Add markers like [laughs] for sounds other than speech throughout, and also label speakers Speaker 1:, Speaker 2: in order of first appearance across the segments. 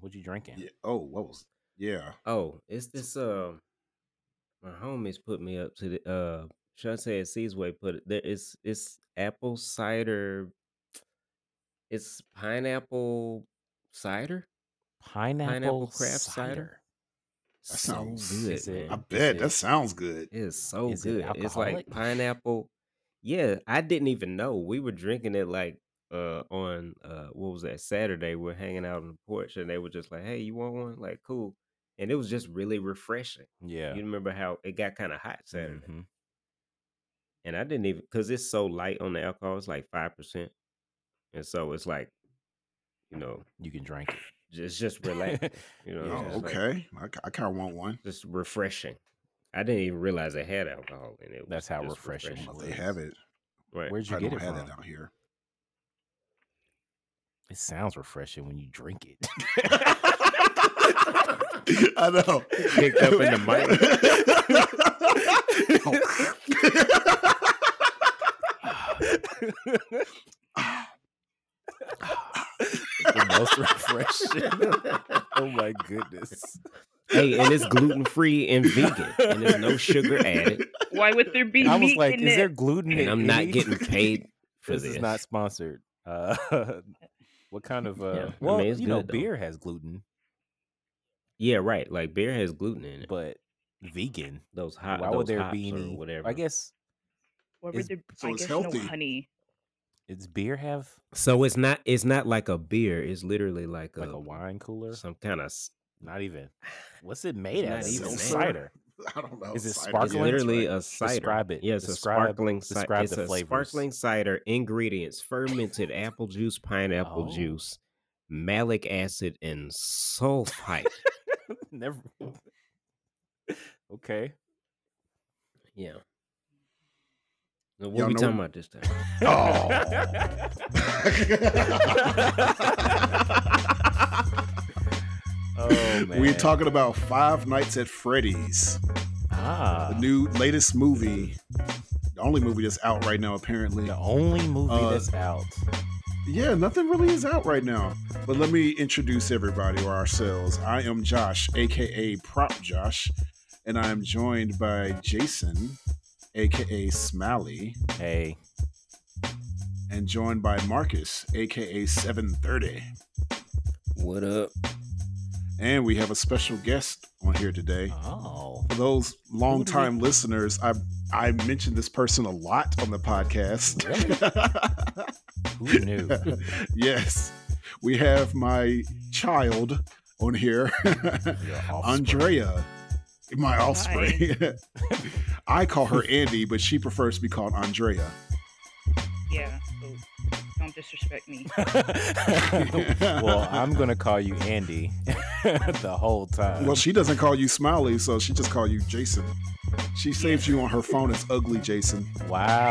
Speaker 1: What you drinking?
Speaker 2: Yeah. Oh, what was? Yeah.
Speaker 3: Oh, it's this. Um, my homies put me up to the. Uh, should I say at Seasway? Put it there. It's it's apple cider. It's pineapple cider.
Speaker 1: Pineapple,
Speaker 3: craft cider?
Speaker 2: That
Speaker 3: So
Speaker 2: sounds-
Speaker 3: good.
Speaker 1: Is it-
Speaker 3: man.
Speaker 2: I
Speaker 1: Is
Speaker 2: bet
Speaker 1: it-
Speaker 2: that sounds good.
Speaker 3: It is so
Speaker 1: Is it
Speaker 3: good. it's like
Speaker 1: alcoholic?
Speaker 3: pineapple. Yeah, I didn't even know. We were drinking it like uh on uh what was that Saturday? We're hanging out on the porch and they were just like, Hey, you want one? Like, cool. And it was just really refreshing.
Speaker 1: Yeah.
Speaker 3: You remember how it got kind of hot Saturday.
Speaker 1: Mhm.
Speaker 3: And I didn't even because it's so light on the alcohol, it's like five percent. And so it's like, you know,
Speaker 1: You can drink it.
Speaker 3: j- it's just
Speaker 1: [laughs]
Speaker 3: relaxing. You know,
Speaker 1: Yeah,
Speaker 3: it's
Speaker 2: Oh,
Speaker 3: just like-
Speaker 2: okay. I, kind of want one.
Speaker 3: just refreshing. I didn't even realize it had alcohol in it. It
Speaker 1: That's
Speaker 3: was
Speaker 1: how
Speaker 3: just
Speaker 1: refreshing
Speaker 2: I
Speaker 1: it
Speaker 2: don't know
Speaker 3: refreshing.
Speaker 2: if they have it.
Speaker 3: Right.
Speaker 1: Where'd you
Speaker 2: I
Speaker 1: get
Speaker 2: don't
Speaker 1: it
Speaker 2: have
Speaker 1: from?
Speaker 2: that out here.
Speaker 1: It sounds refreshing when you drink it. [laughs]
Speaker 2: [laughs] I know.
Speaker 3: Picked up in the
Speaker 2: [laughs]
Speaker 1: the most refreshing. [laughs] oh my
Speaker 3: [laughs]
Speaker 1: goodness.
Speaker 3: hey, and it's gluten free and vegan, and there's no sugar
Speaker 1: [laughs]
Speaker 3: added.
Speaker 4: Why would there be
Speaker 1: And I was
Speaker 4: meat
Speaker 1: like,
Speaker 4: in
Speaker 1: is
Speaker 4: it?
Speaker 1: there gluten
Speaker 3: And
Speaker 1: in
Speaker 3: I'm not
Speaker 1: any-
Speaker 3: getting
Speaker 1: [laughs]
Speaker 3: paid for
Speaker 1: this
Speaker 3: this.
Speaker 1: is not sponsored. Uh, [laughs] what kind of uh
Speaker 3: I
Speaker 1: well,
Speaker 3: mean, it's
Speaker 1: you know,
Speaker 3: good, though.
Speaker 1: beer has gluten,
Speaker 3: Yeah, right. Like beer has gluten in it. But
Speaker 1: but vegan.
Speaker 3: those hot,
Speaker 1: why
Speaker 3: those
Speaker 1: would there
Speaker 3: hops
Speaker 1: be
Speaker 3: or
Speaker 1: any
Speaker 3: whatever?
Speaker 1: I guess
Speaker 4: Why
Speaker 1: is-
Speaker 4: would there,
Speaker 2: so
Speaker 4: I
Speaker 2: it's
Speaker 4: guess
Speaker 2: healthy.
Speaker 4: no honey.
Speaker 1: it's beer have
Speaker 3: so. It's not. It's not like a beer. It's literally like a,
Speaker 1: like a wine cooler?
Speaker 3: Some kind of.
Speaker 1: Not
Speaker 3: [sighs]
Speaker 1: even. What's it made
Speaker 3: Not
Speaker 1: out of?
Speaker 3: even
Speaker 1: It's
Speaker 3: made.
Speaker 1: cider. [laughs]
Speaker 2: I don't know.
Speaker 1: Is it
Speaker 2: Cider.
Speaker 3: It's
Speaker 1: sparkling?
Speaker 2: [laughs]
Speaker 3: literally a cider.
Speaker 1: Describe it.
Speaker 3: Yeah, it's
Speaker 1: Describe-
Speaker 3: a sparkling cider.
Speaker 1: describe
Speaker 3: it's
Speaker 1: the
Speaker 3: a
Speaker 1: flavors.
Speaker 3: sparkling cider. Ingredients: fermented apple juice, pineapple
Speaker 1: Oh.
Speaker 3: juice, malic acid, and sulfite.
Speaker 1: Never. [laughs] okay.
Speaker 3: [laughs] yeah. Now, what
Speaker 2: Y'all
Speaker 3: we
Speaker 2: know-
Speaker 3: talking about this time?
Speaker 2: Oh.
Speaker 1: [laughs] Oh
Speaker 2: [laughs]
Speaker 1: man.
Speaker 2: We're talking about Five Nights at Freddy's,
Speaker 1: ah,
Speaker 2: the new latest movie, the only movie that's out right now, apparently.
Speaker 1: the only movie
Speaker 2: uh,
Speaker 1: that's out.
Speaker 2: Yeah, nothing really is out right now. But let me introduce everybody or ourselves. I am Josh, aka Prop Josh, and I am joined by Jason, aka Smiley,
Speaker 1: Hey,
Speaker 2: and joined by Marcus, aka 730.
Speaker 3: What up?
Speaker 2: And we have a special guest on here today.
Speaker 1: oh,
Speaker 2: For those longtime listeners, I I mentioned this person a lot on the podcast. [laughs]
Speaker 1: who knew?
Speaker 2: yes, we have my child on here, [laughs]
Speaker 1: Your offspring.
Speaker 2: Andrea, my offspring. [laughs] I call her Andy, but she prefers to be called Andrea.
Speaker 4: Yeah. So don't disrespect me.
Speaker 1: [laughs] [laughs] well, I'm gonna call you Andy [laughs] the whole time.
Speaker 2: Well, she doesn't call you Smiley, so she just calls you Jason. She saves you on her phone as ugly Jason [laughs]
Speaker 1: wow,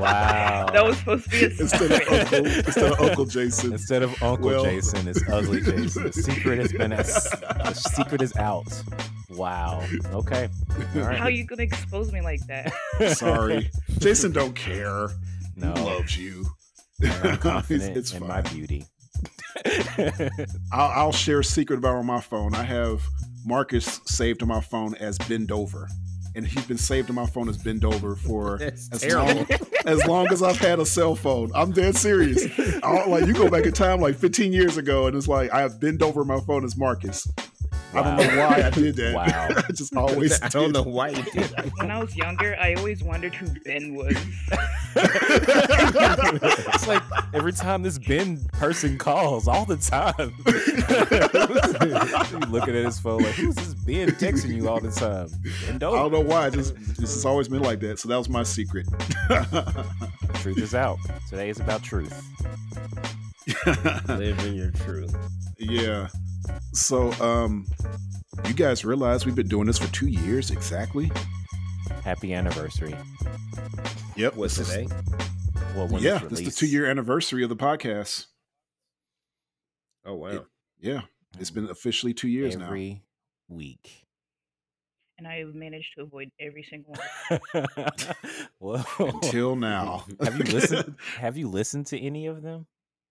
Speaker 1: wow.
Speaker 4: That was supposed to be
Speaker 1: [laughs]
Speaker 4: a
Speaker 2: instead of
Speaker 4: secret.
Speaker 2: Uncle, instead of Uncle Jason.
Speaker 1: Instead of Uncle
Speaker 2: Well-
Speaker 1: Jason, it's
Speaker 2: [laughs]
Speaker 1: Ugly Jason. The secret has been as the secret is out. Wow. Okay. All right. [laughs]
Speaker 4: How you gonna expose me like that?
Speaker 2: Sorry, Jason don't care.
Speaker 1: No.
Speaker 2: He loves you.
Speaker 1: and I'm
Speaker 2: [laughs] It's-
Speaker 1: confident
Speaker 2: [laughs] it's
Speaker 1: in
Speaker 2: fine.
Speaker 1: my beauty.
Speaker 2: I'll, I'll share a secret about my phone. I have Marcus saved on my phone as Bend Over, and he's been saved on my phone as Bend Over for
Speaker 3: [laughs] [laughs] That's
Speaker 2: as
Speaker 3: terrible.
Speaker 2: long, as long as I've had a cell phone. I'm dead serious. I, like you go back in time like 15 years ago, and it's like I have Bend Over my phone as Marcus. I don't know why I did that.
Speaker 1: Wow.
Speaker 2: [laughs]
Speaker 1: [laughs]
Speaker 2: I just always.
Speaker 3: [laughs] I don't
Speaker 2: did.
Speaker 3: know why you did. that.
Speaker 4: When I was younger, I always wondered who Ben was.
Speaker 1: it's like every time this Ben person calls, all the
Speaker 2: [laughs]
Speaker 1: time. He looking at his phone like, who's this Ben texting you all the time? And
Speaker 2: [laughs] I don't know why. I just this has always been like that. So that was my secret. [laughs]
Speaker 1: Truth is out. Today is about truth.
Speaker 3: Live in your truth.
Speaker 2: Yeah. So, um, you guys realize we've been doing this for two years exactly?
Speaker 1: Happy anniversary.
Speaker 2: Yep.
Speaker 3: What
Speaker 2: this is-
Speaker 3: today?
Speaker 1: Well, when
Speaker 2: yeah,
Speaker 1: it's
Speaker 2: this is the
Speaker 1: released.
Speaker 2: two year anniversary of the podcast.
Speaker 3: Oh wow.
Speaker 2: It- Yeah. It's been officially two years now.
Speaker 1: every [laughs] week.
Speaker 4: And I have managed to avoid every single one.
Speaker 1: well, [laughs]
Speaker 2: Until now. [laughs]
Speaker 1: have you listened? Have you listened to any of them?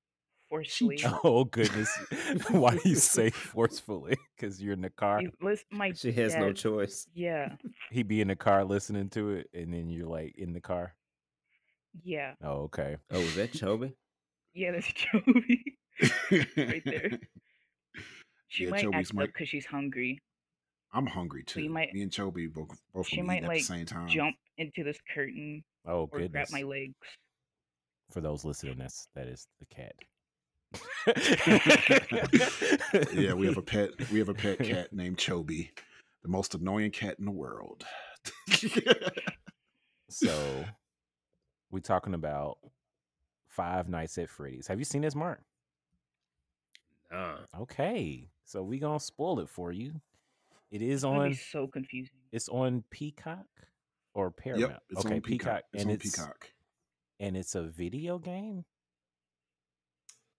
Speaker 1: [laughs]
Speaker 4: forcefully.
Speaker 1: Oh goodness! [laughs] Why do you say forcefully? Because you're in the car.
Speaker 4: You lis- my
Speaker 3: She has no
Speaker 4: dad-
Speaker 3: choice.
Speaker 4: Yeah,
Speaker 3: [laughs]
Speaker 1: He be in the car listening to it, and then you're like in the car.
Speaker 4: yeah,
Speaker 1: Oh, okay.
Speaker 3: Oh, is that Chobi?
Speaker 4: yeah. That's [laughs] Joey.
Speaker 2: right
Speaker 4: there. She
Speaker 2: Yeah,
Speaker 4: might
Speaker 2: Joey's
Speaker 4: act
Speaker 2: might-
Speaker 4: up because she's hungry.
Speaker 2: I'm hungry too.
Speaker 4: Well, you might-
Speaker 2: Me and Chobi both both
Speaker 4: she
Speaker 2: gonna eat
Speaker 4: might,
Speaker 2: at
Speaker 4: like,
Speaker 2: the same time.
Speaker 4: Jump into this curtain
Speaker 1: Oh
Speaker 4: or grab
Speaker 1: goodness.
Speaker 4: my legs.
Speaker 1: For those listening, that's that is the cat. [laughs]
Speaker 2: Yeah, we have a
Speaker 4: [laughs]
Speaker 2: pet. We have a pet cat named Chobi, the most annoying cat in the world. [laughs]
Speaker 1: So we talking about Five Nights at Freddy's. Have you seen this, Mark?
Speaker 3: Nah.
Speaker 1: Okay, so we gonna spoil it for you. It is
Speaker 4: It's gonna be
Speaker 1: on.
Speaker 4: so confusing.
Speaker 1: It's on Peacock or Paramount.
Speaker 2: yep, it's
Speaker 1: okay,
Speaker 2: on Peacock. It's
Speaker 1: and
Speaker 2: on
Speaker 1: it's
Speaker 2: Peacock.
Speaker 1: and it's a video game.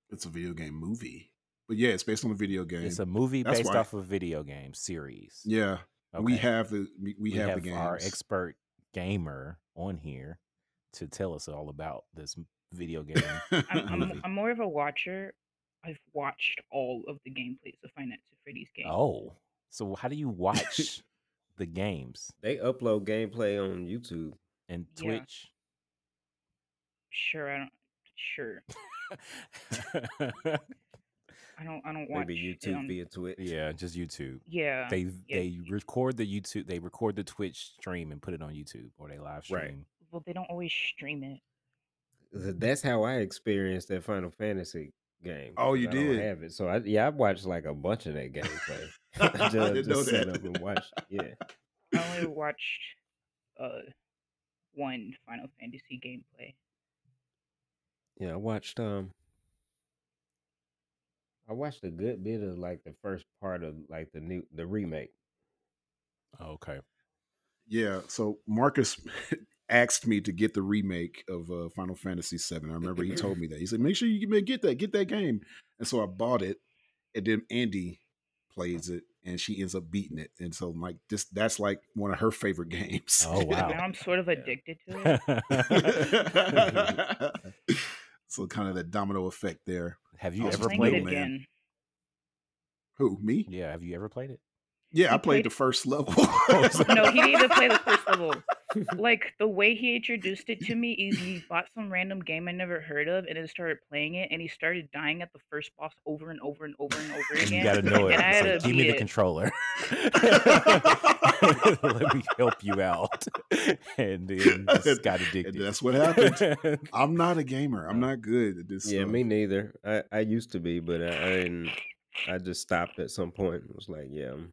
Speaker 2: It's a video game movie, but yeah, it's based on a video game.
Speaker 1: It's a movie
Speaker 2: That's
Speaker 1: based
Speaker 2: why.
Speaker 1: off a video game series.
Speaker 2: yeah, we
Speaker 1: Okay.
Speaker 2: have the we, we have, the game.
Speaker 1: our
Speaker 2: [laughs]
Speaker 1: expert gamer on here to tell us all about this m- video
Speaker 2: [laughs]
Speaker 1: game. [laughs]
Speaker 4: I'm, [laughs]
Speaker 1: Movie.
Speaker 4: I'm, I'm more of a watcher. I've watched all of the gameplays of Five Nights at Freddy's game.
Speaker 1: oh, so how do you
Speaker 2: [laughs]
Speaker 1: watch the games
Speaker 3: They upload gameplay on YouTube.
Speaker 1: and
Speaker 2: [laughs]
Speaker 4: Yeah.
Speaker 1: Twitch? [laughs]
Speaker 4: Sure, I don't. Sure, I don't. I don't watch
Speaker 3: Maybe
Speaker 4: it
Speaker 3: YouTube
Speaker 4: on-
Speaker 3: via Twitch.
Speaker 1: yeah, just YouTube.
Speaker 2: Uh,
Speaker 4: yeah.
Speaker 1: They
Speaker 4: yeah,
Speaker 1: they record the YouTube, they record the Twitch stream and put it on YouTube or they live stream.
Speaker 3: Right.
Speaker 4: well, they don't always stream it.
Speaker 3: That's how I experienced that Final Fantasy game.
Speaker 2: Oh,
Speaker 3: 'cause
Speaker 2: you
Speaker 3: I don't
Speaker 2: did?
Speaker 3: have it. So I yeah, I watched like a bunch of that [laughs] gameplay.
Speaker 2: [laughs] I
Speaker 3: Just-
Speaker 2: didn't
Speaker 3: just
Speaker 2: know
Speaker 3: sat
Speaker 2: that.
Speaker 3: up and watched. Yeah.
Speaker 4: I
Speaker 1: [laughs]
Speaker 4: only watched uh one Final Fantasy gameplay.
Speaker 3: Yeah, I watched um I watched a good bit of like the first part of like the new the remake.
Speaker 1: Okay.
Speaker 2: [laughs] Yeah, so Marcus [laughs] asked me to get the remake of uh, Final Fantasy VII. I remember he told me that. He said, "Make sure you get- get that, get that game." And so I bought it, and then Andy plays it, and she ends up beating it. And so like this, that's like one of her favorite [laughs] games.
Speaker 4: [laughs]
Speaker 1: Oh, wow.
Speaker 4: Now I'm sort of addicted to
Speaker 1: [laughs]
Speaker 4: it.
Speaker 2: so kind of the domino effect there.
Speaker 1: have you
Speaker 2: I was
Speaker 1: ever
Speaker 2: just
Speaker 4: playing
Speaker 1: played
Speaker 4: it
Speaker 1: it?
Speaker 2: man.
Speaker 4: again.
Speaker 2: Who me? Yeah,
Speaker 1: Yeah, have you ever played it?
Speaker 2: I
Speaker 4: He
Speaker 2: played
Speaker 4: played- Oh,
Speaker 2: the first level.
Speaker 4: No, he didn't even
Speaker 1: [laughs]
Speaker 4: play [laughs] the
Speaker 2: [laughs]
Speaker 4: first level. Like the way he introduced it to me is he bought some random game I never heard of and then started playing it and he started dying at the first boss over and over and over and over
Speaker 1: And
Speaker 4: again.
Speaker 1: you gotta know it.
Speaker 4: And [laughs] I
Speaker 1: It's
Speaker 4: had
Speaker 1: like,
Speaker 4: to
Speaker 1: Give me
Speaker 4: be
Speaker 1: the
Speaker 4: it.
Speaker 1: controller. [laughs] Let me help you out. [laughs] And then just got
Speaker 2: and
Speaker 1: addicted.
Speaker 2: that's what happened.
Speaker 1: [laughs]
Speaker 2: I'm not a gamer. I'm not good at this.
Speaker 3: yeah,
Speaker 2: stuff.
Speaker 3: me neither. I, I used to be, but I, I didn't I just stopped at some point and was like, yeah, I'm,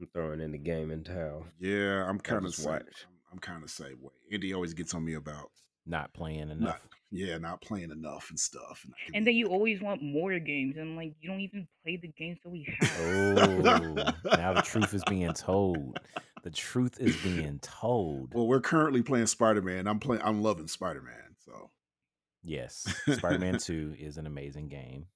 Speaker 3: I'm throwing in the game and towel.
Speaker 2: Yeah, I'm kind of
Speaker 3: just
Speaker 2: I'm,
Speaker 3: watch.
Speaker 2: I'm kind of same way. Andy always gets on me about
Speaker 1: Not playing enough.
Speaker 2: yeah, not playing enough and stuff. And, I can-
Speaker 4: And then you always want more games and like you don't even play the games
Speaker 1: [laughs]
Speaker 4: that we have.
Speaker 1: Oh, now the truth is being told. The truth is being told.
Speaker 2: [laughs] well, we're currently playing Spider Man. I'm playing. I'm loving Spider Man. So
Speaker 1: Yes, Spider Man 2 is an amazing game.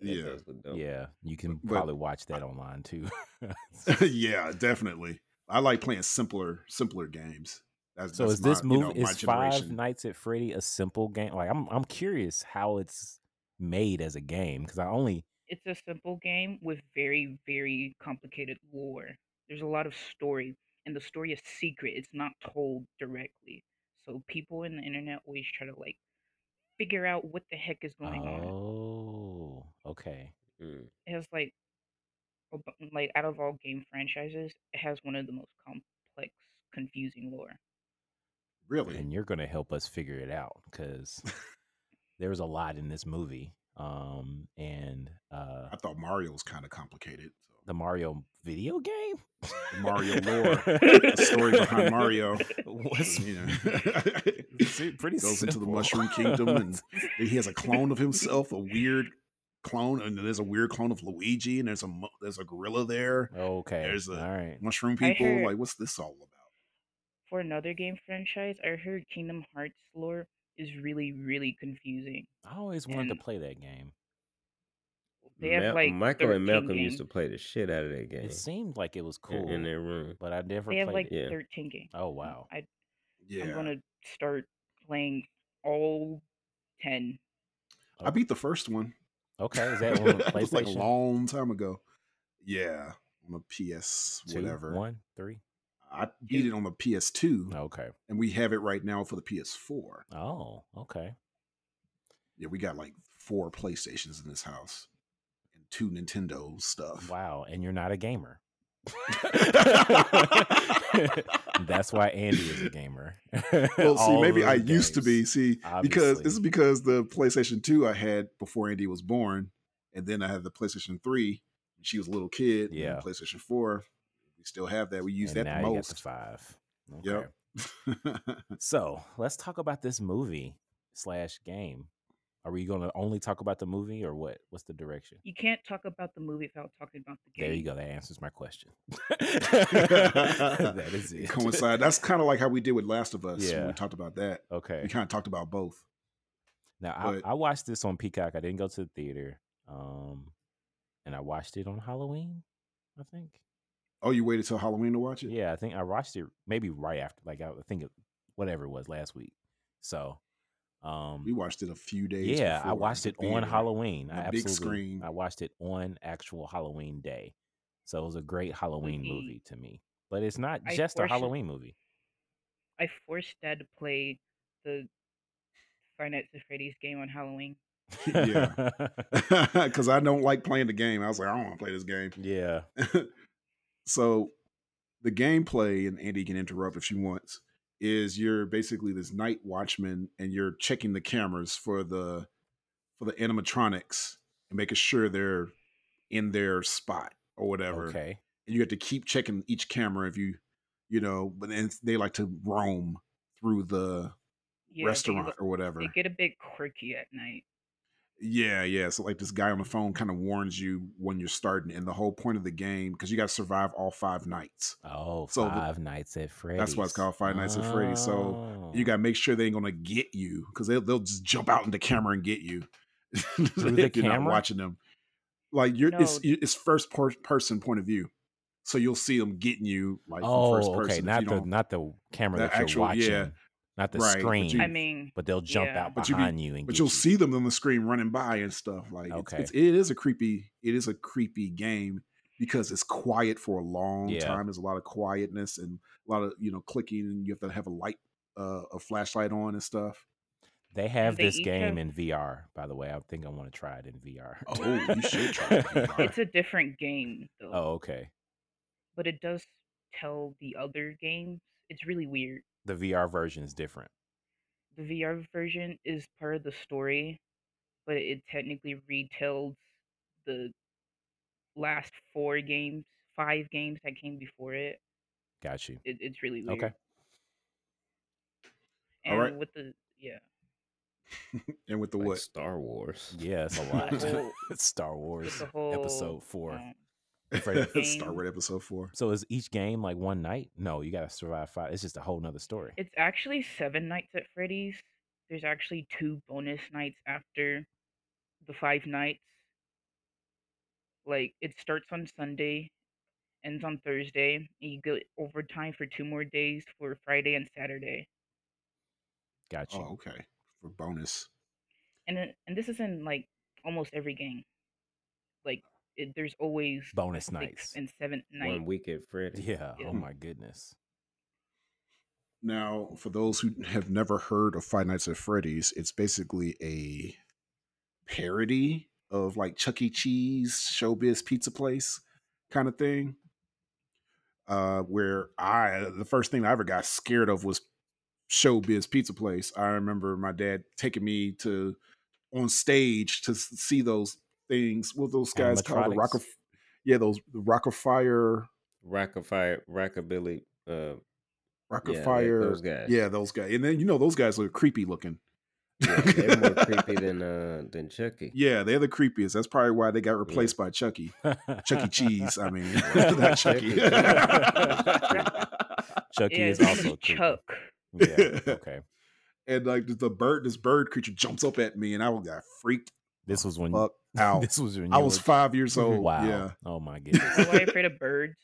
Speaker 3: That
Speaker 2: yeah,
Speaker 3: does look dope.
Speaker 1: Yeah, you can
Speaker 2: But-
Speaker 1: probably watch that online too.
Speaker 2: [laughs]
Speaker 1: [laughs]
Speaker 2: yeah, definitely. I like playing simpler, simpler games. That's,
Speaker 1: so
Speaker 2: that's
Speaker 1: is this
Speaker 2: my, you know,
Speaker 1: movie
Speaker 2: my
Speaker 1: is Five
Speaker 2: generation.
Speaker 1: Nights at Freddy a simple game? Like I'm I'm curious how it's made as a game because I only
Speaker 4: It's a simple game with very, very complicated lore. There's a lot of story and the story is secret. It's not told directly. So people in the internet always try to like figure out what the heck is going on.
Speaker 1: Oh, okay.
Speaker 3: Mm.
Speaker 4: it has like a bu- like out of all game franchises, it has one of the most complex, confusing lore.
Speaker 2: really?
Speaker 1: And you're gonna help us figure it out
Speaker 2: [laughs]
Speaker 1: because there's a lot in this movie. Um, and uh,
Speaker 2: I thought Mario was kind of complicated. So.
Speaker 1: the Mario video game,
Speaker 2: Mario lore.
Speaker 1: the
Speaker 2: The
Speaker 1: [laughs]
Speaker 2: story behind Mario.
Speaker 1: What's
Speaker 2: you know,
Speaker 1: it's pretty
Speaker 2: goes into the
Speaker 1: simple.
Speaker 2: Mushroom
Speaker 1: [laughs]
Speaker 2: Kingdom and he
Speaker 4: [laughs]
Speaker 2: has a clone of himself, a weird clone, and there's a weird clone of Luigi, and there's a mu- there's a gorilla there,
Speaker 1: okay,
Speaker 2: There's a-
Speaker 1: all right.
Speaker 2: mushroom
Speaker 4: I
Speaker 2: people.
Speaker 4: heard-
Speaker 2: Like, what's this all about?
Speaker 4: For another game franchise, I heard Kingdom Hearts lore is really, really confusing.
Speaker 1: I always wanted to
Speaker 4: and-
Speaker 1: play that game.
Speaker 4: They have
Speaker 3: Mal-
Speaker 4: like
Speaker 3: Michael and
Speaker 4: 13
Speaker 3: Malcolm
Speaker 4: games.
Speaker 3: used to play the shit out of that game
Speaker 1: It seemed like it was
Speaker 3: in-
Speaker 1: cool,
Speaker 3: in
Speaker 2: [laughs]
Speaker 3: their room. [laughs]
Speaker 1: but I never
Speaker 4: They
Speaker 1: played
Speaker 4: have like
Speaker 1: it.
Speaker 3: Yeah.
Speaker 4: thirteen games.
Speaker 1: Oh wow,
Speaker 4: I,
Speaker 2: Yeah,
Speaker 4: I'm gonna start playing all ten.
Speaker 2: I beat the first one.
Speaker 1: Okay, is
Speaker 2: [laughs]
Speaker 1: that on
Speaker 2: It was like a
Speaker 1: PlayStation?
Speaker 2: long time ago. Yeah, on the PS
Speaker 1: Two,
Speaker 2: whatever.
Speaker 1: one, three.
Speaker 2: I beat it on the PS2,
Speaker 1: Okay.
Speaker 2: and we have it right now for the PS4.
Speaker 1: Oh, okay.
Speaker 2: Yeah, we got like four PlayStations in this house and two Nintendo stuff.
Speaker 1: Wow, and you're not a
Speaker 2: [laughs]
Speaker 1: gamer. [laughs] That's
Speaker 2: That's
Speaker 1: why Andy is a gamer.
Speaker 2: [laughs]
Speaker 1: [laughs]
Speaker 2: Well, see,
Speaker 1: All
Speaker 2: maybe
Speaker 1: of
Speaker 2: I
Speaker 1: the
Speaker 2: used to be.
Speaker 1: games.
Speaker 2: See, because this is
Speaker 1: Obviously.
Speaker 2: because the PlayStation 2 I had before Andy was born, and then I had the PlayStation 3. when She was a little kid. and
Speaker 1: Yeah.
Speaker 2: PlayStation 4. We still have that. We use
Speaker 1: And
Speaker 2: that
Speaker 1: now
Speaker 2: the
Speaker 1: you got the
Speaker 2: most.
Speaker 1: five. Okay.
Speaker 2: Yep. [laughs]
Speaker 1: So let's talk about this movie slash game. Are we going to only talk about the movie or what? What's the direction?
Speaker 4: You can't talk about the movie without talking about the game.
Speaker 1: There you go. That answers my
Speaker 2: [laughs]
Speaker 1: question. [laughs] that is
Speaker 2: It
Speaker 1: it.
Speaker 2: coincide. That's kind of like how we did with Last of Us. when
Speaker 1: Yeah.
Speaker 2: We talked about that.
Speaker 1: [laughs] Okay.
Speaker 2: We kind of talked about both.
Speaker 1: Now I,
Speaker 2: But-
Speaker 1: I watched this on Peacock. I didn't go to the theater. Um, and I watched it on Halloween. I think.
Speaker 2: Oh, you waited till Halloween to watch it?
Speaker 1: Yeah, I think I watched it maybe right after. Like I think it, whatever it was last week. So, um,
Speaker 2: We watched it a few days.
Speaker 1: yeah,
Speaker 2: before
Speaker 1: I
Speaker 2: at
Speaker 1: watched
Speaker 2: the
Speaker 1: it on
Speaker 2: theater.
Speaker 1: Halloween. I
Speaker 2: the big
Speaker 1: absolutely,
Speaker 2: screen.
Speaker 1: I watched it on actual Halloween day. So it was a great Halloween
Speaker 2: Mm-hmm.
Speaker 4: Mhm.
Speaker 1: movie to me. But it's not
Speaker 4: I
Speaker 1: just a
Speaker 4: forced it.
Speaker 1: Halloween movie.
Speaker 4: I forced Dad to play the Five Nights at Freddy's game on Halloween.
Speaker 2: [laughs] Yeah. [laughs] Because I don't like playing the game. I was like, I don't want to play this game.
Speaker 1: [laughs] yeah.
Speaker 2: so the gameplay, and Andy can interrupt if she wants, is you're basically this night watchman and you're checking the cameras for the for the animatronics and making sure they're in their spot or whatever.
Speaker 1: Okay.
Speaker 2: And you have to keep checking each camera if you you know, but then they like to roam through the
Speaker 4: Yeah, they
Speaker 2: restaurant
Speaker 4: look-
Speaker 2: or whatever.
Speaker 4: They get a bit quirky at night.
Speaker 2: Yeah, yeah. So like this guy on the phone kind of warns you when you're starting, and the whole point of the game because you got to survive all five nights.
Speaker 1: Oh,
Speaker 2: So the-
Speaker 1: Five Nights at Freddy's.
Speaker 2: why it's called Five Nights at Freddy's. So
Speaker 1: Mm-hmm.
Speaker 2: You got to make sure they ain't gonna get you because they'll they'll just jump out in the camera and get you [laughs]
Speaker 1: the
Speaker 2: if you're not
Speaker 1: camera?
Speaker 2: watching them. Like you're it's
Speaker 4: No.
Speaker 2: it's first per- person point of view, so you'll see them getting you like from
Speaker 1: oh,
Speaker 2: first person.
Speaker 1: okay.
Speaker 2: if
Speaker 1: Not
Speaker 2: you
Speaker 1: the
Speaker 2: don't-
Speaker 1: not the camera
Speaker 2: the
Speaker 1: that you're
Speaker 2: actual- yeah.
Speaker 1: watching, not the
Speaker 2: Right, but
Speaker 1: screen,
Speaker 2: you-
Speaker 4: I
Speaker 2: Mm.
Speaker 4: mean,
Speaker 1: but they'll jump
Speaker 4: yeah.
Speaker 1: out
Speaker 2: But you be-
Speaker 1: behind you, and
Speaker 2: but
Speaker 1: get
Speaker 2: you'll
Speaker 1: you.
Speaker 2: see them on the screen running by and stuff. Like it's,
Speaker 1: Okay.
Speaker 2: it's, it is a creepy it is a creepy game because it's quiet for a long
Speaker 1: Yeah.
Speaker 2: time. There's a lot of quietness and a lot of you know clicking, and you have to have a light uh, a flashlight on and stuff.
Speaker 1: They have
Speaker 4: they
Speaker 1: this
Speaker 4: each
Speaker 1: game
Speaker 4: have-
Speaker 1: in VR, by the way. I think I want to try it in VR.
Speaker 2: Oh, you should try it in VR.
Speaker 4: it's a different game though.
Speaker 1: [laughs] oh, okay.
Speaker 4: But it does tell the other games. It's really weird.
Speaker 1: The VR version is different.
Speaker 4: The VR version is part of the story, but it technically retells the last four games, five games that came before it.
Speaker 1: Got you.
Speaker 4: it it's really weird.
Speaker 1: Okay.
Speaker 4: And
Speaker 2: Alright.
Speaker 4: with the yeah.
Speaker 2: And with the
Speaker 3: Like
Speaker 2: what?
Speaker 3: Star Wars.
Speaker 1: Yeah, it's a [laughs]
Speaker 4: With the
Speaker 1: lot.
Speaker 4: whole-
Speaker 1: It's Star Wars
Speaker 4: the whole,
Speaker 1: episode four.
Speaker 4: um,
Speaker 2: [laughs]
Speaker 1: Freddy.
Speaker 2: Star
Speaker 4: Game.
Speaker 2: Wars episode four.
Speaker 1: so is each game like one night? No, you gotta survive five. It's just a whole nother story.
Speaker 4: It's actually seven nights at Freddy's. There's actually two bonus nights after the five nights. Like it starts on Sunday, ends on Thursday, and you get overtime for two more days for Friday and Saturday.
Speaker 1: Got you.
Speaker 2: Oh, okay. For bonus.
Speaker 4: And it- and this is in like almost every game. Like it, there's always
Speaker 1: Bonus
Speaker 4: sixth
Speaker 1: nights.
Speaker 4: and seventh night.
Speaker 3: One week at Freddy.
Speaker 1: Yeah.
Speaker 4: Yeah.
Speaker 1: Oh my goodness.
Speaker 2: Now, for those who have never heard of Five Nights at Freddy's, it's basically a parody of like Chuck E. Cheese, Showbiz Pizza Place kind of thing. Uh, where I the first thing I ever got scared of was Showbiz Pizza Place. I remember my dad taking me to on stage to s- see those things. What those guys called the
Speaker 1: Animatronics.
Speaker 2: Rock of yeah, those the Rock of Fire
Speaker 3: Rockafire, rockabilly. Uh,
Speaker 2: Rocket
Speaker 3: yeah,
Speaker 2: Fire.
Speaker 3: Fire. Those guys.
Speaker 2: Yeah, those guys. And then you know those guys look creepy looking.
Speaker 3: Yeah, they're more creepy than uh than
Speaker 2: [laughs]
Speaker 3: Chucky.
Speaker 2: Yeah, they're the creepiest. That's probably why they got replaced by Chucky. Chuck E. Cheese. I
Speaker 1: [laughs]
Speaker 2: mean, [laughs] E. not Chucky.
Speaker 1: Chucky
Speaker 4: [laughs] Yeah,
Speaker 1: E. is
Speaker 4: his name
Speaker 1: also creepy.
Speaker 4: Chuck.
Speaker 1: Yeah. Okay.
Speaker 2: [laughs] and like the bird, this bird creature jumps up at me, and I got freaked
Speaker 1: This was when. [laughs]
Speaker 2: fuck out.
Speaker 1: This was when
Speaker 2: I
Speaker 1: you
Speaker 2: was
Speaker 1: were-
Speaker 2: five years old.
Speaker 1: [laughs] Wow.
Speaker 2: Yeah, [laughs]
Speaker 1: Oh my goodness.
Speaker 4: Am I afraid of birds?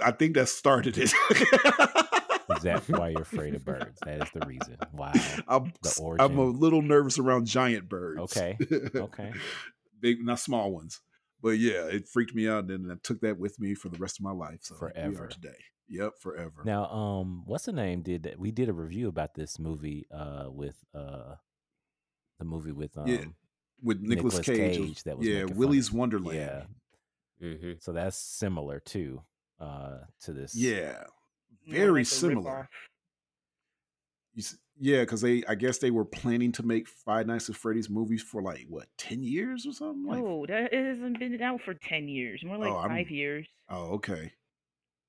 Speaker 2: [laughs] I think that started it.
Speaker 1: Is that why you're afraid of birds? That is the reason. Wow.
Speaker 2: [laughs] I'm,
Speaker 1: The
Speaker 2: I'm a
Speaker 1: origin.
Speaker 2: little nervous around giant birds.
Speaker 1: Okay, okay.
Speaker 2: [laughs] Big, not small ones. But yeah, it freaked me out, and I took that with me for the rest of my life. So here we are
Speaker 1: Forever.
Speaker 2: today. Yep, forever.
Speaker 1: Now, um, what's the name? Did that- we did a review about this movie? Uh, with uh, the movie with um,
Speaker 2: Yeah, with Nicolas,
Speaker 1: Nicolas
Speaker 2: Cage,
Speaker 1: Cage that was
Speaker 2: yeah,
Speaker 1: making fun of-
Speaker 2: Willy's Wonderland.
Speaker 1: yeah.
Speaker 3: Mm-hmm.
Speaker 1: So that's similar too, uh, to this.
Speaker 2: Yeah.
Speaker 4: More
Speaker 2: Very
Speaker 4: like a
Speaker 2: similar.
Speaker 4: ripoff.
Speaker 2: You s- yeah, because they, I guess they were planning to make Five Nights at Freddy's movies for like what ten years or something. Like,
Speaker 4: No, that it hasn't been out for ten years. More like
Speaker 2: Oh, I'm-
Speaker 4: five years.
Speaker 2: oh, okay.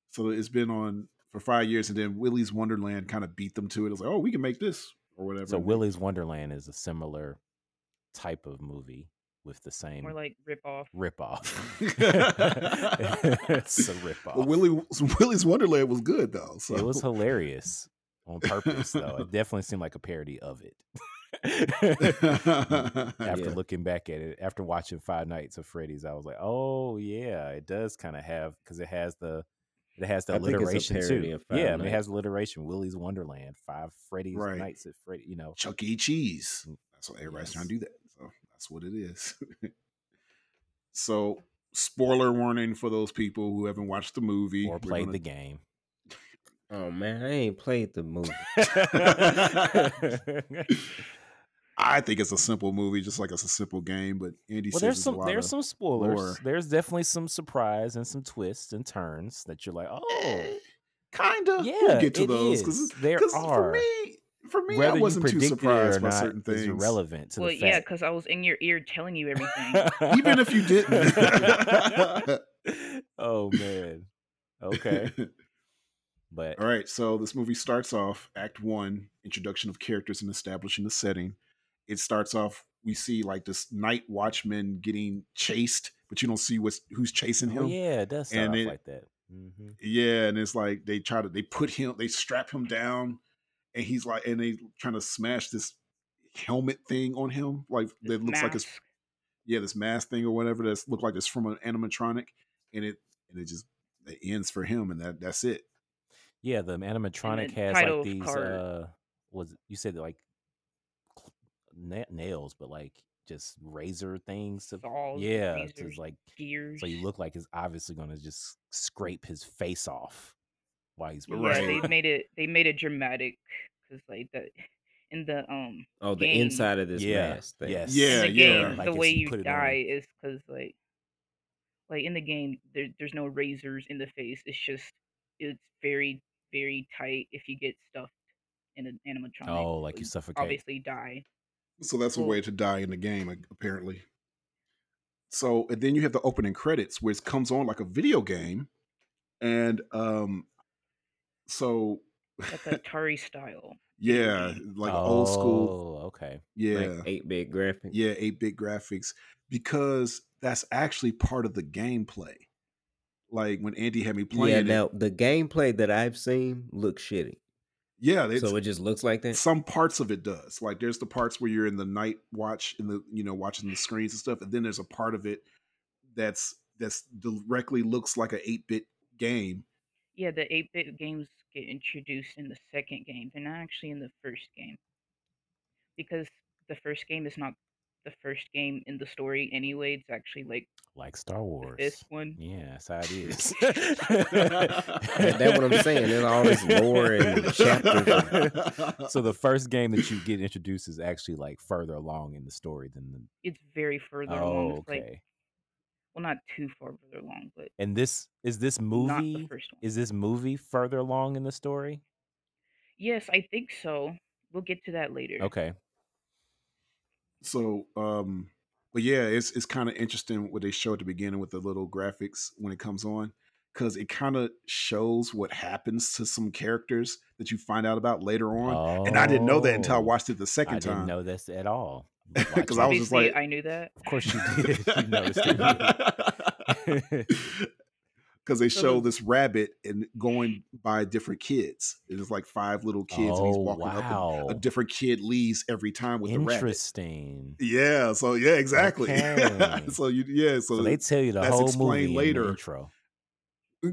Speaker 2: So it's been on for five years, and then Willy's Wonderland kind of beat them to it. It was like, oh, we can make this or whatever.
Speaker 1: So
Speaker 2: and they-
Speaker 1: Willy's Wonderland is a similar type of movie with the same
Speaker 4: More like rip off.
Speaker 3: [laughs]
Speaker 1: ripoff. it's a ripoff.
Speaker 2: But Willy [laughs] Willy's Wonderland was good though. So
Speaker 1: It was
Speaker 2: [laughs]
Speaker 1: hilarious on purpose, though.
Speaker 3: [laughs]
Speaker 1: It definitely seemed like a parody of it. after
Speaker 3: Yeah.
Speaker 1: looking back at it, after watching Five Nights of Freddy's, I was like, "Oh yeah, it does kind of have because it has the it has the
Speaker 3: I think it's a
Speaker 1: alliteration
Speaker 3: parody
Speaker 1: too.
Speaker 3: of Five
Speaker 1: Yeah, I mean, it
Speaker 3: Nights.
Speaker 1: has alliteration. Willie's Wonderland, Five Freddy's
Speaker 2: Right.
Speaker 1: Nights at Freddy. You know,
Speaker 2: [laughs] Chuck E. Cheese. That's what everybody's trying to do
Speaker 1: Yes.
Speaker 2: that. So that's what it is. [laughs] so spoiler warning for those people who haven't watched the movie
Speaker 1: or
Speaker 2: We're
Speaker 1: played
Speaker 2: gonna-
Speaker 1: the game.
Speaker 3: Oh man, I ain't played the movie. [laughs]
Speaker 1: [laughs]
Speaker 2: I think it's a simple movie, just like it's a simple game. But Andy
Speaker 1: well,
Speaker 2: says
Speaker 1: there's
Speaker 2: it's a
Speaker 1: some
Speaker 2: lot
Speaker 1: there's
Speaker 2: of-
Speaker 1: some spoilers.
Speaker 2: lore.
Speaker 1: There's definitely some surprise and some twists and turns that you're like, oh.
Speaker 2: [laughs] Eh, kinda.
Speaker 1: Yeah,
Speaker 2: we'll get to
Speaker 1: it is.
Speaker 2: those because
Speaker 1: There
Speaker 2: for
Speaker 1: are.
Speaker 2: me, for me,
Speaker 1: Whether
Speaker 2: I wasn't
Speaker 1: you
Speaker 2: too
Speaker 1: predicted it or
Speaker 2: surprised by
Speaker 1: not
Speaker 2: certain
Speaker 1: is
Speaker 2: things.
Speaker 1: irrelevant to
Speaker 4: Well,
Speaker 1: the
Speaker 4: yeah,
Speaker 1: fact.
Speaker 4: because I was in your ear telling you
Speaker 1: [laughs]
Speaker 4: everything.
Speaker 2: Even if you didn't.
Speaker 1: oh man. [laughs]
Speaker 2: [laughs]
Speaker 1: Okay. But
Speaker 2: All right, so this movie starts off Act One, introduction of characters and establishing the setting. It starts off, we see like this night watchman getting chased, but you don't see what's who's chasing
Speaker 1: oh,
Speaker 2: him.
Speaker 1: yeah, it does start
Speaker 2: and
Speaker 1: off
Speaker 2: it-
Speaker 1: like that. hmm
Speaker 2: Yeah, and it's like they try to they put him, they strap him down, and he's like, and they trying to smash this helmet thing on him, like
Speaker 4: This
Speaker 2: that looks like
Speaker 1: [laughs]
Speaker 2: it's
Speaker 4: mask.
Speaker 2: yeah, this mask thing or whatever that's looked like it's from an animatronic, and it and it just it ends for him, and that that's it.
Speaker 1: Yeah, the animatronic
Speaker 4: the
Speaker 1: has
Speaker 4: title
Speaker 1: like
Speaker 4: of
Speaker 1: these.
Speaker 4: card.
Speaker 1: uh Was it- you said that, like cl- na- nails, but like just razor things to
Speaker 4: Saws,
Speaker 1: yeah,
Speaker 4: razors.
Speaker 1: to
Speaker 4: [laughs]
Speaker 1: like
Speaker 4: gears.
Speaker 1: so you look like it's obviously going to just scrape his face off while he's
Speaker 4: Yeah,
Speaker 2: Right.
Speaker 1: [laughs]
Speaker 4: they made it. They made it dramatic because like the in the um
Speaker 3: Oh, the
Speaker 4: Game.
Speaker 3: inside of this
Speaker 1: Yeah,
Speaker 3: mask thing.
Speaker 1: yes.
Speaker 4: in
Speaker 2: Yeah,
Speaker 4: the
Speaker 2: yeah.
Speaker 4: game
Speaker 1: Like
Speaker 4: the
Speaker 1: it's
Speaker 4: way
Speaker 1: you
Speaker 4: you
Speaker 1: put it on.
Speaker 4: die is because like like in the game there, there's no razors in the face. It's just it's very very tight if you get stuffed in an animatronic.
Speaker 1: Oh,
Speaker 4: so
Speaker 1: like you suffocate.
Speaker 4: obviously die.
Speaker 2: So that's a
Speaker 4: Well-
Speaker 2: way to die in the game, a- apparently. So and then you have the opening credits, which comes on like a video game, and um, so
Speaker 4: That's Atari style.
Speaker 2: yeah, like old school,
Speaker 1: Oh, okay.
Speaker 2: yeah,
Speaker 3: Like eight bit graphic.
Speaker 2: yeah, eight bit graphics, because that's actually part of the gameplay. Like when Andy had me
Speaker 3: Yeah,
Speaker 2: playing it,
Speaker 3: now the gameplay that I've seen looks shitty.
Speaker 2: yeah, it's,
Speaker 3: so it just looks like that.
Speaker 2: some parts of it does. Like there's the parts where you're in the night watch in the you know watching the screens and stuff, and then there's a part of it that's that's directly looks like a eight bit game.
Speaker 4: Yeah, the eight bit games get introduced in the second game. They're not actually in the first game. Because the first game is not the first game in the story anyway. It's actually like
Speaker 1: Like Star Wars.
Speaker 4: this one.
Speaker 1: Yeah, that's how it is.
Speaker 2: That-
Speaker 3: that's what I'm saying. There's all this
Speaker 1: [laughs]
Speaker 2: [laughs]
Speaker 3: lore and chapters.
Speaker 1: So the first game that you get introduced is actually like further along in the story than the.
Speaker 4: It's very further along.
Speaker 1: Oh,
Speaker 4: It's like
Speaker 1: okay.
Speaker 4: well, not too far further along, but
Speaker 1: And this is this
Speaker 4: not the
Speaker 1: movie.
Speaker 4: first one.
Speaker 1: Is this movie further along in the story?
Speaker 4: Yes, I think so. We'll get to that later.
Speaker 1: Okay.
Speaker 2: so um but yeah, it's it's kind of interesting what they show at the beginning with the little graphics when it comes on because it kind of shows what happens to some characters that you find out about later on. and I didn't know that until I
Speaker 1: Oh,
Speaker 2: watched it the
Speaker 1: I
Speaker 2: second
Speaker 1: didn't
Speaker 2: time.
Speaker 1: know this at all.
Speaker 2: [laughs] 'Cause I was just
Speaker 4: Obviously,
Speaker 2: like-
Speaker 4: I knew that.
Speaker 1: Of course
Speaker 2: [laughs]
Speaker 1: you did. You noticed it. [laughs]
Speaker 2: because they
Speaker 4: So
Speaker 2: show
Speaker 4: the-
Speaker 2: this rabbit and going by different kids. It is like five little kids, and he's
Speaker 1: Oh,
Speaker 2: walking up,
Speaker 1: wow.
Speaker 2: and a different kid leaves every time with the rabbit.
Speaker 1: Interesting.
Speaker 2: Yeah, so yeah, exactly. [laughs]
Speaker 1: Okay.
Speaker 2: so you, yeah, so,
Speaker 1: So they tell you the
Speaker 2: that's
Speaker 1: whole
Speaker 2: explained
Speaker 1: movie in the
Speaker 2: later.
Speaker 1: intro.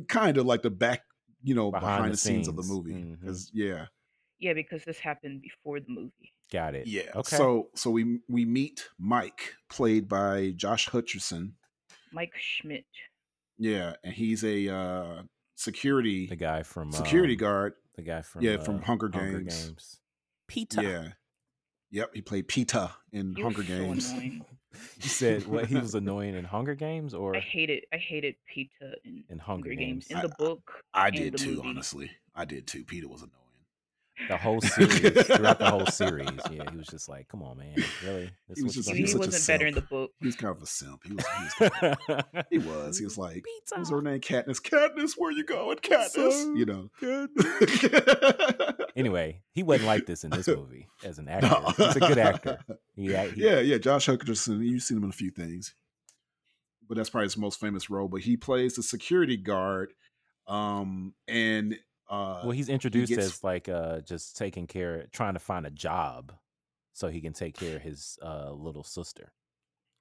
Speaker 2: kind of like the back you know behind,
Speaker 1: Behind
Speaker 2: the,
Speaker 1: the
Speaker 2: scenes. of the
Speaker 1: scenes.
Speaker 2: movie
Speaker 1: Mhm.
Speaker 2: because yeah
Speaker 4: Yeah, because this happened before the movie.
Speaker 1: Got it.
Speaker 2: yeah
Speaker 1: Okay.
Speaker 2: so so we we meet mike played by josh hutcherson
Speaker 4: Mike Schmidt.
Speaker 2: yeah and he's a uh security
Speaker 1: the guy from
Speaker 2: security
Speaker 1: um,
Speaker 2: guard
Speaker 1: The guy from uh,
Speaker 2: Yeah, from Hunger Games.
Speaker 1: Peter.
Speaker 2: yeah yep he played peter in
Speaker 4: He was
Speaker 2: hunger
Speaker 4: so
Speaker 2: games
Speaker 4: annoying.
Speaker 1: [laughs] you said what he was annoying in Hunger Games [laughs] or
Speaker 4: I hated I hated Pita in
Speaker 1: in Hunger Games.
Speaker 4: In
Speaker 2: I-
Speaker 4: the book,
Speaker 2: i
Speaker 4: and
Speaker 2: did
Speaker 4: the
Speaker 2: too
Speaker 4: movie.
Speaker 2: honestly i did too peter was annoying
Speaker 1: The whole series, throughout the whole series, yeah, he was just like, "Come on, man, really?" This
Speaker 2: He
Speaker 1: what you
Speaker 2: was just-
Speaker 1: gonna
Speaker 4: he,
Speaker 2: was
Speaker 1: do?"
Speaker 2: such a
Speaker 4: wasn't better in the
Speaker 2: simp.
Speaker 4: book.
Speaker 2: he was kind of a simp he was he was, kind of-
Speaker 1: [laughs]
Speaker 2: he was, he
Speaker 4: [laughs]
Speaker 2: was like what was her name catniss catniss where you going catniss you know
Speaker 1: anyway, he wasn't like this in this movie as an actor.
Speaker 2: [laughs] No.
Speaker 1: He's a good actor. Yeah, he,
Speaker 2: [laughs] yeah, yeah. Josh Hutcherson, you've seen him in a few things, but that's probably his most famous role. But he plays the security guard, um, and uh,
Speaker 1: well, he's introduced
Speaker 2: gets-
Speaker 1: as like uh, just taking care, trying to find a job so he can take care of his uh, little sister.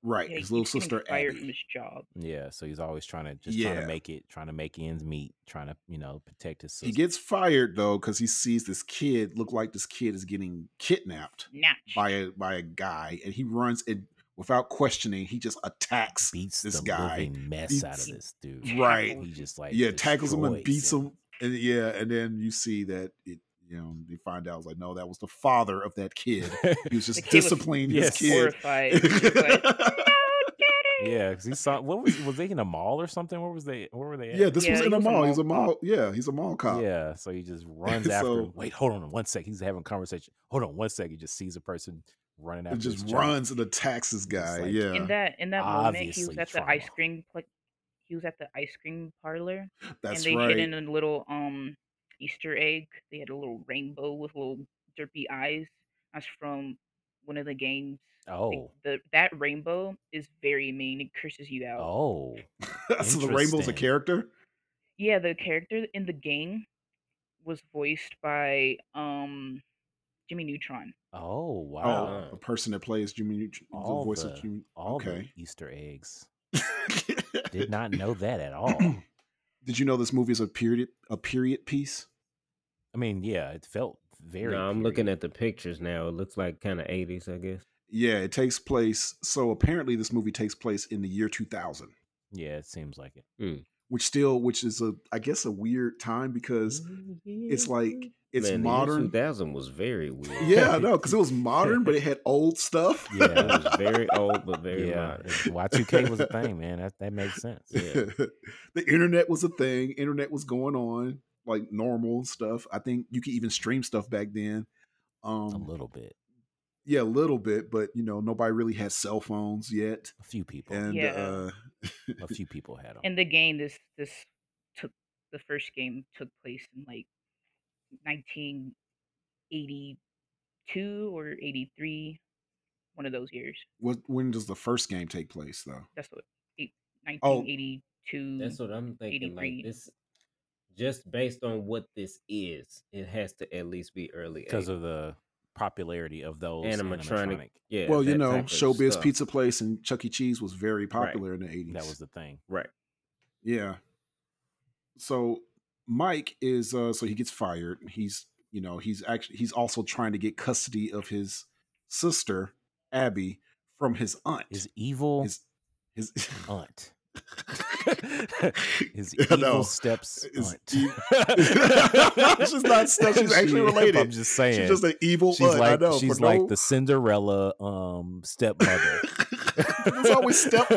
Speaker 2: right,
Speaker 4: Yeah, he
Speaker 2: his little
Speaker 4: keeps getting
Speaker 2: sister
Speaker 4: fired
Speaker 2: Abby.
Speaker 4: from his job.
Speaker 1: Yeah, so he's always trying to just trying
Speaker 2: Yeah.
Speaker 1: to make it, trying to make ends meet, trying to you know protect his sister.
Speaker 2: He gets fired though because he sees this kid look like this kid is getting kidnapped
Speaker 4: Natch. [laughs]
Speaker 2: by a by a guy, and he runs it without questioning. He just attacks.
Speaker 1: beats
Speaker 2: this
Speaker 1: the
Speaker 2: guy,
Speaker 1: living mess out of
Speaker 2: beats-
Speaker 1: this dude.
Speaker 2: Right.
Speaker 1: He just like
Speaker 2: yeah, tackles him
Speaker 1: destroys
Speaker 2: and beats him. And yeah, and then you see that it, you know, they find out it's like, no, that was the father of that kid.
Speaker 1: [laughs]
Speaker 2: He was
Speaker 4: [laughs] The
Speaker 2: just
Speaker 4: kid was
Speaker 2: disciplining
Speaker 1: Yes.
Speaker 2: his kid.
Speaker 4: Horrified. He
Speaker 2: [laughs]
Speaker 4: was like,
Speaker 1: yeah, because he saw what was was they in a mall or something? Where was they? Where were they? At?
Speaker 2: yeah, this
Speaker 4: Yeah,
Speaker 2: was
Speaker 4: he
Speaker 2: in a
Speaker 4: was a
Speaker 2: mall. He's a
Speaker 4: mall
Speaker 2: mall. Yeah, he's a mall cop.
Speaker 1: Yeah, so he
Speaker 2: [laughs]
Speaker 1: just runs after.
Speaker 2: So-
Speaker 1: him. Wait, hold on one sec. He's having a conversation. Hold on one sec. He just sees a person running after.
Speaker 2: and
Speaker 1: his
Speaker 2: just
Speaker 1: child.
Speaker 2: runs and attacks this guy.
Speaker 1: like-
Speaker 2: yeah,
Speaker 4: in that in that moment, he was
Speaker 1: Obviously
Speaker 4: at the ice
Speaker 1: trauma.
Speaker 4: cream. Pl- he was at the ice cream parlor,
Speaker 2: that's
Speaker 4: and they
Speaker 2: right. [laughs]
Speaker 4: hid in a little um Easter egg. They had a little rainbow with little derpy eyes. That's from one of the games. Like,
Speaker 1: Oh,
Speaker 4: the that rainbow is very mean. It curses you out.
Speaker 1: oh,
Speaker 2: so the rainbow's a
Speaker 1: Interesting.
Speaker 2: character.
Speaker 4: Yeah, the character in the game was voiced by um Jimmy Neutron.
Speaker 1: oh! Wow!
Speaker 2: Oh, the person that plays Jimmy, Neutron- the
Speaker 1: All
Speaker 2: voice of
Speaker 1: the-
Speaker 2: Jimmy.
Speaker 1: All
Speaker 2: okay.
Speaker 1: the Easter eggs. [laughs]
Speaker 2: [laughs]
Speaker 1: Did
Speaker 2: [clears throat]
Speaker 1: not know that at all.
Speaker 2: Did you know this movie is a period a period piece?
Speaker 1: I mean, yeah, it felt very.
Speaker 3: no, I'm looking
Speaker 1: period.
Speaker 3: at the pictures now. It looks like kind of 80s, I guess.
Speaker 2: Yeah, it takes place. So apparently, this movie takes place in the year 2000,
Speaker 1: Yeah, it seems like it.
Speaker 2: which still, which is a, I guess, a weird time because
Speaker 1: Mm-hmm.
Speaker 2: it's like it's
Speaker 3: Man, the year
Speaker 2: modern.
Speaker 3: 2000 was very weird.
Speaker 1: [laughs]
Speaker 3: [laughs]
Speaker 2: Yeah, no, because it was modern, but it had old stuff.
Speaker 1: Yeah,
Speaker 3: it was very old, but [laughs] very
Speaker 1: Yeah,
Speaker 3: modern.
Speaker 1: Y two K
Speaker 2: [laughs]
Speaker 1: was a thing, man. That that makes sense.
Speaker 3: yeah.
Speaker 2: the internet was a thing. Internet was going on, like normal stuff. I think you could even stream stuff back then. Um,
Speaker 1: A little bit,
Speaker 2: yeah, a little bit, but you know, nobody really had cell phones yet,
Speaker 1: a few people,
Speaker 2: and
Speaker 4: Yeah.
Speaker 2: uh,
Speaker 1: a few people had them.
Speaker 4: In the game, this this took the first game took place in like 1982 or 83, one of those years.
Speaker 2: what, when does the first game take place though?
Speaker 4: That's what eight,
Speaker 2: Oh,
Speaker 4: 1982.
Speaker 3: That's what I'm thinking. Like
Speaker 4: 83.
Speaker 3: this, just based on what this is, it has to at least be early
Speaker 1: because
Speaker 3: 80s.
Speaker 1: of the popularity of those
Speaker 3: Animatronic.
Speaker 1: animatronic.
Speaker 3: yeah.
Speaker 2: well, you
Speaker 3: that
Speaker 2: know,
Speaker 3: type of
Speaker 2: Showbiz
Speaker 3: stuff.
Speaker 2: Pizza Place and Chuck E. Cheese was very popular in the eighties.
Speaker 1: That was the thing.
Speaker 3: Right.
Speaker 2: yeah. So Mike is uh so he gets fired. He's you know he's actually he's also trying to get custody of his sister Abby from his aunt.
Speaker 1: His evil
Speaker 2: his, his [laughs]
Speaker 1: aunt. His
Speaker 2: Yeah,
Speaker 1: evil
Speaker 2: no.
Speaker 1: steps
Speaker 2: His
Speaker 1: aunt. [laughs]
Speaker 2: e- [laughs] She's not step- she's actually
Speaker 1: She- [laughs] I'm
Speaker 2: related.
Speaker 1: just saying.
Speaker 2: She's just an evil.
Speaker 1: She's
Speaker 2: aunt,
Speaker 1: like
Speaker 2: I know,
Speaker 1: she's
Speaker 2: for
Speaker 1: like
Speaker 2: no-
Speaker 1: the Cinderella um
Speaker 2: [laughs]
Speaker 1: stepmother.
Speaker 2: There's always step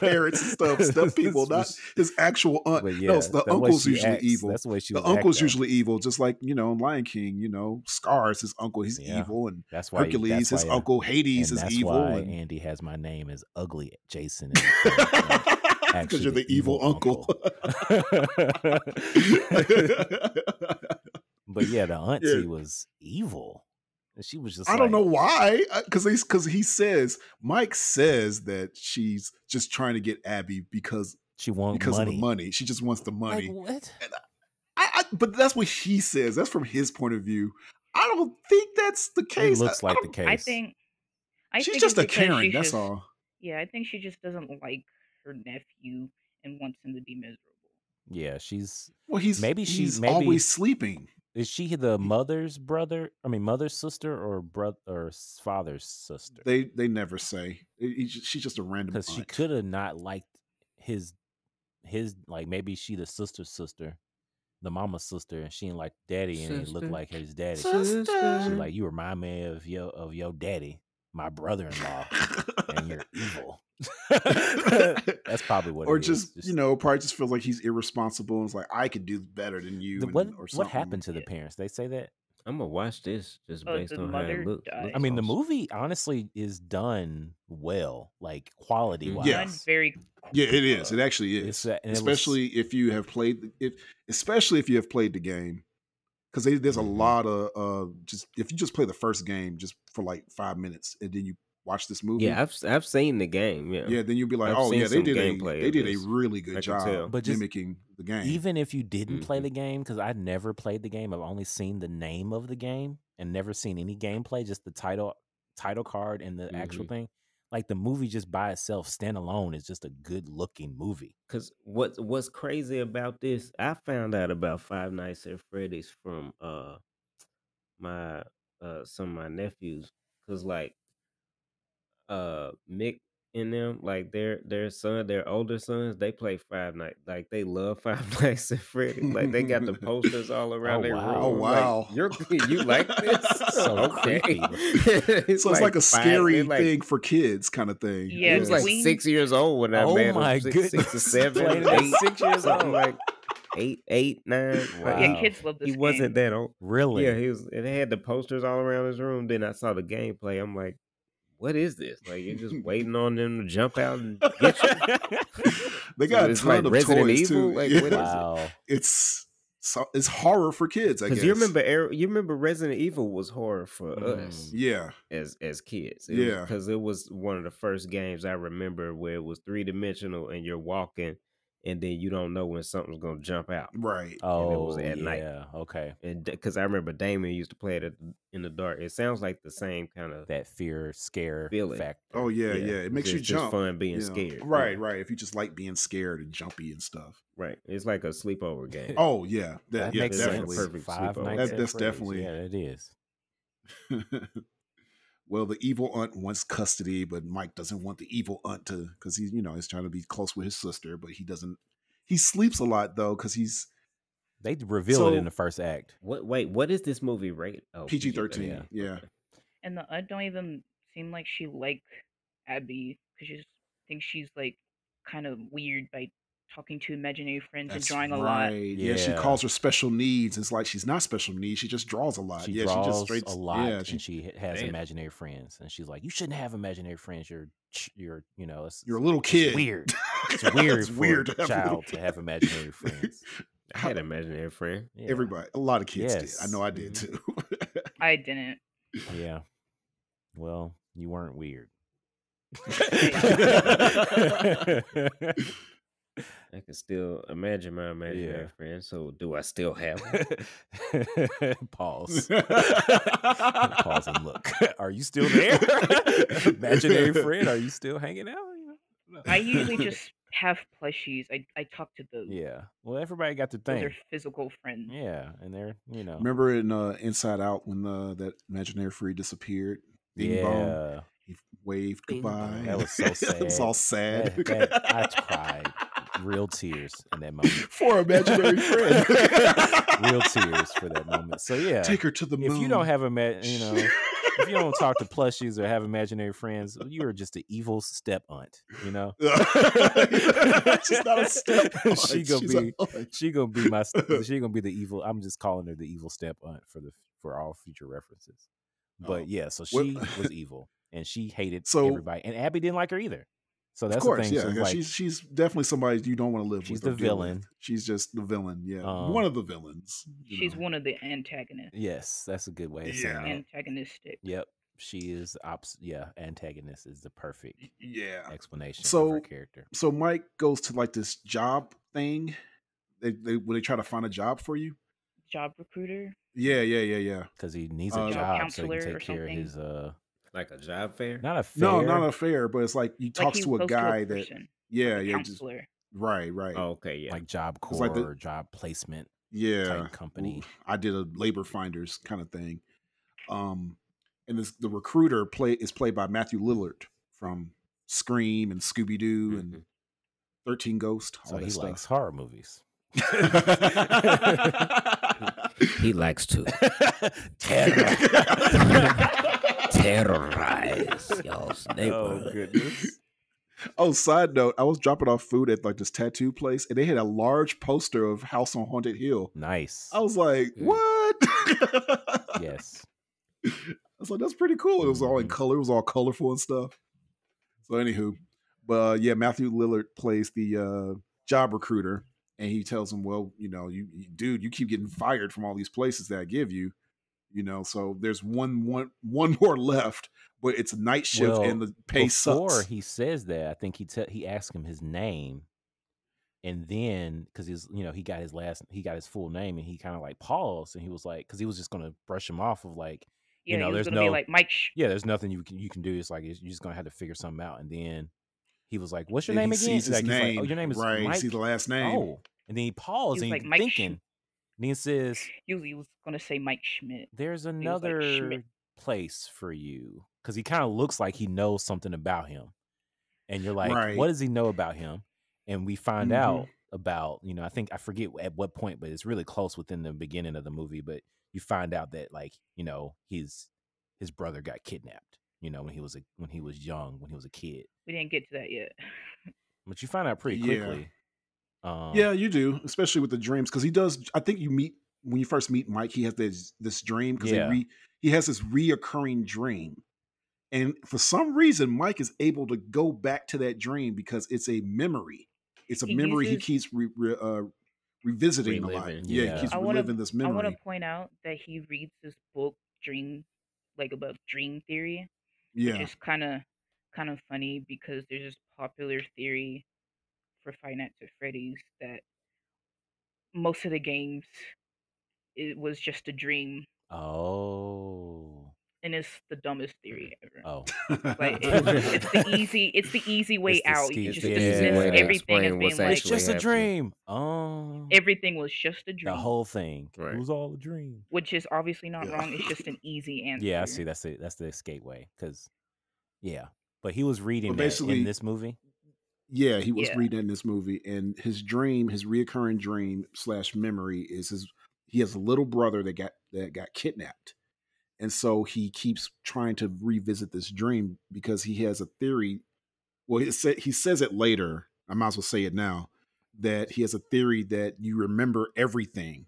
Speaker 2: parents and
Speaker 1: [laughs]
Speaker 2: stuff, step people, not his actual aunt.
Speaker 1: But
Speaker 2: no, it's the
Speaker 1: that way
Speaker 2: uncle's
Speaker 1: she
Speaker 2: usually
Speaker 1: acts.
Speaker 2: evil.
Speaker 1: That's the way she
Speaker 2: the
Speaker 1: would act,
Speaker 2: uncle's
Speaker 1: though.
Speaker 2: usually evil, just like you know in Lion King. You know, Scar is his uncle; he's
Speaker 1: Yeah.
Speaker 2: evil, and
Speaker 1: That's why
Speaker 2: Hercules,
Speaker 1: that's
Speaker 2: his
Speaker 1: why, uh,
Speaker 2: uncle Hades,
Speaker 1: and
Speaker 2: is
Speaker 1: that's
Speaker 2: evil.
Speaker 1: Why
Speaker 2: and-
Speaker 1: Andy has my name as ugly Jason. in
Speaker 2: [laughs]
Speaker 1: the film. Like,
Speaker 2: because
Speaker 1: actually
Speaker 2: you're the,
Speaker 1: the
Speaker 2: evil,
Speaker 1: evil [laughs]
Speaker 2: uncle. [laughs]
Speaker 1: but yeah, the auntie was evil. And she was just
Speaker 2: I don't
Speaker 1: like,
Speaker 2: know why, because he's because he says Mike says that she's just trying to get Abby because
Speaker 1: she wants
Speaker 2: because
Speaker 1: money.
Speaker 2: of the money. She just wants the money.
Speaker 1: Like what?
Speaker 2: I, I, but that's what he says. That's from his point of view. I don't think that's the case.
Speaker 1: it looks
Speaker 2: I- I
Speaker 1: like the
Speaker 2: don't-
Speaker 1: case.
Speaker 4: Oh, I think. I
Speaker 2: she's
Speaker 4: think
Speaker 2: just
Speaker 4: it's
Speaker 2: a
Speaker 4: because she
Speaker 2: Karen. That's
Speaker 4: just-
Speaker 2: all.
Speaker 4: Yeah, I think she just doesn't like her nephew and wants him to be miserable.
Speaker 1: Yeah, she's
Speaker 2: Well, he's
Speaker 1: Maybe she-
Speaker 2: she's
Speaker 1: maybe-
Speaker 2: always sleeping.
Speaker 1: is she the mother's brother? I mean, mother's sister or brother or s- father's sister?
Speaker 2: They they never say. It- it- she's just a random.
Speaker 1: Because she
Speaker 2: aunt. [laughs]
Speaker 1: could have not liked his his like maybe she the sister's sister, the mama's sister, and she ain't like daddy and it
Speaker 3: Sister.
Speaker 1: looked like his daddy. She
Speaker 3: Sister.
Speaker 1: like you remind me of yo of your daddy, my brother in law, and you're
Speaker 2: [laughs]
Speaker 1: evil. [laughs] That's probably what.
Speaker 2: or
Speaker 1: it is,
Speaker 2: just, you know, probably just feels like he's irresponsible and is like, I could do better than you.
Speaker 1: the-
Speaker 2: and-
Speaker 1: what
Speaker 2: or
Speaker 1: what
Speaker 2: something.
Speaker 1: happened to the parents? They say that.
Speaker 3: I'm gonna watch this just
Speaker 4: Oh,
Speaker 3: based
Speaker 4: the
Speaker 3: on how
Speaker 4: mother
Speaker 3: it looked.
Speaker 4: died.
Speaker 3: looks
Speaker 1: I mean, the
Speaker 3: awesome.
Speaker 1: movie honestly is done well, like quality wise.
Speaker 3: Mhm.
Speaker 2: Yeah.
Speaker 4: Done very
Speaker 2: Yeah, it is.
Speaker 4: uh,
Speaker 2: It actually is.
Speaker 1: It's, uh, and it was-
Speaker 2: especially if you have played the- if especially if you have played the game because there's a
Speaker 3: Mm-hmm.
Speaker 1: Mhm.
Speaker 2: lot of uh just if you just play the first game just for like five minutes and then you watch this movie
Speaker 3: Yeah, I've s- I've seen the game. Yeah,
Speaker 2: yeah then you'll be like
Speaker 3: I've
Speaker 2: oh
Speaker 3: seen
Speaker 2: yeah they
Speaker 3: some
Speaker 2: did a
Speaker 3: gameplay
Speaker 2: they
Speaker 3: of
Speaker 2: did a
Speaker 3: this.
Speaker 2: really
Speaker 3: I
Speaker 2: good
Speaker 3: can tell.
Speaker 2: job
Speaker 1: But just-
Speaker 2: mimicking the game
Speaker 1: even if you didn't play
Speaker 2: Mm-hmm.
Speaker 3: Mhm.
Speaker 1: the game, because I'd never played the game, I've only seen the name of the game and never seen any gameplay, just the title title card and the actual
Speaker 2: Mm-hmm.
Speaker 1: thing. Like the movie just by itself, standalone, is just a good looking movie.
Speaker 3: Cause what's what's crazy about this? I found out about Five Nights at Freddy's from uh my uh some of my nephews. Cause like uh Mick and them, like their their son, their older sons, they play Five Night. Like they love [laughs] Five Nights at Freddy's. Like they got the posters all around their
Speaker 1: wow. [laughs]
Speaker 3: room.
Speaker 1: Oh,
Speaker 3: Like,
Speaker 2: wow.
Speaker 3: You're [laughs] you like
Speaker 2: [laughs]
Speaker 3: this? [laughs]
Speaker 2: So
Speaker 3: okay.
Speaker 1: creepy.
Speaker 3: [laughs] it's
Speaker 2: so it's like, a
Speaker 3: five-
Speaker 2: scary
Speaker 3: they're, like,
Speaker 2: thing for kids kind of thing
Speaker 4: Yeah,
Speaker 3: he was like
Speaker 4: Queen-
Speaker 3: six years old when I
Speaker 1: Oh
Speaker 3: met him.
Speaker 1: my
Speaker 3: six, Six or
Speaker 1: goodness. [laughs]
Speaker 3: seven.
Speaker 1: Playing
Speaker 3: or
Speaker 1: at
Speaker 3: eight,
Speaker 1: six years
Speaker 3: something
Speaker 1: old.
Speaker 3: Like eight, eight,
Speaker 1: [laughs]
Speaker 3: nine. like,
Speaker 1: Wow.
Speaker 4: Yeah, kids love this.
Speaker 3: he
Speaker 4: game.
Speaker 3: wasn't that old.
Speaker 1: [laughs] Really?
Speaker 3: Yeah, he was. It had the posters all around his room. Then I saw the gameplay. I'm like, what is this? Like
Speaker 1: [laughs]
Speaker 3: you're just waiting on them to jump out and get you.
Speaker 2: they got a
Speaker 3: It's
Speaker 2: ton
Speaker 3: like
Speaker 2: of
Speaker 3: Resident
Speaker 2: toys
Speaker 3: Evil?
Speaker 2: too
Speaker 3: Like,
Speaker 2: Yeah.
Speaker 3: what is it?
Speaker 1: wow.
Speaker 2: it's so it's horror for kids i guess
Speaker 3: Because you remember, Ar- you remember Resident Evil was horror for
Speaker 1: Mm.
Speaker 3: us
Speaker 2: yeah
Speaker 3: as as kids.
Speaker 2: Yeah.
Speaker 3: because it was one of the first games I remember where it was three dimensional and you're walking, and then you don't know when something's gonna jump out.
Speaker 2: right
Speaker 1: Oh,
Speaker 3: was at
Speaker 1: yeah.
Speaker 3: night.
Speaker 1: Okay.
Speaker 3: and because I remember Damon used to play it at, in the dark. It sounds like the same kind of
Speaker 1: That fear, scare
Speaker 3: Feeling.
Speaker 1: factor.
Speaker 2: oh yeah yeah, it
Speaker 3: it's
Speaker 2: makes you
Speaker 3: just- just
Speaker 2: jump
Speaker 3: fun being
Speaker 2: Yeah.
Speaker 3: scared.
Speaker 2: Right,
Speaker 3: yeah,
Speaker 2: right. If you just like being scared and jumpy and stuff.
Speaker 3: right. It's like a sleepover game.
Speaker 2: [laughs] Oh yeah, that,
Speaker 1: That
Speaker 2: yeah,
Speaker 1: makes
Speaker 2: definitely.
Speaker 1: sense.
Speaker 3: Perfect
Speaker 1: Five
Speaker 3: sleepover.
Speaker 1: nights.
Speaker 2: That-
Speaker 1: at
Speaker 2: that's
Speaker 1: Freddy's.
Speaker 2: definitely-
Speaker 1: Yeah, it is.
Speaker 2: [laughs] well, the evil aunt wants custody, but Mike doesn't want the evil aunt to because he's you know he's trying to be close with his sister, but he doesn't. He sleeps a lot though because he's
Speaker 1: They reveal it
Speaker 2: So-
Speaker 1: in the first act.
Speaker 3: What? Wait, what is this movie rated? Oh,
Speaker 2: PG thirteen.
Speaker 3: PG-13,
Speaker 2: Yeah,
Speaker 3: okay.
Speaker 4: and the aunt don't even seem like she like Abby because she just thinks she's like kind of weird by talking to imaginary friends and drawing a lot.
Speaker 2: Yeah. she
Speaker 1: Yeah.
Speaker 2: calls her special needs. It's like she's not special needs. She just draws a lot.
Speaker 1: She
Speaker 2: Uh, yeah,
Speaker 1: draws
Speaker 2: she just straight
Speaker 1: a lot,
Speaker 2: Yeah, she,
Speaker 1: and she h- has
Speaker 3: Damn.
Speaker 1: imaginary friends, and she's like, "You shouldn't have imaginary friends. You're, ch- you're, you know, it's,
Speaker 2: you're a little
Speaker 1: it's
Speaker 2: kid. [laughs]
Speaker 1: weird. It's weird
Speaker 2: It's
Speaker 1: for
Speaker 2: weird to
Speaker 1: a
Speaker 2: have little [laughs]
Speaker 1: child to have imaginary friends.
Speaker 3: I had an imaginary friend.
Speaker 1: Yeah,
Speaker 2: Everybody, a lot of kids did. I
Speaker 1: Yes. Mm-hmm.
Speaker 2: know I did too. [laughs]
Speaker 4: I didn't.
Speaker 1: yeah. Well, you weren't weird. [laughs]
Speaker 3: I can still imagine my imaginary
Speaker 1: Yeah.
Speaker 3: friend. So, do I still
Speaker 2: [laughs]
Speaker 3: have? one? [laughs]
Speaker 1: Pause. [laughs] Pause and look. [laughs] Are you still there? [laughs] imaginary friend, are you still hanging out? You know?
Speaker 2: [laughs]
Speaker 4: I usually just have plushies. I I talk to those.
Speaker 1: Yeah. Well, everybody got the
Speaker 4: Those
Speaker 1: thing.
Speaker 4: are physical friends.
Speaker 1: Yeah, and they're you know.
Speaker 2: Remember in uh, Inside Out when uh, that imaginary free disappeared? Ding
Speaker 1: yeah.
Speaker 2: bong. He waved
Speaker 3: Bing bong.
Speaker 2: goodbye.
Speaker 1: That was so
Speaker 2: [laughs] it was all sad.
Speaker 1: That-
Speaker 2: [laughs]
Speaker 1: that- I cried real tears in that moment.
Speaker 2: For [laughs] imaginary friend.
Speaker 1: [laughs] Real tears for that moment. So yeah,
Speaker 2: [laughs] Take her to the moon.
Speaker 1: if you don't have a ma- you know, if you
Speaker 2: [laughs]
Speaker 1: don't talk to plushies or have imaginary friends, you are just an evil step aunt. You know, [laughs]
Speaker 2: [laughs] She's not a step.
Speaker 1: She
Speaker 2: aunt,
Speaker 1: gonna
Speaker 2: she's a oh
Speaker 1: be-
Speaker 2: aunt.
Speaker 1: she gonna be
Speaker 2: [laughs]
Speaker 1: my st- she gonna be the evil. I'm just calling her the evil step aunt for the for all future references. But
Speaker 2: Oh.
Speaker 1: yeah, so
Speaker 2: Well-
Speaker 1: she was evil and she hated
Speaker 2: So-
Speaker 1: everybody, and Abby didn't like her either. So that's
Speaker 2: of course,
Speaker 1: the thing.
Speaker 2: yeah.
Speaker 1: so it's
Speaker 2: 'cause
Speaker 1: like,
Speaker 2: she's she's definitely somebody you don't want to live
Speaker 1: She's
Speaker 2: with. or
Speaker 1: the
Speaker 2: deal with.
Speaker 1: villain.
Speaker 2: She's just the villain. Yeah,
Speaker 1: Um,
Speaker 2: one of the villains. you
Speaker 4: She's
Speaker 2: know.
Speaker 4: one of the antagonists.
Speaker 1: yes, that's a good way. Of saying
Speaker 2: Yeah.
Speaker 1: it.
Speaker 4: Antagonistic.
Speaker 1: Yep. She is ops yeah, antagonist is the perfect
Speaker 2: Yeah.
Speaker 1: explanation of
Speaker 2: uh, So-
Speaker 1: her character.
Speaker 2: so Mike goes to like this job thing. They, they when they try to find a job for you.
Speaker 4: Job recruiter.
Speaker 2: Yeah, yeah, yeah, yeah.
Speaker 1: Because he needs a
Speaker 2: Uh,
Speaker 1: job so he
Speaker 4: counselor
Speaker 1: can
Speaker 4: or
Speaker 1: take care of
Speaker 4: something.
Speaker 1: his uh
Speaker 3: Like a job fair?
Speaker 1: not a fair
Speaker 2: No, not a fair, but it's like you
Speaker 4: Like
Speaker 2: talks
Speaker 4: he
Speaker 2: to a
Speaker 4: goes
Speaker 2: guy that
Speaker 4: person,
Speaker 2: yeah, yeah, just,
Speaker 4: counselor.
Speaker 2: Right, right.
Speaker 3: Oh, okay, yeah.
Speaker 1: like Job Corps
Speaker 2: like the-
Speaker 1: or job placement
Speaker 2: yeah.
Speaker 1: type company.
Speaker 2: I did a labor finders kind of thing. Um, and this, the recruiter play is played by Matthew Lillard from Scream and Scooby Doo and
Speaker 3: Mhm.
Speaker 2: Thirteen Ghost. All
Speaker 1: Mm-hmm. So
Speaker 2: that
Speaker 1: he
Speaker 2: stuff.
Speaker 1: likes horror movies.
Speaker 3: [laughs] he likes to
Speaker 1: [laughs] Terror.
Speaker 3: terrorize y'all's
Speaker 1: Oh,
Speaker 3: neighborhood.
Speaker 2: [laughs] oh, side note: I was dropping off food at like this tattoo place, and they had a large poster of House on Haunted Hill.
Speaker 1: Nice.
Speaker 2: I was like,
Speaker 3: Hmm.
Speaker 2: "What?" [laughs] I
Speaker 1: yes.
Speaker 2: was like, "That's pretty cool." It was all in
Speaker 1: Mhm.
Speaker 2: color. It was all colorful and stuff. So, anywho, but uh, yeah, Matthew Lillard plays the uh, job recruiter, and he tells him, "Well, you know, you, you dude, you keep getting fired from all these places that I give you." You know, so there's one one one [laughs] more left, but it's night shift
Speaker 1: Well,
Speaker 2: and the pay
Speaker 1: Before
Speaker 2: sucks.
Speaker 1: he says that, I think he te- he asked him his name, and then because he's you know he got his last he got his full name, and he kind of like paused, and he was like, because he was just gonna brush him off of like,
Speaker 4: Yeah,
Speaker 1: You know,
Speaker 4: he was
Speaker 1: there's
Speaker 4: gonna be
Speaker 1: no-
Speaker 4: like Mike. Sh-
Speaker 1: yeah, there's nothing you can you can do. It's like you're just gonna have to figure something out. And then he was like, what's your
Speaker 2: Then
Speaker 1: name
Speaker 2: he
Speaker 1: again?
Speaker 2: sees his
Speaker 1: Like, he's like,
Speaker 2: name.
Speaker 1: oh, your name is
Speaker 2: right.
Speaker 1: Mike.
Speaker 2: See the last name.
Speaker 1: Oh, and then he paused
Speaker 4: He
Speaker 1: and
Speaker 4: was
Speaker 1: he's
Speaker 4: like, Mike Sch-
Speaker 1: thinking. And he says,
Speaker 4: he, was, he was gonna say Mike Schmidt.
Speaker 1: "There's
Speaker 4: was like,
Speaker 1: another
Speaker 4: "Schmidt."
Speaker 1: place for you," because he kind of looks like he knows something about him, and you're like,
Speaker 2: Right.
Speaker 1: "What does he know about him?" And we find
Speaker 2: Mhm.
Speaker 1: out about you know I think I forget at what point, but it's really close within the beginning of the movie. But you find out that like you know his his brother got kidnapped. You know when he was a when he was young when he was a kid,
Speaker 4: We didn't get to that yet.
Speaker 1: but you find out pretty
Speaker 2: Yeah.
Speaker 1: quickly. Um,
Speaker 2: yeah, you do, especially with the dreams, because he does. I think you meet when you first meet Mike. He has this this dream because
Speaker 1: Yeah.
Speaker 2: re, he has this reoccurring dream, and for some reason, Mike is able to go back to that dream because it's a memory. It's a
Speaker 4: He
Speaker 2: memory
Speaker 4: uses-
Speaker 2: he keeps re, re, uh, revisiting a lot.
Speaker 3: Reliving,
Speaker 2: Yeah,
Speaker 1: yeah.
Speaker 2: he keeps
Speaker 4: I wanna-
Speaker 2: reliving this
Speaker 4: I want
Speaker 2: memory.
Speaker 4: to point out that he reads this book, Dream, like about dream theory,
Speaker 2: yeah,
Speaker 4: which is kind of kind of funny because there's this popular theory for Five Nights at Freddy's that most of the games it was just a dream,
Speaker 1: Oh.
Speaker 4: and it's the dumbest theory ever.
Speaker 1: Oh. [laughs]
Speaker 4: Like it, it's the easy, it's the easy way
Speaker 1: It's the
Speaker 4: out.
Speaker 1: ski-
Speaker 4: you
Speaker 1: it's
Speaker 4: just
Speaker 1: the
Speaker 4: dismiss
Speaker 1: easy way to
Speaker 4: everything as
Speaker 3: explain
Speaker 4: being
Speaker 3: what's
Speaker 4: like
Speaker 1: it's just a
Speaker 3: happened.
Speaker 1: dream. Oh.
Speaker 4: everything was just a dream,
Speaker 1: the whole thing.
Speaker 3: Right.
Speaker 1: It was all a dream.
Speaker 4: which is obviously not
Speaker 2: Yeah.
Speaker 4: wrong. It's just an easy
Speaker 1: [laughs]
Speaker 4: answer.
Speaker 1: Yeah, I see. That's the that's the escape way. Cause yeah, but he was reading that
Speaker 2: basically-
Speaker 1: in this movie.
Speaker 2: Yeah, he was
Speaker 4: Yeah.
Speaker 2: reading in this movie, and his dream, his reoccurring dream slash memory is his. He has a little brother that got that got kidnapped, and so he keeps trying to revisit this dream because he has a theory. Well, he said he says it later. I might as well say it now that he has a theory that you remember everything.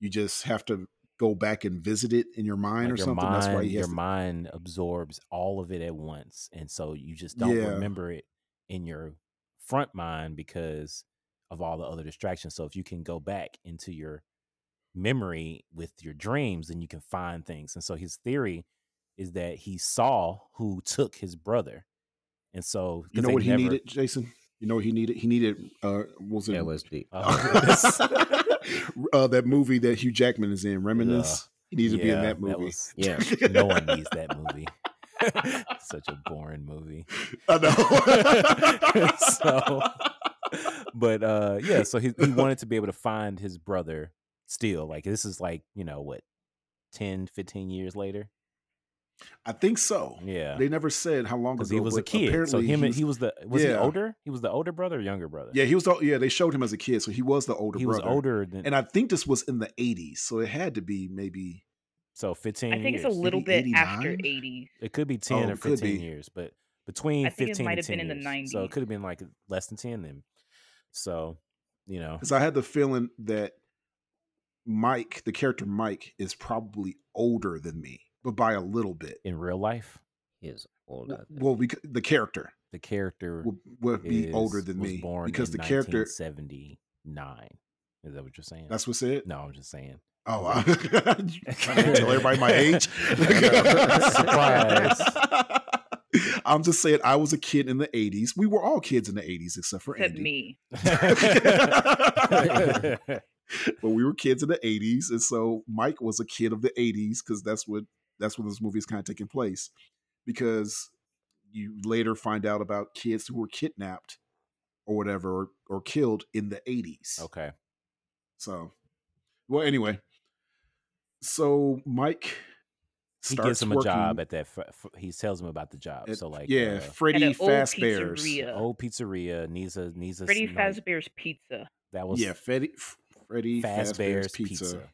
Speaker 2: You just have to go back and visit it in your mind
Speaker 1: Like,
Speaker 2: or
Speaker 1: your
Speaker 2: something.
Speaker 1: mind,
Speaker 2: That's why he
Speaker 1: your
Speaker 2: has. to-
Speaker 1: mind absorbs all of it at once, and so you just don't
Speaker 2: Yeah.
Speaker 1: remember it in your front mind because of all the other distractions. So if you can go back into your memory with your dreams, then you can find things. And so his theory is that he saw who took his brother, and so 'cause
Speaker 2: you know
Speaker 1: they
Speaker 2: what he
Speaker 1: never- [laughs]
Speaker 2: needed, Jason? You know what he needed? He needed. Uh, what was it
Speaker 3: LSD.
Speaker 1: [laughs]
Speaker 2: [laughs]
Speaker 1: Oh,
Speaker 2: uh, that movie that Hugh Jackman is in, Reminisce. He needs to be in
Speaker 1: yeah,
Speaker 2: that movie. [laughs]
Speaker 1: was-
Speaker 3: Yeah.
Speaker 1: no one needs that movie. [laughs] Such a boring movie. [laughs]
Speaker 2: I [laughs] know.
Speaker 1: So- But uh yeah, so he he wanted to be able to find his brother still. Like this is like, you know, what 10 15 years later.
Speaker 2: I think so.
Speaker 1: Yeah.
Speaker 2: They never said how long ago.
Speaker 1: Cuz he was a
Speaker 2: but
Speaker 1: kid. So him
Speaker 2: apparently he
Speaker 1: and-
Speaker 2: was,
Speaker 1: he was the was he
Speaker 2: yeah.
Speaker 1: older? He was the older brother or younger brother?
Speaker 2: yeah, he was. The, yeah, they showed him as a kid, so he was the older
Speaker 1: He was
Speaker 2: brother.
Speaker 1: older than
Speaker 2: and I think this was in the '80s, so it had to be maybe.
Speaker 1: so 15
Speaker 4: I think it's a
Speaker 1: years.
Speaker 4: little bit after
Speaker 2: 89?
Speaker 4: 80s.
Speaker 1: It could be 10
Speaker 2: Oh,
Speaker 1: or
Speaker 2: it could
Speaker 1: 15
Speaker 2: be.
Speaker 1: years, but between
Speaker 4: I think it
Speaker 1: 15
Speaker 4: might
Speaker 1: and
Speaker 4: have
Speaker 1: 10
Speaker 4: been in the
Speaker 1: years. So it
Speaker 4: 90s.
Speaker 1: could have been like less than 10 then. So, you know.
Speaker 2: Because I had the feeling that Mike, the character Mike, is probably older than me, but by a little bit.
Speaker 1: in real life,
Speaker 3: He is old. I
Speaker 2: Well,
Speaker 3: think.
Speaker 2: well because the character
Speaker 1: the character
Speaker 2: would, would [laughs] be
Speaker 1: is-
Speaker 2: older than
Speaker 1: was
Speaker 2: me
Speaker 1: born
Speaker 2: because
Speaker 1: in
Speaker 2: the character.
Speaker 1: 1979. Is that what you're saying?
Speaker 2: That's what's it.
Speaker 1: no, I'm just
Speaker 2: [laughs]
Speaker 1: saying. [laughs]
Speaker 2: Oh, I, trying to tell everybody my age.
Speaker 1: Surprise.
Speaker 2: [laughs] I'm just saying, I was a kid in the 80s. We were all kids in the 80s, except for
Speaker 4: Except
Speaker 2: Andy.
Speaker 4: me.
Speaker 2: [laughs] but we were kids in the 80s, and so Mike was a kid of the 80s because that's what that's when this movie is kind of taking place. Because you later find out about kids who were kidnapped or whatever or, or killed in the 80s.
Speaker 1: Okay.
Speaker 2: So, well, anyway, so Mike
Speaker 1: He
Speaker 2: starts
Speaker 1: gives him a
Speaker 2: working
Speaker 1: job at that. F- f- he tells him about the job.
Speaker 2: at-
Speaker 1: so like,
Speaker 2: yeah,
Speaker 1: uh,
Speaker 4: At
Speaker 2: Freddie
Speaker 4: an old
Speaker 2: Fazbear's.
Speaker 4: pizzeria.
Speaker 1: old pizzeria needs a needs a
Speaker 4: Freddy
Speaker 1: s- like,
Speaker 4: Fazbear's Pizza.
Speaker 1: that was
Speaker 2: Yeah, Freddie, F- Freddie Fazbear's,
Speaker 1: Fazbear's
Speaker 2: pizza,
Speaker 1: pizza.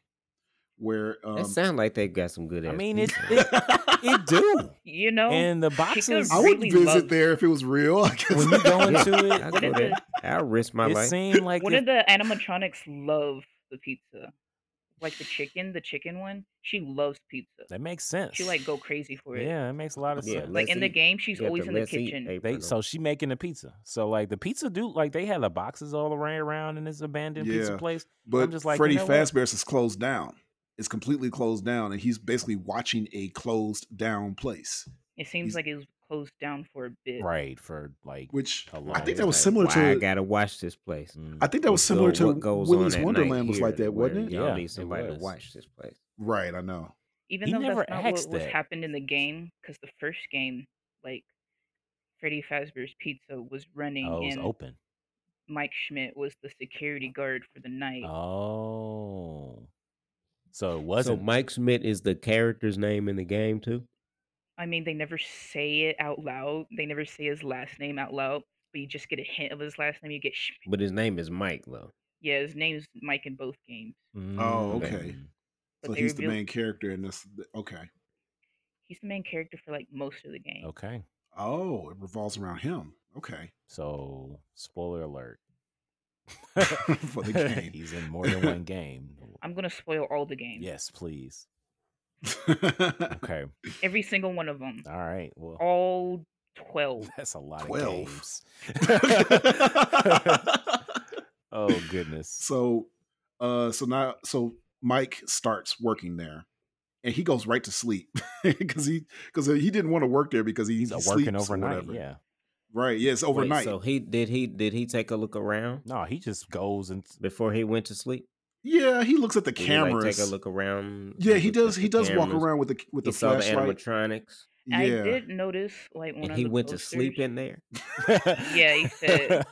Speaker 2: Where
Speaker 3: that
Speaker 2: um, [laughs]
Speaker 3: sound like they got some good.
Speaker 1: I
Speaker 3: ass
Speaker 1: mean, it,
Speaker 3: pizza.
Speaker 1: it it
Speaker 4: [laughs]
Speaker 1: do.
Speaker 4: You know,
Speaker 1: And the
Speaker 4: she could
Speaker 1: boxes-
Speaker 2: I
Speaker 4: [laughs]
Speaker 2: would
Speaker 4: really
Speaker 2: visit
Speaker 4: love-
Speaker 2: there if it was real. I guess.
Speaker 1: When you
Speaker 2: [laughs]
Speaker 1: go
Speaker 3: Yeah,
Speaker 1: into it, [laughs]
Speaker 3: I'll
Speaker 4: What
Speaker 3: go
Speaker 4: is
Speaker 3: there.
Speaker 4: it?
Speaker 3: I'll risk my
Speaker 1: it
Speaker 3: life.
Speaker 1: seemed like
Speaker 4: One
Speaker 1: if-
Speaker 4: of the animatronics love the pizza. Like the chicken, the chicken one, she loves pizza.
Speaker 1: that makes sense.
Speaker 4: She like go crazy for it.
Speaker 1: Yeah, it makes a lot of
Speaker 3: Yeah,
Speaker 1: sense.
Speaker 4: Like in the
Speaker 3: Let's eat.
Speaker 4: game, she's
Speaker 3: You got
Speaker 4: always
Speaker 3: the
Speaker 4: in the
Speaker 3: let's eat
Speaker 4: kitchen.
Speaker 1: They [laughs]
Speaker 3: apron
Speaker 1: so
Speaker 3: on.
Speaker 1: she making the pizza. So like the pizza do like they had the boxes all around around in this abandoned pizza
Speaker 2: Yeah.
Speaker 1: place.
Speaker 2: but
Speaker 1: just like, you
Speaker 2: Freddie
Speaker 1: know what?
Speaker 2: Fazbear's is closed down. It's completely closed down, and he's basically watching a closed down place.
Speaker 4: It seems
Speaker 2: He's-
Speaker 4: like it was closed down for a bit.
Speaker 1: Right for like
Speaker 2: Which
Speaker 1: A
Speaker 2: I
Speaker 1: long
Speaker 2: think that was
Speaker 1: way.
Speaker 2: similar
Speaker 3: Why I
Speaker 2: to.
Speaker 3: gotta watch this place.
Speaker 1: mm,
Speaker 2: I think that was
Speaker 3: So
Speaker 2: similar to
Speaker 3: what goes on
Speaker 2: Willy's
Speaker 3: at night
Speaker 2: Wonderland was like
Speaker 3: here
Speaker 2: that,
Speaker 3: where
Speaker 2: wasn't it?
Speaker 1: Yeah,
Speaker 3: Y'all
Speaker 1: it
Speaker 3: need somebody to
Speaker 1: was.
Speaker 3: watch this place.
Speaker 2: Right, I know.
Speaker 4: Even
Speaker 1: He
Speaker 4: though
Speaker 1: never
Speaker 4: that's not what
Speaker 1: asked
Speaker 4: was
Speaker 1: that.
Speaker 4: happened in the game, because the first game, like Freddy Fazbear's Pizza was running,
Speaker 1: oh, it was
Speaker 4: and
Speaker 1: open.
Speaker 4: Mike Schmidt was the security guard for the night.
Speaker 1: Oh, so it wasn't.
Speaker 3: So Mike Schmidt is the character's name in the game too.
Speaker 4: I mean, they never say it out loud. They never say his last name out loud, but you just get a hint of his last name. You get Schmidt.
Speaker 3: But his name is Mike though.
Speaker 4: Yeah, his name's Mike in both games.
Speaker 2: Oh, okay.
Speaker 1: Mm,
Speaker 4: But
Speaker 2: So
Speaker 4: they
Speaker 2: he's the
Speaker 4: reveal-
Speaker 2: main character in this. Okay.
Speaker 4: He's the main character for like most of the game.
Speaker 1: Okay.
Speaker 2: Oh, it revolves around him. Okay.
Speaker 1: So spoiler alert.
Speaker 2: [laughs]
Speaker 1: [laughs]
Speaker 2: For the game.
Speaker 1: He's in more than
Speaker 2: [laughs]
Speaker 1: one game.
Speaker 4: I'm gonna spoil all the games.
Speaker 1: Yes, please. Okay.
Speaker 4: Every single one of them.
Speaker 1: All right. Well,
Speaker 4: All twelve.
Speaker 1: [laughs] that's a lot
Speaker 2: Twelve. [laughs]
Speaker 1: of games. [laughs] oh goodness.
Speaker 2: [laughs] so, uh, so now, so Mike starts working there, and he goes right to sleep [laughs] because he because he didn't want to work there because he-
Speaker 1: He's
Speaker 2: he
Speaker 1: a
Speaker 2: sleeps
Speaker 1: working
Speaker 2: or
Speaker 1: overnight.
Speaker 2: whatever.
Speaker 1: Yeah.
Speaker 2: right. Yes,
Speaker 3: Wait,
Speaker 2: overnight.
Speaker 3: so he did he did he take a look around
Speaker 1: No, he just goes and
Speaker 3: before he went to sleep?
Speaker 2: yeah, he looks at the
Speaker 3: Did he, like,
Speaker 2: cameras.
Speaker 3: take a look around.
Speaker 2: yeah, he
Speaker 3: looked
Speaker 2: does.
Speaker 3: at
Speaker 2: He
Speaker 3: the
Speaker 2: does walk
Speaker 3: cameras,
Speaker 2: around with the with
Speaker 3: He
Speaker 2: the
Speaker 3: saw the
Speaker 2: flashlight.
Speaker 3: animatronics,
Speaker 4: I
Speaker 2: yeah,
Speaker 4: did notice like one
Speaker 3: and
Speaker 4: of
Speaker 3: he
Speaker 4: the
Speaker 3: went to sleep
Speaker 4: posters,
Speaker 3: in there.
Speaker 1: yeah, [laughs]
Speaker 4: he said-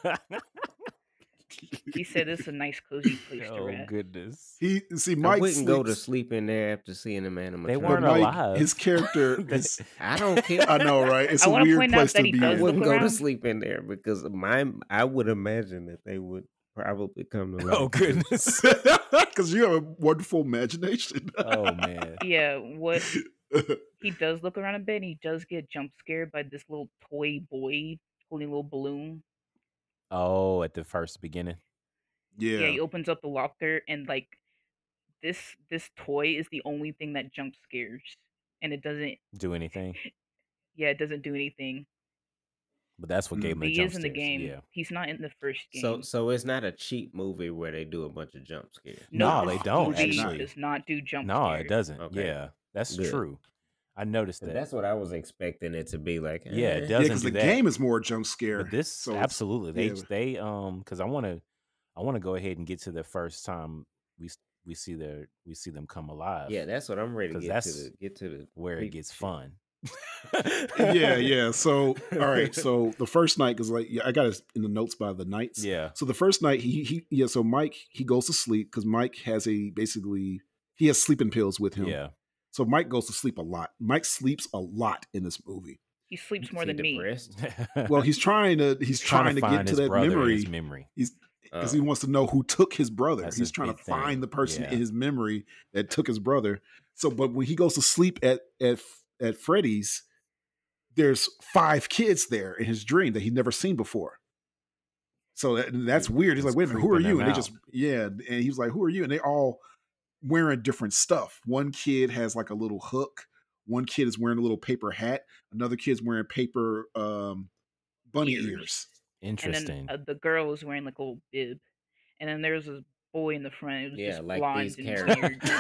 Speaker 4: He said it's a nice cozy place to
Speaker 1: "Oh
Speaker 4: rest.
Speaker 1: goodness,
Speaker 2: [laughs] he see
Speaker 3: I
Speaker 2: Mike
Speaker 3: wouldn't go to
Speaker 2: sleeps-
Speaker 3: sleep in there after seeing him animatronic.
Speaker 1: They
Speaker 2: but
Speaker 1: weren't
Speaker 2: Mike,
Speaker 1: alive.
Speaker 2: His
Speaker 3: [laughs]
Speaker 2: character.
Speaker 1: They-
Speaker 2: is,
Speaker 3: I don't care.
Speaker 2: I know, right? It's
Speaker 4: I
Speaker 2: a
Speaker 4: wanna
Speaker 2: weird
Speaker 4: point out
Speaker 2: place
Speaker 4: that
Speaker 2: to
Speaker 4: he
Speaker 2: be.
Speaker 3: [laughs] I
Speaker 2: in.
Speaker 4: does look
Speaker 3: wouldn't go
Speaker 4: around.
Speaker 2: [laughs]
Speaker 3: to
Speaker 4: [laughs]
Speaker 3: sleep in there because my I would imagine that they would probably come to
Speaker 1: [laughs]
Speaker 3: life.
Speaker 1: [laughs] oh
Speaker 2: [laughs]
Speaker 1: goodness,
Speaker 2: because you have a wonderful
Speaker 4: [laughs]
Speaker 2: imagination.
Speaker 4: Uh,
Speaker 1: oh man,
Speaker 2: [laughs]
Speaker 4: Yeah, what he does look around a bit and he does get jump scared by this little toy boy holding a little balloon.
Speaker 1: oh at the first beginning,
Speaker 4: Yeah. he opens up the locker and like this this toy is the only thing that jump scares. And it doesn't
Speaker 1: do anything,
Speaker 4: yeah, it doesn't do anything.
Speaker 1: but that's what
Speaker 2: Mm.
Speaker 1: gave him
Speaker 4: But
Speaker 1: the
Speaker 4: he
Speaker 1: jump
Speaker 4: is in the
Speaker 1: scares,
Speaker 4: game.
Speaker 1: Yeah,
Speaker 4: He's not in the first game.
Speaker 3: So so it's not a cheap movie where they do a bunch of jump scares.
Speaker 1: no,
Speaker 4: this
Speaker 1: they don't
Speaker 4: movie
Speaker 1: actually.
Speaker 4: does not do jump
Speaker 1: no,
Speaker 4: scares.
Speaker 1: it doesn't.
Speaker 3: Okay.
Speaker 1: Yeah, that's
Speaker 3: Good.
Speaker 1: true. I noticed that.
Speaker 3: That's what I was expecting it to be like.
Speaker 1: Yeah, it
Speaker 3: eh.
Speaker 1: does.
Speaker 2: because
Speaker 1: doesn't
Speaker 2: the
Speaker 1: do that.
Speaker 2: game is more jump scare.
Speaker 1: But this
Speaker 2: so it's-
Speaker 1: absolutely they
Speaker 2: yeah.
Speaker 1: they um because I want to I want to go ahead and get to the first time we s- we see their we see them come alive.
Speaker 3: Yeah, that's what I'm ready to
Speaker 1: 'Cause
Speaker 3: get
Speaker 1: that's
Speaker 3: to the get to the
Speaker 1: where it
Speaker 3: creep
Speaker 1: gets
Speaker 3: shit.
Speaker 1: fun.
Speaker 2: [laughs] yeah, yeah. So all right. So the first night, because like yeah, I got it in the notes by the
Speaker 1: [laughs]
Speaker 2: nights.
Speaker 1: yeah.
Speaker 2: So the first night, he he yeah. So Mike he goes to sleep because Mike has a basically he has sleeping pills with him.
Speaker 1: Yeah.
Speaker 2: So Mike goes to sleep a lot. Mike sleeps a lot in this movie.
Speaker 1: [laughs]
Speaker 4: He sleeps
Speaker 3: Is
Speaker 4: more
Speaker 3: he
Speaker 4: than me.
Speaker 3: depressed?
Speaker 2: Well, he's trying to he's trying, to get
Speaker 1: find
Speaker 2: to
Speaker 1: his
Speaker 2: that
Speaker 1: brother and
Speaker 2: memory
Speaker 1: his memory.
Speaker 2: because
Speaker 3: Oh.
Speaker 2: he wants to know who took his brother.
Speaker 1: Uh, That's
Speaker 2: He's
Speaker 1: his
Speaker 2: trying to
Speaker 1: big thing.
Speaker 2: find the person
Speaker 1: Yeah.
Speaker 2: in his memory that took his brother. So, but when he goes to sleep at at at Freddy's, there's five kids there in his dream that he'd never seen before. So that, and that's
Speaker 1: Dude,
Speaker 2: weird. He's
Speaker 1: it's
Speaker 2: like, "Wait a minute, who are
Speaker 1: creeping
Speaker 2: you?"
Speaker 1: him
Speaker 2: And they
Speaker 1: out.
Speaker 2: just yeah, and he was like, "Who are you?" And they all wearing different stuff. One kid has like a little hook. One kid is wearing a little paper hat. Another kid's wearing paper um, bunny
Speaker 4: Ears.
Speaker 2: ears.
Speaker 4: And
Speaker 1: Interesting.
Speaker 4: then uh, the girl was wearing like a little bib. And then there was this boy in the front. It was
Speaker 3: Yeah,
Speaker 4: just
Speaker 3: like
Speaker 4: blonde
Speaker 3: these
Speaker 1: [laughs]
Speaker 4: and
Speaker 3: characters.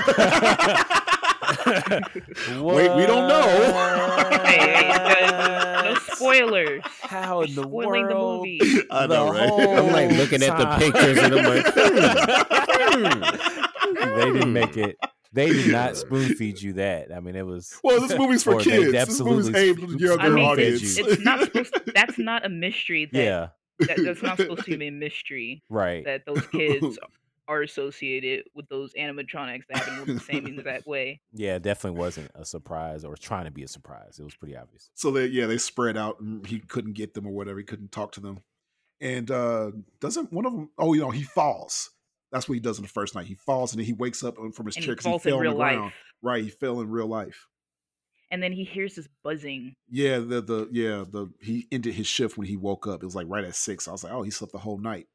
Speaker 4: weird.
Speaker 2: Wait, we don't know.
Speaker 4: [laughs] Hey, hey,
Speaker 2: [laughs]
Speaker 4: no, no
Speaker 1: What?
Speaker 4: spoilers.
Speaker 1: How in the
Speaker 4: Spoiling the
Speaker 1: world?
Speaker 4: movie.
Speaker 1: [laughs]
Speaker 2: I
Speaker 1: the
Speaker 2: know, right? [laughs]
Speaker 1: whole
Speaker 3: I'm like looking at the
Speaker 1: time.
Speaker 3: pictures and I'm
Speaker 1: [laughs]
Speaker 3: like,
Speaker 2: "Hmm,
Speaker 1: Hmm. they didn't make it. They did not
Speaker 3: Hmm.
Speaker 1: spoon feed you that. I mean, it was.
Speaker 2: Well, this movie's for
Speaker 1: Or they
Speaker 2: kids. This movie's
Speaker 1: absolutely
Speaker 2: aimed at
Speaker 1: spoon-
Speaker 2: younger
Speaker 4: I mean,
Speaker 1: spoon-fed
Speaker 2: audience.
Speaker 1: you. [laughs]
Speaker 4: It's not supposed. that's not a mystery. That
Speaker 1: Yeah,
Speaker 4: that, that's not supposed to be a mystery
Speaker 1: Right.
Speaker 4: that those kids are associated with those animatronics that happen with the same exact way.
Speaker 1: Yeah, it definitely wasn't a surprise or trying to be a surprise. It was pretty obvious.
Speaker 2: so they yeah they spread out and he couldn't get them or whatever he couldn't talk to them and uh doesn't one of them oh you know he falls that's what he does in the first night he falls and then he wakes up from his
Speaker 4: And
Speaker 2: chair
Speaker 4: he
Speaker 2: because he,
Speaker 4: falls
Speaker 2: fell
Speaker 4: in
Speaker 2: on the
Speaker 4: real
Speaker 2: ground
Speaker 4: life.
Speaker 2: right he fell in real life
Speaker 4: And then he hears this buzzing.
Speaker 2: yeah the the yeah the he ended his shift when he woke up it was like right at six i was like oh he slept the whole night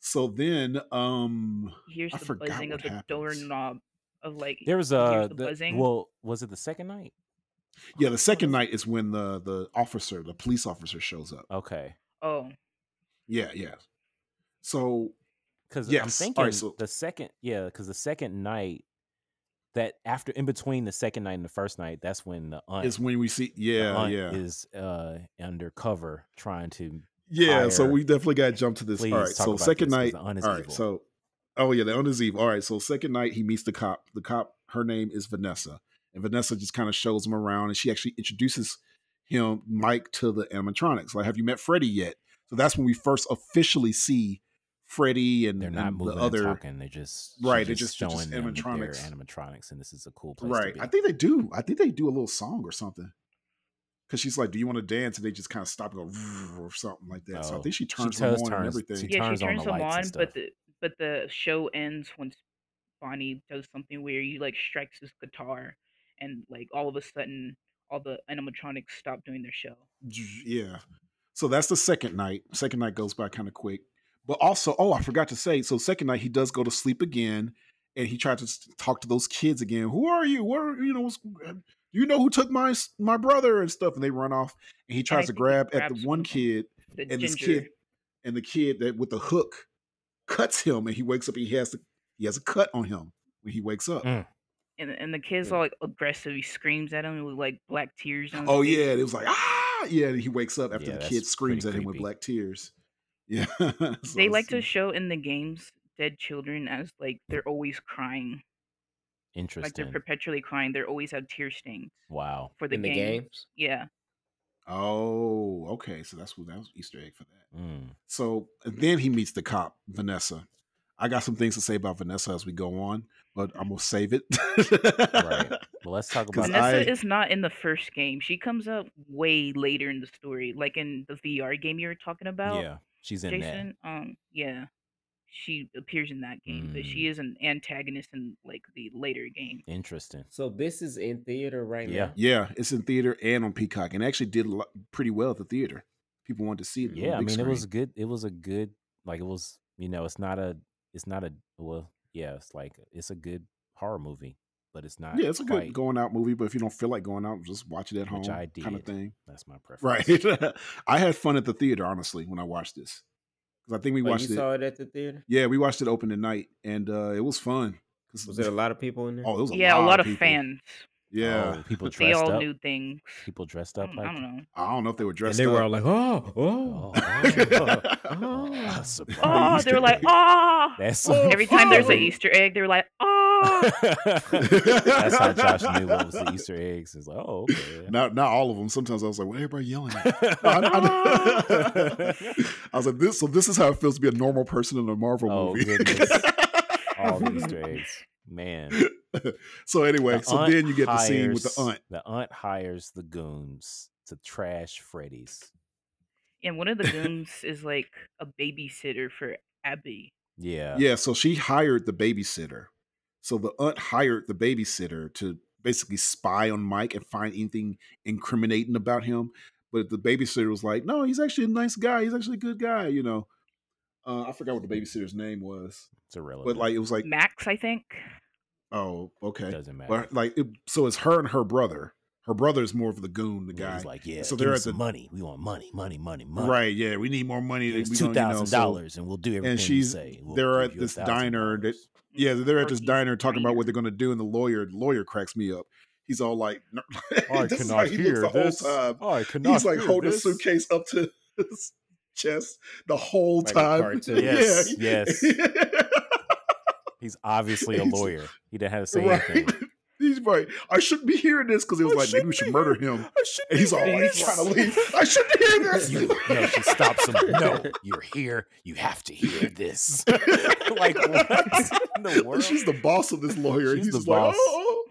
Speaker 2: so then um
Speaker 4: He hears
Speaker 2: I
Speaker 4: the
Speaker 2: forgot
Speaker 4: buzzing
Speaker 2: what
Speaker 4: of the
Speaker 2: happens.
Speaker 4: doorknob of like
Speaker 1: There was
Speaker 4: he hears
Speaker 1: uh,
Speaker 4: the
Speaker 1: the-
Speaker 4: buzzing.
Speaker 1: well, was it the second night?
Speaker 2: yeah the second
Speaker 4: was-
Speaker 2: night is when the the officer the police officer shows up
Speaker 1: Okay,
Speaker 4: oh,
Speaker 2: yeah yeah so
Speaker 1: because I'm
Speaker 2: Yes. All right,
Speaker 1: thinking
Speaker 2: so-
Speaker 1: the second, yeah, because the second night that after in between the second night and the first night, that's when the aunt,
Speaker 2: it's when we see
Speaker 1: the
Speaker 2: yeah
Speaker 1: aunt
Speaker 2: yeah
Speaker 1: is uh undercover trying to
Speaker 2: Yeah, so
Speaker 1: higher.
Speaker 2: we definitely got to jump to this.
Speaker 1: please
Speaker 2: all right,
Speaker 1: talk
Speaker 2: so
Speaker 1: about
Speaker 2: second
Speaker 1: this, 'cause
Speaker 2: night.
Speaker 1: the aunt is
Speaker 2: All right,
Speaker 1: evil.
Speaker 2: so oh yeah, the on is Eve. All right, so second night he meets the cop. The cop, her name is Vanessa, and Vanessa just kind of shows him around, and she actually introduces him Mike to the animatronics. Like, have you met Freddy yet? So that's when we first officially see Freddy and,
Speaker 1: they're
Speaker 2: and
Speaker 1: not moving
Speaker 2: the other.
Speaker 1: and talking. They're just she's
Speaker 2: Right, they're just- they're
Speaker 1: showing
Speaker 2: just
Speaker 1: them that they're
Speaker 2: animatronics.
Speaker 1: animatronics, and this is a cool place.
Speaker 2: Right,
Speaker 1: to be.
Speaker 2: I think they do. I think they do a little song or something. Because she's like, "Do you want to dance?" And they just kind of stop and go or something like that. So I
Speaker 1: Oh,
Speaker 2: think she
Speaker 1: she
Speaker 2: turns them
Speaker 1: does
Speaker 2: on and
Speaker 1: turns-
Speaker 2: everything.
Speaker 1: she
Speaker 4: yeah,
Speaker 1: turns
Speaker 4: she
Speaker 1: on
Speaker 4: turns
Speaker 1: the
Speaker 4: them
Speaker 1: lights
Speaker 4: on,
Speaker 1: and
Speaker 4: but
Speaker 1: stuff.
Speaker 4: the but the show ends when Bonnie does something weird. He like strikes his guitar, and like all of a sudden, all the animatronics stop doing their show.
Speaker 2: J- yeah. So that's the second night. Second night goes by kind of quick. But also, oh, I forgot to say, so second night he does go to sleep again and he tried to s- talk to those kids again. Who are you? What are you know what's uh, you know who took my s- my brother and stuff and they run off and he tries to
Speaker 4: think he
Speaker 2: grab at
Speaker 4: grabs
Speaker 2: the
Speaker 4: one
Speaker 2: one
Speaker 4: of 'em.
Speaker 2: kid
Speaker 4: The
Speaker 2: And this
Speaker 4: ginger.
Speaker 2: kid- and the kid that with the hook cuts him and he wakes up and he has to he has a cut on him when he wakes up.
Speaker 1: Mm.
Speaker 4: and and the kid's
Speaker 1: Yeah.
Speaker 4: all like aggressive. He screams at him with like black tears. On his
Speaker 2: Oh
Speaker 4: face.
Speaker 2: yeah, and it was like ah yeah, and he wakes up after
Speaker 1: Yeah,
Speaker 2: the
Speaker 1: that's
Speaker 2: kid screams at
Speaker 1: pretty
Speaker 2: him with
Speaker 1: creepy.
Speaker 2: black tears. [laughs] Yeah. So
Speaker 4: They like to
Speaker 2: it's-
Speaker 4: show in the games dead children as like they're always crying, like
Speaker 1: Interesting.
Speaker 4: they're perpetually crying. They're always have tear stains
Speaker 1: wow.
Speaker 4: for the,
Speaker 3: in
Speaker 4: game.
Speaker 3: the games.
Speaker 4: Yeah,
Speaker 2: Oh, okay. So that's what that was Easter egg for that.
Speaker 1: Mm.
Speaker 2: So and then he meets the cop, Vanessa. I got some things to say about Vanessa as we go on, but I'm gonna save it.
Speaker 1: Right. Well, let's talk
Speaker 2: 'Cause
Speaker 1: about
Speaker 4: Vanessa
Speaker 2: I-
Speaker 4: is not in the first game. She comes up way later in the story, like in the VR game you were talking about,
Speaker 1: yeah. She's in
Speaker 4: Jason. Um, yeah, she appears in that game, but she is an antagonist in like the later game.
Speaker 1: that. Interesting.
Speaker 3: So this is in theater right
Speaker 1: Yeah.
Speaker 3: now.
Speaker 2: [laughs] Yeah, it's in theater and on Peacock, and actually did lo- pretty well at the theater. People wanted to see it. on the
Speaker 1: Yeah, I
Speaker 2: Mm, big
Speaker 1: mean it was
Speaker 2: screen.
Speaker 1: good. It was a good like it was you know it's not a it's not a well yeah it's like it's a good horror movie but it's not
Speaker 2: Yeah, it's a good
Speaker 1: quite-
Speaker 2: going out movie, but if you don't feel like going out, just watch it at home,
Speaker 1: Which I
Speaker 2: kind of
Speaker 1: did.
Speaker 2: thing. [laughs]
Speaker 1: that's my preference
Speaker 2: Right. I had fun at the theater, honestly, when I watched this because I think we
Speaker 3: Oh,
Speaker 2: watched
Speaker 3: you
Speaker 2: it.
Speaker 3: saw it at the theater.
Speaker 2: Yeah, we watched it open tonight, and uh, it was fun. 'Cause- [laughs]
Speaker 3: Was there a lot of people in there?
Speaker 2: Oh, it was a
Speaker 4: yeah,
Speaker 2: lot
Speaker 4: a lot of,
Speaker 2: people.
Speaker 4: fans.
Speaker 2: Yeah,
Speaker 1: Oh,
Speaker 2: [laughs]
Speaker 1: people
Speaker 4: They
Speaker 1: dressed
Speaker 4: all
Speaker 1: up
Speaker 4: knew things. mm,
Speaker 1: people dressed
Speaker 4: I
Speaker 1: up
Speaker 4: don't,
Speaker 1: like
Speaker 4: I
Speaker 1: [laughs]
Speaker 4: don't know.
Speaker 2: Mm, I don't know if they were
Speaker 3: and
Speaker 2: dressed
Speaker 3: they were
Speaker 2: [laughs]
Speaker 3: all
Speaker 2: up.
Speaker 3: like, "Oh,
Speaker 1: oh,
Speaker 3: oh,
Speaker 1: oh, [laughs] oh,
Speaker 3: oh."
Speaker 1: a surprise.
Speaker 2: Oh, [laughs]
Speaker 4: Oh,
Speaker 2: Easter
Speaker 4: they were like,
Speaker 2: egg.
Speaker 4: ah.
Speaker 1: that's
Speaker 4: Every time there's
Speaker 2: a-
Speaker 4: an Easter egg, they're like,
Speaker 2: [laughs]
Speaker 1: [laughs]
Speaker 4: ah.
Speaker 1: oh." that's how Josh knew what was the Easter eggs it's like oh okay yeah.
Speaker 2: Not not all of them. Sometimes I was like, "What everybody
Speaker 1: [laughs]
Speaker 2: yelling at?" No, [laughs] I, I-
Speaker 1: oh
Speaker 2: [laughs] I was like, "This so this is how it feels to be a normal person in a Marvel
Speaker 1: Oh,
Speaker 2: movie." [laughs]
Speaker 1: goodness. [laughs] all the Easter eggs man
Speaker 2: so anyway,
Speaker 1: The
Speaker 2: so
Speaker 1: aunt
Speaker 2: then you get the scene with the
Speaker 1: hires-
Speaker 2: aunt.
Speaker 1: The aunt hires the goons to trash Freddy's.
Speaker 4: And one of the goons is like a babysitter for Abby.
Speaker 1: Yeah.
Speaker 2: Yeah, so she hired the babysitter. So the aunt hired the babysitter to basically spy on Mike and find anything incriminating about him. But the babysitter was like, "No, he's actually a nice guy. He's actually a good guy." You know, uh, I forgot what the babysitter's name was,
Speaker 1: It's irrelevant.
Speaker 2: but like it was like,
Speaker 4: Max, I think.
Speaker 2: "Oh, okay."
Speaker 1: doesn't matter.
Speaker 2: But like, it, so it's her and her brother. Her brother is more of the goon, the
Speaker 1: Yeah,
Speaker 2: guy.
Speaker 1: He's like, yeah.
Speaker 2: So
Speaker 1: So
Speaker 2: they're
Speaker 1: they're
Speaker 2: at
Speaker 1: us some
Speaker 2: the-
Speaker 1: money. We want money, money, money, money.
Speaker 2: right? Yeah, we need more money.
Speaker 1: It's
Speaker 2: we
Speaker 1: two
Speaker 2: don't, you know,
Speaker 1: thousand
Speaker 2: so-
Speaker 1: dollars, and we'll do everything.
Speaker 2: she's-
Speaker 1: you say. We'll
Speaker 2: they're
Speaker 1: give
Speaker 2: at
Speaker 1: you a
Speaker 2: this
Speaker 1: thousand
Speaker 2: diner that-
Speaker 1: dollars."
Speaker 2: Yeah, they're at this
Speaker 4: Porky's
Speaker 2: diner talking about
Speaker 4: diner.
Speaker 2: what they're going to do, and the lawyer lawyer cracks me up. He's all like, "No." [laughs] this is how he looks the whole time.
Speaker 1: I cannot.
Speaker 2: He's like
Speaker 1: hear
Speaker 2: holding
Speaker 1: this.
Speaker 2: his suitcase up to [laughs] his chest the whole
Speaker 3: Like a
Speaker 2: time. [laughs]
Speaker 3: cartoon.
Speaker 1: Yes,
Speaker 2: yeah. [laughs]
Speaker 1: yes. He's obviously a
Speaker 2: He's- [laughs]
Speaker 1: lawyer. He didn't have to say
Speaker 2: right.
Speaker 1: anything.
Speaker 2: [laughs] He's like, I shouldn't be hearing this because it was
Speaker 5: I
Speaker 2: like, maybe we
Speaker 5: shouldn't
Speaker 2: should
Speaker 5: be
Speaker 2: murder
Speaker 5: here.
Speaker 2: him.
Speaker 1: [laughs]
Speaker 5: I shouldn't
Speaker 2: And he's
Speaker 5: be
Speaker 2: all,
Speaker 5: doing
Speaker 2: "Oh, he's
Speaker 5: this."
Speaker 2: trying to leave. I shouldn't hear this. [laughs]
Speaker 1: You, no, she stops him. No, you're here. You have to hear this. [laughs] [laughs] like
Speaker 2: [laughs]
Speaker 1: what in the world?
Speaker 2: She's the [laughs] boss of this lawyer. and
Speaker 1: She's
Speaker 2: he's
Speaker 1: the
Speaker 2: just like,
Speaker 1: boss.
Speaker 2: oh.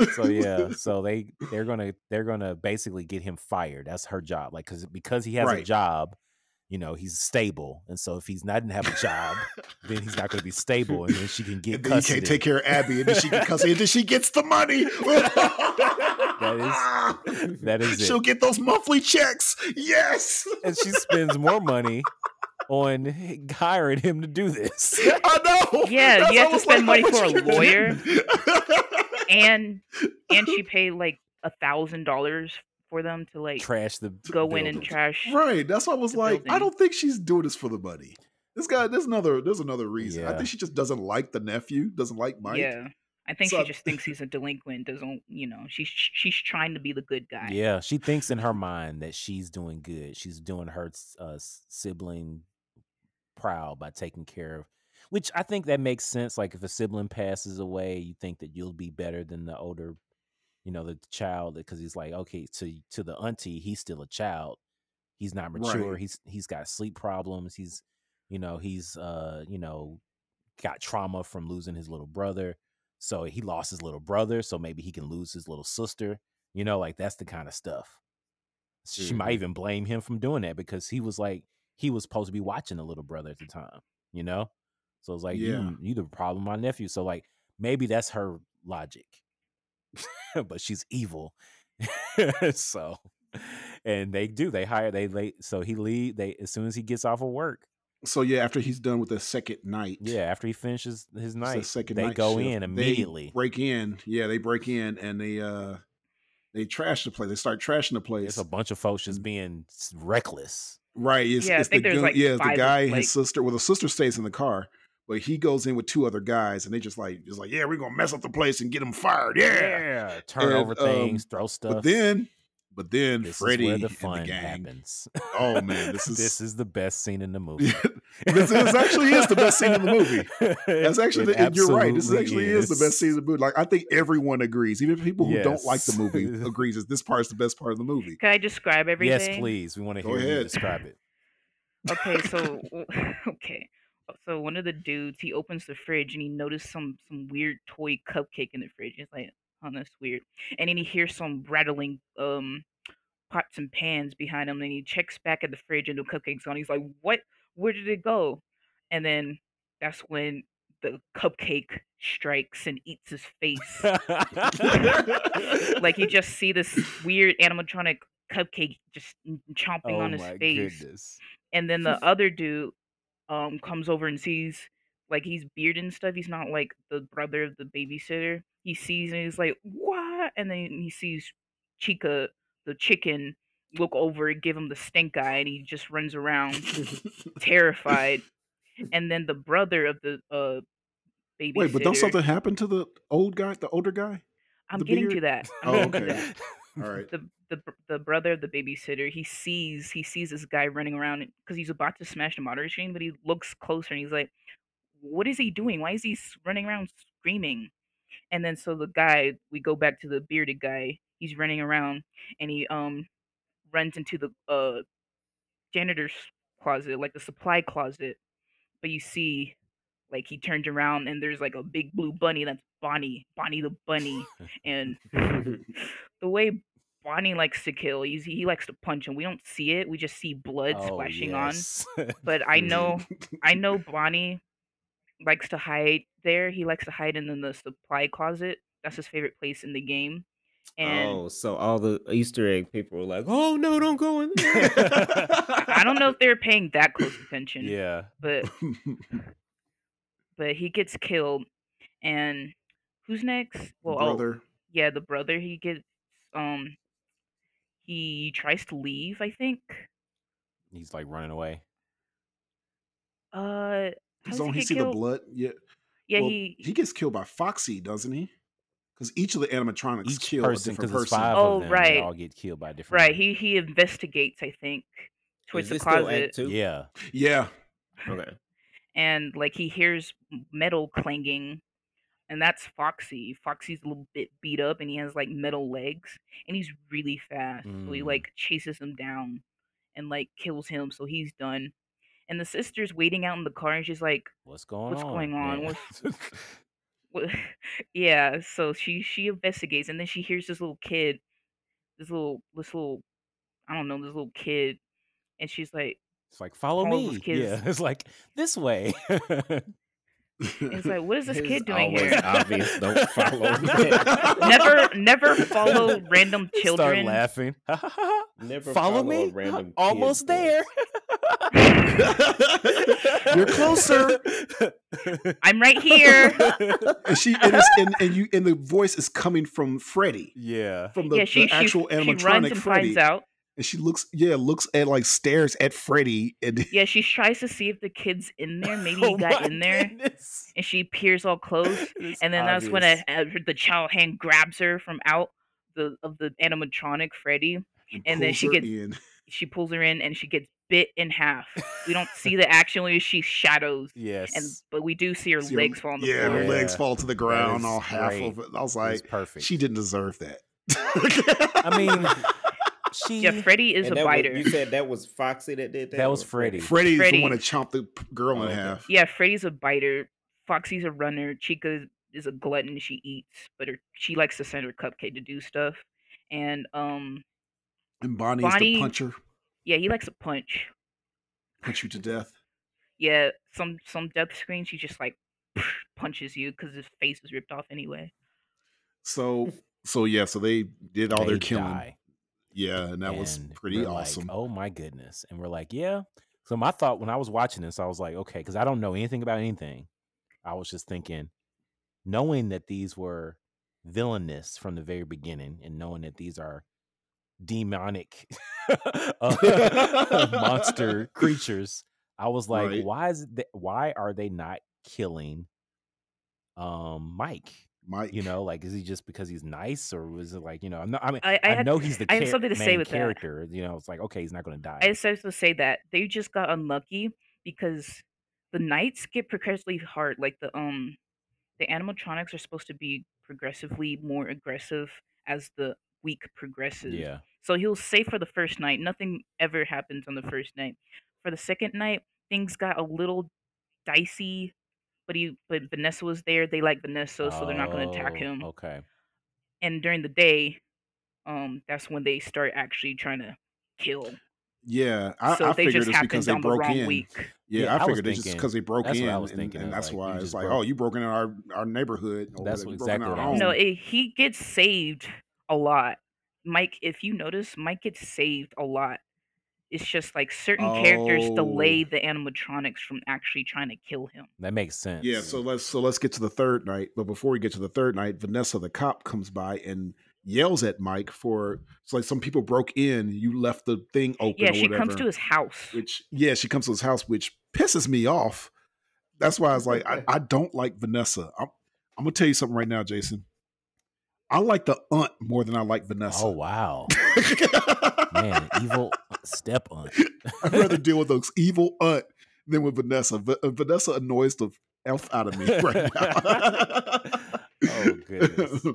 Speaker 2: oh."
Speaker 1: so
Speaker 2: [laughs]
Speaker 1: yeah, so they they're gonna they're gonna basically get him fired. That's her job. Like because because he has a
Speaker 2: Right.
Speaker 1: job, you know he's stable, and so if he's not didn't have a job, then he's not gonna be stable, and then she can get
Speaker 2: And then you
Speaker 1: custody.
Speaker 2: can't take care of Abby, and then she can custody, and then she gets the money. [laughs] that
Speaker 1: is-
Speaker 3: [laughs]
Speaker 1: that is it.
Speaker 2: She'll get those monthly checks.
Speaker 1: [laughs]
Speaker 2: Yes,
Speaker 1: and she spends more money on [laughs] h- hiring him to do this.
Speaker 2: I know.
Speaker 4: Yeah, you have to
Speaker 2: almost
Speaker 4: spend
Speaker 2: like
Speaker 4: money
Speaker 2: how
Speaker 4: for a
Speaker 2: much you-
Speaker 4: lawyer. and and she paid like a thousand dollars for them to like
Speaker 1: Trash the
Speaker 4: go in and
Speaker 1: building.
Speaker 4: trash.
Speaker 2: [laughs] right, that's why I was
Speaker 4: The
Speaker 2: like, I
Speaker 4: building.
Speaker 2: don't think she's doing this for the money. This guy, there's another, there's another reason. I
Speaker 1: Yeah.
Speaker 2: think she just doesn't like the nephew, doesn't like Mike.
Speaker 4: Yeah, I think
Speaker 2: So I-
Speaker 4: she just thinks he's a delinquent. Doesn't you know? She's she's trying to be the good guy.
Speaker 1: Yeah, she thinks in her mind that she's doing good. She's doing her s- uh, s- sibling proud by taking care of, which I think that makes sense. Like if a sibling passes away, you think that you'll be better than the older, you know, the child because he's like, okay, to to the auntie, he's still a child. He's not mature.
Speaker 2: Right.
Speaker 1: He's he's got sleep problems. He's you know he's uh you know got trauma from losing his little brother. So he lost his little brother. So maybe he can lose his little sister. You know, like that's the kind of stuff. She might
Speaker 2: Mm-hmm.
Speaker 3: Mhm.
Speaker 1: even blame him from doing that because he was like he was supposed to be watching the little brother at the time, you know? So it's like
Speaker 2: Yeah.
Speaker 1: you you the problem my nephew. So like maybe that's her logic. [laughs] but she's evil. [laughs] so and they do. They hire they they so he leave they as soon as he gets off of work.
Speaker 2: So yeah, after he's done with the second night,
Speaker 1: Yeah, after he finishes his
Speaker 2: it's the
Speaker 1: night,
Speaker 2: second
Speaker 1: they
Speaker 2: night
Speaker 1: go
Speaker 2: shift,
Speaker 1: in
Speaker 2: they
Speaker 1: immediately.
Speaker 2: break in, yeah, they break in and they uh they trash the place. They start trashing the place.
Speaker 1: It's a bunch of folks just being s- reckless.
Speaker 2: Right. It's,
Speaker 4: Yeah, I
Speaker 2: it's the
Speaker 4: think there's,
Speaker 2: gun,
Speaker 4: like,
Speaker 2: yeah, it's
Speaker 4: five
Speaker 2: the
Speaker 4: of-
Speaker 2: guy,
Speaker 4: like-
Speaker 2: his sister. Well, the sister stays in the car, but he goes in with two other guys, and they just like, just like, yeah, we're gonna mess up the place and get him fired. Yeah.
Speaker 1: turn
Speaker 2: And,
Speaker 1: over things,
Speaker 2: um,
Speaker 1: throw stuff.
Speaker 2: But then, but then
Speaker 1: this is
Speaker 2: Freddie
Speaker 1: where the
Speaker 2: and the
Speaker 1: fun
Speaker 2: gang.
Speaker 1: happens. [laughs]
Speaker 2: Oh man, this is [laughs]
Speaker 1: this is the best scene in the movie.
Speaker 2: this is actually is the best scene in the movie.
Speaker 1: [laughs]
Speaker 2: That's actually
Speaker 1: It
Speaker 2: the, you're right. This
Speaker 1: absolutely
Speaker 2: actually is. the best scene in the movie. Like I think everyone agrees, even people who don't like the
Speaker 1: Yes. [laughs]
Speaker 2: movie agrees that this part is the best part of the movie.
Speaker 4: Can I describe everything?
Speaker 1: Yes, please. We want to
Speaker 2: Go
Speaker 1: hear you
Speaker 2: ahead.
Speaker 1: describe
Speaker 2: [laughs]
Speaker 1: it. [laughs]
Speaker 4: Okay, so [laughs] okay, so one of the dudes he opens the fridge and he noticed some some weird toy cupcake in the fridge. It's like, oh, that's weird. And then he hears some rattling um pots and pans behind him. And he checks back at the fridge and the cupcake's gone. He's like, what? Where did it go? And then that's when the cupcake strikes and eats his face.
Speaker 1: [laughs]
Speaker 4: like you just see this weird animatronic cupcake just n- chomping
Speaker 1: oh
Speaker 4: on his
Speaker 1: my
Speaker 4: face [laughs]
Speaker 1: goodness.
Speaker 4: and
Speaker 2: [laughs]
Speaker 4: then the other dude um comes over and sees like he's bearded and stuff. He's not like the brother of the babysitter. He sees and he's like, "What?" And then he sees Chica, the chicken, look over and give him the stink eye, and he just runs around terrified. And then the brother of the uh babysitter.
Speaker 2: [laughs] Wait, but don't something happen to the old guy, the older guy?
Speaker 4: I'm
Speaker 2: the
Speaker 4: getting to
Speaker 2: beard-
Speaker 4: that. I'm
Speaker 2: Oh,
Speaker 4: [laughs] getting to
Speaker 2: okay.
Speaker 4: that
Speaker 2: All [laughs] right.
Speaker 4: the the br- the brother of the babysitter he sees he sees this guy running around because he's about to smash the modern machine but he looks closer and he's like what is he doing why is he s- running around screaming and then so the guy we go back to the bearded guy he's running around and he um runs into the uh janitor's closet like the supply closet but you see like he turns around and there's like a big blue bunny that's bonnie bonnie the bunny and the way Bonnie likes to kill, he's, he likes to punch, and we don't see it. We just see blood
Speaker 1: Oh,
Speaker 2: Oh,
Speaker 4: splashing
Speaker 1: on.
Speaker 4: on. But I know,
Speaker 2: [laughs]
Speaker 4: I know Bonnie likes to hide there. He likes to hide in the supply closet. That's his favorite place in the game. [laughs] And
Speaker 3: oh, so all the Easter egg people were like, "Oh no, don't go in
Speaker 1: [laughs]
Speaker 3: there."
Speaker 4: [laughs] I don't know if they're paying that close
Speaker 2: [laughs]
Speaker 4: attention.
Speaker 1: yeah.
Speaker 4: But but he gets killed, and who's next? [laughs] Well, oh,
Speaker 2: brother.
Speaker 4: yeah, the brother. He gets um. He tries to leave, I think.
Speaker 1: He's like running away.
Speaker 4: Uh, how does
Speaker 2: So
Speaker 4: he
Speaker 2: he
Speaker 4: get
Speaker 2: see the
Speaker 4: killed?
Speaker 2: blood. Yeah.
Speaker 4: Yeah,
Speaker 2: Well,
Speaker 4: he,
Speaker 2: gets killed by Foxy, doesn't he? Because each of the animatronics
Speaker 1: Each
Speaker 2: kill
Speaker 1: person,
Speaker 2: a different
Speaker 1: because
Speaker 2: person.
Speaker 1: it's five
Speaker 4: Oh,
Speaker 1: of them, they
Speaker 4: right.
Speaker 1: all get killed by different.
Speaker 4: right. He he investigates, I think, towards
Speaker 3: Is
Speaker 4: the
Speaker 3: this still
Speaker 4: closet,
Speaker 3: act two?
Speaker 1: Yeah.
Speaker 2: Yeah,
Speaker 3: Okay.
Speaker 4: and like he hears m- metal clanging, and that's Foxy. Foxy's a little bit beat up, and he has like metal legs, and he's really fast. So he
Speaker 1: Mm.
Speaker 4: like chases him down, and like kills him. So he's done. And the sister's waiting out in the car, and she's like,
Speaker 1: What's going
Speaker 4: What's
Speaker 1: on?
Speaker 4: going on?
Speaker 1: Yeah. [laughs]
Speaker 4: Well, [laughs] yeah so she she investigates and then she hears this little kid this little this little i don't know this little kid and she's like
Speaker 1: it's like follow
Speaker 4: Paul's
Speaker 1: me.
Speaker 4: kids-
Speaker 1: Yeah, [laughs] it's like this way. [laughs]
Speaker 2: [laughs]
Speaker 4: it's like what is this
Speaker 3: It's
Speaker 4: kid doing
Speaker 3: always
Speaker 4: here
Speaker 3: obvious,
Speaker 1: [laughs]
Speaker 3: don't follow
Speaker 4: never never
Speaker 3: [laughs]
Speaker 4: follow random
Speaker 1: Start
Speaker 4: children
Speaker 1: laughing. [laughs]
Speaker 3: Never
Speaker 1: follow,
Speaker 3: follow
Speaker 1: me.
Speaker 3: A random kid
Speaker 1: [laughs] Almost there.
Speaker 3: [laughs]
Speaker 2: You're closer.
Speaker 4: [laughs] i'm
Speaker 1: [laughs]
Speaker 4: right here
Speaker 2: and she and, it's, and, and you and the voice is coming from Freddy
Speaker 1: yeah.
Speaker 2: from the,
Speaker 4: [laughs] yeah she
Speaker 2: the
Speaker 4: she,
Speaker 2: actual
Speaker 4: she runs
Speaker 2: animatronic
Speaker 4: and
Speaker 2: Freddy.
Speaker 4: finds out
Speaker 2: And she looks yeah looks at like stares at Freddy and
Speaker 4: yeah she tries to see if the kid's in there maybe he
Speaker 1: [laughs] Oh
Speaker 4: got
Speaker 1: my
Speaker 4: in there
Speaker 1: goodness.
Speaker 4: and she peers all close
Speaker 1: It's
Speaker 4: and then that's when
Speaker 1: obvious.
Speaker 4: a, a- the child hand grabs her from out the of the animatronic freddy and then
Speaker 2: pulls
Speaker 4: she
Speaker 2: her
Speaker 4: gets-
Speaker 2: in.
Speaker 4: she pulls her in and she gets bit in half.
Speaker 1: [laughs]
Speaker 4: We don't see the action; we just see shadows,
Speaker 1: yes.
Speaker 4: and but we do see her
Speaker 2: See her-
Speaker 4: legs fall on the
Speaker 2: yeah,
Speaker 4: floor.
Speaker 2: her
Speaker 1: floor.
Speaker 2: legs
Speaker 1: Yeah.
Speaker 2: fall to the ground,
Speaker 1: is
Speaker 2: all half
Speaker 1: great.
Speaker 2: of it. I was
Speaker 1: It was
Speaker 2: like,
Speaker 1: perfect.
Speaker 2: she didn't deserve that.
Speaker 1: I
Speaker 2: [laughs]
Speaker 1: mean, she.
Speaker 4: Yeah, Freddy is
Speaker 3: And
Speaker 4: a
Speaker 3: that was-
Speaker 4: biter.
Speaker 3: you said that was Foxy that did that.
Speaker 1: That
Speaker 3: or
Speaker 1: was Freddy. Oh,
Speaker 2: Freddy's
Speaker 4: Freddy-
Speaker 2: the one that chomped the p- girl in
Speaker 3: Okay.
Speaker 2: half.
Speaker 4: Yeah, Freddy's a biter. Foxy's a runner. Chica is- is a glutton. She eats, but her, she likes to send her cupcake to do stuff. And um,
Speaker 2: And Bonnie's
Speaker 4: Bonnie-
Speaker 2: the puncher,
Speaker 4: yeah, he likes to punch.
Speaker 2: punch you to death.
Speaker 4: Yeah, some some death screen. She just like [laughs] punches you because his face is ripped off anyway.
Speaker 1: [laughs]
Speaker 2: So, so yeah, so they did all their
Speaker 1: they
Speaker 2: killing.
Speaker 1: die.
Speaker 2: Yeah, and that was
Speaker 1: and
Speaker 2: pretty
Speaker 1: we're
Speaker 2: awesome.
Speaker 1: Like, oh my goodness! And we're like, yeah. So my thought when I was watching this, I was like, okay, because I don't know anything about anything. I was just thinking, knowing that these were villainous from the very beginning, and knowing that these are demonic [laughs] uh, [laughs]
Speaker 2: [laughs]
Speaker 1: monster creatures, I was like,
Speaker 2: Right.
Speaker 1: why is it that, why are they not killing um Mike?
Speaker 2: Mike,
Speaker 1: You know, like is he just because he's nice, or was it like you know? I'm not, I mean,
Speaker 4: I, I,
Speaker 1: I,
Speaker 4: had-
Speaker 1: know he's the
Speaker 4: I have
Speaker 1: char-
Speaker 4: something to say
Speaker 1: main
Speaker 4: with that.
Speaker 1: character. You know, it's like okay, he's not going to die.
Speaker 4: I was supposed to say that they just got unlucky because the nights get progressively hard. Like the um, the animatronics are supposed to be progressively more aggressive as the week progresses.
Speaker 1: yeah,
Speaker 4: So he'll say for the first night, nothing ever happens on the first night. For the second night, things got a little dicey, but he but Vanessa was there. They like Vanessa, so they're not going to attack
Speaker 1: Oh,
Speaker 4: him.
Speaker 1: Okay,
Speaker 4: And during the day, um, that's when they start actually trying to kill.
Speaker 2: yeah, I,
Speaker 4: so
Speaker 2: I
Speaker 4: they
Speaker 2: figured
Speaker 4: just
Speaker 2: it's
Speaker 4: happened
Speaker 2: because they
Speaker 4: on the
Speaker 2: broke
Speaker 4: wrong
Speaker 2: in.
Speaker 4: week.
Speaker 2: Yeah,
Speaker 1: Yeah, I
Speaker 2: I
Speaker 1: was
Speaker 2: figured it's just
Speaker 1: thinking-
Speaker 2: because they broke
Speaker 1: that's
Speaker 2: in,
Speaker 1: what I was thinking.
Speaker 2: and,
Speaker 1: I was
Speaker 2: and that's
Speaker 1: like,
Speaker 2: why
Speaker 1: you
Speaker 2: it's
Speaker 1: just
Speaker 2: like,
Speaker 1: broke-
Speaker 2: oh, you broke in our our neighborhood. Or
Speaker 1: That's
Speaker 2: whatever,
Speaker 1: what-
Speaker 2: you broke in
Speaker 1: exactly
Speaker 2: our
Speaker 1: what I was
Speaker 2: home.
Speaker 4: No, it, he gets saved a lot. Mike, if you notice, Mike gets saved a lot. It's just like certain characters delay
Speaker 2: Oh.
Speaker 4: the animatronics from actually trying to kill him.
Speaker 1: that makes sense.
Speaker 2: Yeah, so let's so let's get to the third night. But before we get to the third night, Vanessa the cop comes by and yells at Mike for it's like some people broke in, you left the thing open.
Speaker 4: yeah,
Speaker 2: or
Speaker 4: she
Speaker 2: whatever,
Speaker 4: comes to his house.
Speaker 2: which yeah, she comes to his house, which pisses me off. That's why I was like, I, I don't like Vanessa. I'm I'm gonna tell you something right now, Jason. I like the aunt more than I like Vanessa.
Speaker 1: oh wow, man, evil uh, step on.
Speaker 2: [laughs] [laughs] I'd rather deal with those evil aunt than with Vanessa. Va- uh, Vanessa annoys the elf out of me [laughs]
Speaker 1: [laughs]
Speaker 2: right now. [laughs]
Speaker 1: Oh, goodness.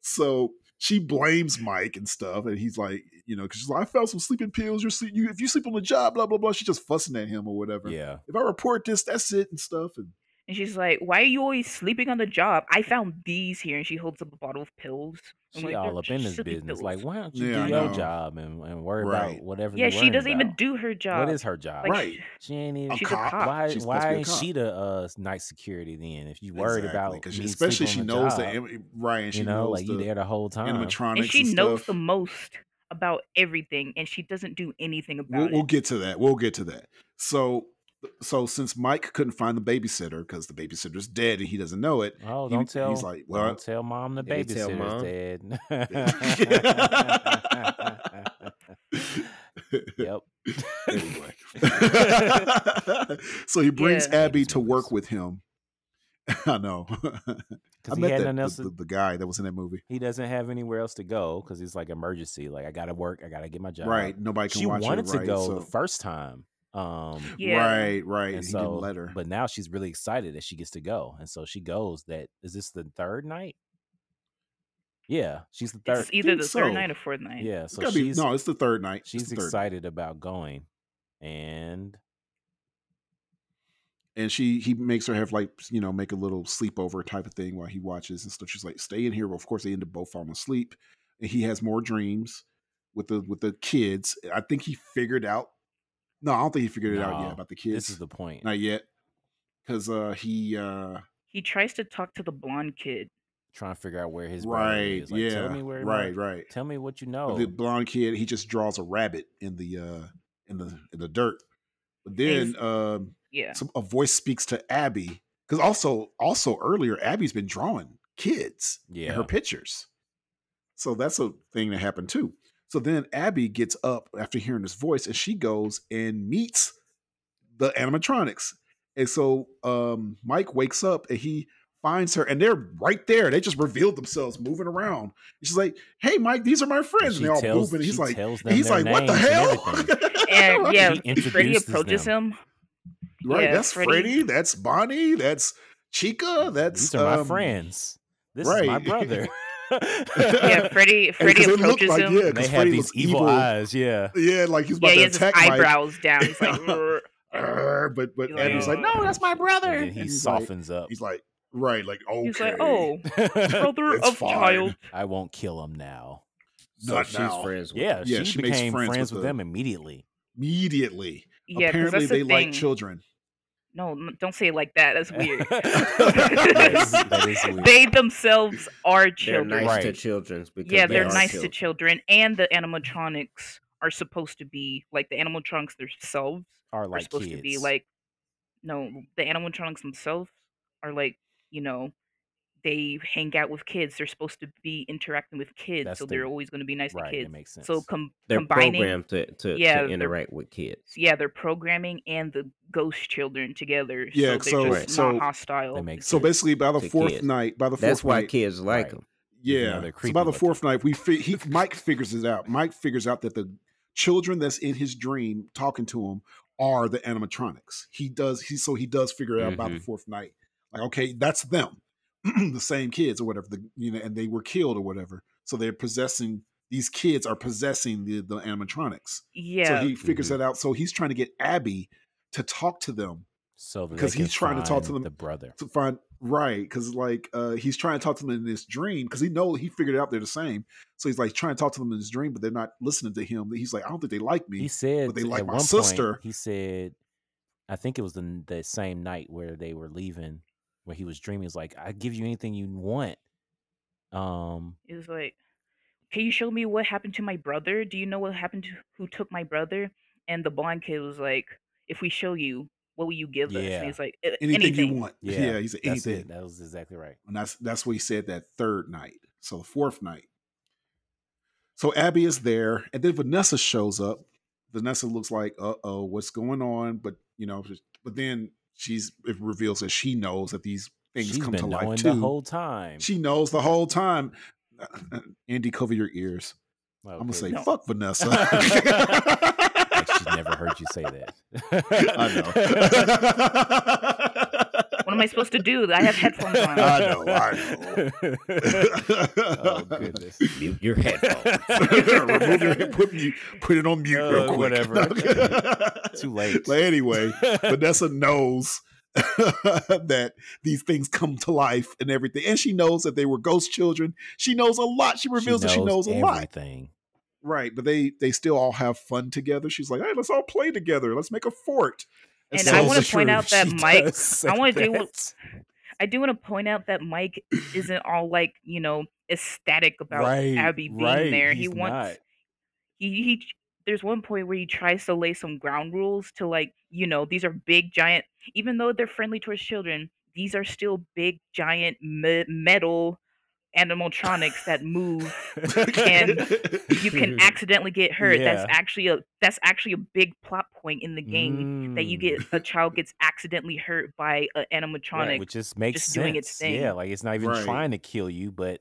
Speaker 2: so she blames Mike and stuff, and he's like, you know, because she's like, I found some sleeping pills. You're sleep- you if you sleep on the job, blah blah blah. She's just fussing at him or whatever.
Speaker 1: Yeah,
Speaker 2: If I report this, that's it and stuff. And
Speaker 4: And she's like, Why are you always sleeping on the job? I found these here. And she holds up a bottle of pills. I'm
Speaker 1: she
Speaker 4: like,
Speaker 1: all
Speaker 4: "They're
Speaker 1: up in this
Speaker 4: silly
Speaker 1: business.
Speaker 4: pills."
Speaker 1: Like, why don't you
Speaker 2: Yeah, I
Speaker 1: do your
Speaker 2: know.
Speaker 1: job and, and worry
Speaker 2: Right.
Speaker 1: about whatever?
Speaker 4: yeah,
Speaker 1: you're
Speaker 4: she
Speaker 1: worrying
Speaker 4: doesn't even
Speaker 1: about?
Speaker 4: do her job.
Speaker 1: What is her job?
Speaker 4: Like,
Speaker 2: right,
Speaker 1: She ain't even.
Speaker 2: a
Speaker 4: she's a
Speaker 2: cop.
Speaker 4: cop.
Speaker 1: why?
Speaker 2: She's supposed to
Speaker 1: Why
Speaker 2: be a
Speaker 1: is
Speaker 2: cop.
Speaker 1: she the uh, night security then? If you worried
Speaker 2: Exactly,
Speaker 1: about,
Speaker 2: 'cause she-
Speaker 1: me
Speaker 2: especially she
Speaker 1: sleeping on
Speaker 2: knows
Speaker 1: the
Speaker 2: the
Speaker 1: job,
Speaker 2: im- right, and she
Speaker 1: you know,
Speaker 2: knows
Speaker 1: like you
Speaker 2: the
Speaker 1: there the whole time.
Speaker 2: animatronics
Speaker 4: and she knows
Speaker 2: stuff.
Speaker 4: the most about everything and she doesn't do anything about
Speaker 2: we'll,
Speaker 4: it.
Speaker 2: we'll get to that. We'll get to that. So, so since Mike couldn't find the babysitter because the babysitter's dead and he doesn't know it,
Speaker 1: Oh,
Speaker 2: He-
Speaker 1: don't tell.
Speaker 2: he's like, well,
Speaker 1: don't tell mom the
Speaker 3: Did he tell
Speaker 1: babysitter's
Speaker 3: mom?
Speaker 1: [laughs] dead. yep.
Speaker 2: [laughs]
Speaker 1: [laughs]
Speaker 2: anyway. [laughs] so he brings
Speaker 4: Yeah.
Speaker 2: Abby
Speaker 1: Babies
Speaker 2: to
Speaker 1: movies.
Speaker 2: work with him. [laughs] I know. [laughs] I
Speaker 1: Because he
Speaker 2: met
Speaker 1: had
Speaker 2: that,
Speaker 1: nothing
Speaker 2: the,
Speaker 1: else.
Speaker 2: the,
Speaker 1: to,
Speaker 2: the guy that was in that movie.
Speaker 1: he doesn't have anywhere else to go because he's like emergency. Like I gotta work. I gotta get my job.
Speaker 2: Right. Nobody can
Speaker 1: She
Speaker 2: watch
Speaker 1: wanted
Speaker 2: it. Right.
Speaker 1: to go
Speaker 2: so,
Speaker 1: the first time, Um,
Speaker 4: [laughs] Yeah.
Speaker 2: Right, right.
Speaker 1: and
Speaker 2: he
Speaker 1: so,
Speaker 2: didn't let her.
Speaker 1: but now she's really excited that she gets to go, and so she goes. That is this the third night? Yeah, she's the third.
Speaker 4: It's either
Speaker 2: think
Speaker 4: the third
Speaker 2: so.
Speaker 4: night or fourth night.
Speaker 1: Yeah,
Speaker 2: It's
Speaker 1: so
Speaker 2: gotta be-
Speaker 1: she's
Speaker 2: no, it's the third night. It's
Speaker 1: she's
Speaker 2: the third night.
Speaker 1: excited about going, and
Speaker 2: and she he makes her have like you know make a little sleepover type of thing while he watches and stuff. She's like, stay in here. Well, of course, they end up both falling asleep, and he has more dreams with the with the kids. I think he figured out. No, I don't think he figured it out
Speaker 1: No,
Speaker 2: yet about the kids.
Speaker 1: this is the point.
Speaker 2: not yet because uh, he uh,
Speaker 4: He tries to talk to the blonde kid.
Speaker 1: Trying to figure out where his brother
Speaker 2: right,
Speaker 1: is. Like,
Speaker 2: yeah,
Speaker 1: tell me where. Oh. my-
Speaker 2: right, right.
Speaker 1: Tell me what you
Speaker 2: But
Speaker 1: know.
Speaker 2: The blonde kid he just draws a rabbit in the uh, in the in the dirt. But then
Speaker 4: He's-
Speaker 2: um, [laughs]
Speaker 4: Yeah.
Speaker 2: some, a voice speaks to Abby because also also earlier Abby's been drawing kids in
Speaker 1: yeah,
Speaker 2: her pictures, so that's a thing that happened too. So then Abby gets up after hearing this voice and she goes and meets the animatronics, and so um, Mike wakes up and he finds her and they're right there. They just revealed themselves moving around. And she's like, "Hey, Mike, these are my friends," and,
Speaker 1: she
Speaker 2: they're all
Speaker 1: tells-
Speaker 2: moving. He's
Speaker 1: she
Speaker 2: like,
Speaker 1: tells them
Speaker 2: "He's
Speaker 1: their
Speaker 2: like, what the
Speaker 1: names and
Speaker 2: hell?" [laughs]
Speaker 1: everything.
Speaker 4: And yeah,
Speaker 1: He
Speaker 4: Freddy
Speaker 1: introduces
Speaker 4: approaches him.
Speaker 2: Right.
Speaker 4: Yeah,
Speaker 2: that's Freddie.
Speaker 4: Freddie.
Speaker 2: That's Bonnie. That's Chica. That's
Speaker 1: These are my
Speaker 2: um,
Speaker 1: friends. This is my
Speaker 2: right. [laughs]
Speaker 1: brother. [laughs]
Speaker 4: Yeah, Freddy.
Speaker 2: and 'cause
Speaker 4: Freddy
Speaker 2: they look
Speaker 4: approaches
Speaker 2: like,
Speaker 4: him.
Speaker 2: Yeah,
Speaker 1: And they
Speaker 2: 'cause
Speaker 1: have
Speaker 2: Freddie
Speaker 1: these
Speaker 2: looks
Speaker 1: evil, eyes. Yeah.
Speaker 2: Yeah, like he's about
Speaker 4: yeah, he
Speaker 2: to
Speaker 4: has his
Speaker 2: attack Mike.
Speaker 4: eyebrows down.
Speaker 2: [laughs]
Speaker 4: He's like, "Rrr."
Speaker 2: Arr, but but
Speaker 4: He's
Speaker 2: and
Speaker 4: like,
Speaker 2: Abby's like,
Speaker 4: "Oh."
Speaker 2: no, that's my brother.
Speaker 1: And then he
Speaker 2: And he's like-
Speaker 1: softens up.
Speaker 2: he's like, right, like okay.
Speaker 4: he's like,
Speaker 2: [laughs]
Speaker 4: oh, brother
Speaker 2: It's
Speaker 4: of
Speaker 2: fine.
Speaker 4: child. [laughs]
Speaker 1: [laughs] I won't kill him now.
Speaker 3: So
Speaker 2: Not
Speaker 3: she's
Speaker 2: now.
Speaker 3: friends with
Speaker 1: Yeah,
Speaker 2: Yeah,
Speaker 1: she,
Speaker 2: she makes
Speaker 1: became
Speaker 2: friends
Speaker 1: friends,
Speaker 2: with
Speaker 1: with
Speaker 2: the-
Speaker 1: them immediately.
Speaker 2: Immediately.
Speaker 4: Yeah, because
Speaker 2: Apparently
Speaker 4: that's the
Speaker 2: they
Speaker 4: thing.
Speaker 2: like children.
Speaker 4: No, n- don't say it like
Speaker 2: [laughs]
Speaker 4: that. That's
Speaker 1: [laughs]
Speaker 4: weird. [laughs]
Speaker 1: that, is, that is weird.
Speaker 4: they themselves are
Speaker 3: They're
Speaker 4: children.
Speaker 3: nice to
Speaker 1: Right.
Speaker 3: children because
Speaker 4: yeah,
Speaker 3: they
Speaker 4: they're
Speaker 3: are
Speaker 1: Yes.
Speaker 4: nice
Speaker 3: children.
Speaker 4: to children, and the animatronics are supposed to be like the animatronics themselves
Speaker 1: are
Speaker 4: are
Speaker 1: like
Speaker 4: supposed
Speaker 1: kids.
Speaker 4: to be like no, the animatronics themselves are like you know they hang out with kids. They're supposed to be interacting with kids,
Speaker 1: That's
Speaker 4: so
Speaker 1: the-
Speaker 4: they're always going to be nice
Speaker 1: right.
Speaker 4: to
Speaker 1: That
Speaker 4: kids.
Speaker 1: makes sense.
Speaker 4: So com-
Speaker 3: They're
Speaker 4: combining
Speaker 3: programmed to, to,
Speaker 4: Yeah,
Speaker 3: to
Speaker 4: they're-
Speaker 3: interact with kids.
Speaker 4: yeah, they're programming and the ghost children together.
Speaker 2: Yeah,
Speaker 4: so
Speaker 2: so-
Speaker 4: they're
Speaker 2: Right.
Speaker 4: just
Speaker 2: so-
Speaker 4: not hostile.
Speaker 1: That makes
Speaker 2: So
Speaker 1: sense.
Speaker 2: basically by the
Speaker 3: To
Speaker 2: fourth
Speaker 3: kids.
Speaker 2: night, by the
Speaker 3: That's
Speaker 2: fourth
Speaker 3: why
Speaker 2: night,
Speaker 3: kids like
Speaker 1: Right.
Speaker 3: them.
Speaker 1: Even though
Speaker 2: yeah.
Speaker 1: they're
Speaker 2: So
Speaker 1: creepy
Speaker 2: by the
Speaker 1: with
Speaker 2: fourth night, we fi- he Mike figures it out. Mike figures out that the children that's in his dream talking to him are the animatronics. He does he so he does figure it out
Speaker 1: Mm-hmm.
Speaker 2: by the fourth night. Like okay, that's them, [clears throat] the same kids or whatever. The you know and they were killed or whatever. So they're possessing these kids are possessing the the animatronics.
Speaker 4: yeah,
Speaker 2: So he figures
Speaker 3: Mhm.
Speaker 1: Mm-hmm.
Speaker 2: that out. So he's trying to get Abby to talk to them
Speaker 1: So that they
Speaker 2: 'cause
Speaker 1: can
Speaker 2: he's trying to talk to
Speaker 1: find
Speaker 2: them-
Speaker 1: The brother.
Speaker 2: to find right because like uh he's trying to talk to them in this dream because he know he figured it out they're the same so he's like trying to talk to them in his dream but they're not listening to him he's like i don't think they like me
Speaker 1: He said
Speaker 2: but they like
Speaker 1: at
Speaker 2: my
Speaker 1: one
Speaker 2: sister.
Speaker 1: Point, he said, I think it was the, n- the same night where they were leaving, where he was dreaming. He's like, I give you anything you want. Um,
Speaker 4: it was like, "Can you show me what happened to my brother? Do you know what happened to who took my brother?" And the blind kid was like, "If we show you, what will you give us?"
Speaker 1: Yeah.
Speaker 4: And he's like, "Uh,
Speaker 2: anything,
Speaker 4: "Anything."
Speaker 2: you want [laughs] yeah,
Speaker 1: Yeah,
Speaker 2: he said
Speaker 1: that's
Speaker 2: anything
Speaker 1: it. That was exactly right.
Speaker 2: and that's that's what he said that third night so the fourth night so abby is there and then vanessa shows up vanessa looks like uh-oh what's going on but you know but then she's it reveals that she knows that these things
Speaker 1: She's
Speaker 2: come
Speaker 1: been
Speaker 2: to
Speaker 1: knowing
Speaker 2: life too
Speaker 1: the whole time.
Speaker 2: She knows the whole time. [laughs] Andy, cover your ears. I'm gonna
Speaker 1: Okay.
Speaker 2: say
Speaker 4: No.
Speaker 1: [laughs]
Speaker 2: fuck Vanessa.
Speaker 1: Like
Speaker 2: [laughs]
Speaker 1: she's never heard you say that. I
Speaker 2: I
Speaker 4: What am I supposed to do? I
Speaker 1: [laughs]
Speaker 4: have headphones on.
Speaker 2: I know, I
Speaker 1: know. oh goodness.
Speaker 3: Mute your
Speaker 4: [laughs]
Speaker 2: [laughs]
Speaker 3: headphones.
Speaker 2: Remove your put mute, put it on mute real
Speaker 1: Uh,
Speaker 2: quick. [laughs]
Speaker 1: whatever. [laughs] Too late.
Speaker 2: But
Speaker 1: [laughs]
Speaker 2: anyway, Vanessa knows [laughs] that these things come to life and everything, and she knows that they were ghost children. She knows a lot. She reveals that she knows a lot.
Speaker 1: everything.
Speaker 2: Right, but they they still all have fun together. She's like, "Hey, let's all play together. Let's make a fort."
Speaker 4: And
Speaker 1: So
Speaker 4: I
Speaker 2: so-
Speaker 4: wanna
Speaker 1: it's
Speaker 4: point
Speaker 1: true,
Speaker 4: out that
Speaker 1: she
Speaker 4: Mike-
Speaker 1: does say
Speaker 4: I wanna do
Speaker 1: that.
Speaker 4: I do want to point out that Mike isn't all like you know ecstatic about
Speaker 1: right,
Speaker 4: Abby being
Speaker 1: right,
Speaker 4: there. He
Speaker 1: he's
Speaker 4: wants
Speaker 1: not.
Speaker 4: he he ch- there's one point where he tries to lay some ground rules to like you know these are big giant even though they're friendly towards children these are still big giant me- metal animatronics that move and
Speaker 1: [laughs]
Speaker 4: you can accidentally get hurt
Speaker 1: Yeah.
Speaker 4: that's actually a that's actually a big plot point in the game that you get
Speaker 1: Mm.
Speaker 4: a child gets accidentally hurt by an
Speaker 1: [laughs]
Speaker 4: animatronic
Speaker 1: Right, which just makes
Speaker 4: just
Speaker 1: sense.
Speaker 4: doing its
Speaker 1: Yeah,
Speaker 4: thing.
Speaker 1: like it's not even
Speaker 2: Right.
Speaker 1: trying to kill you, but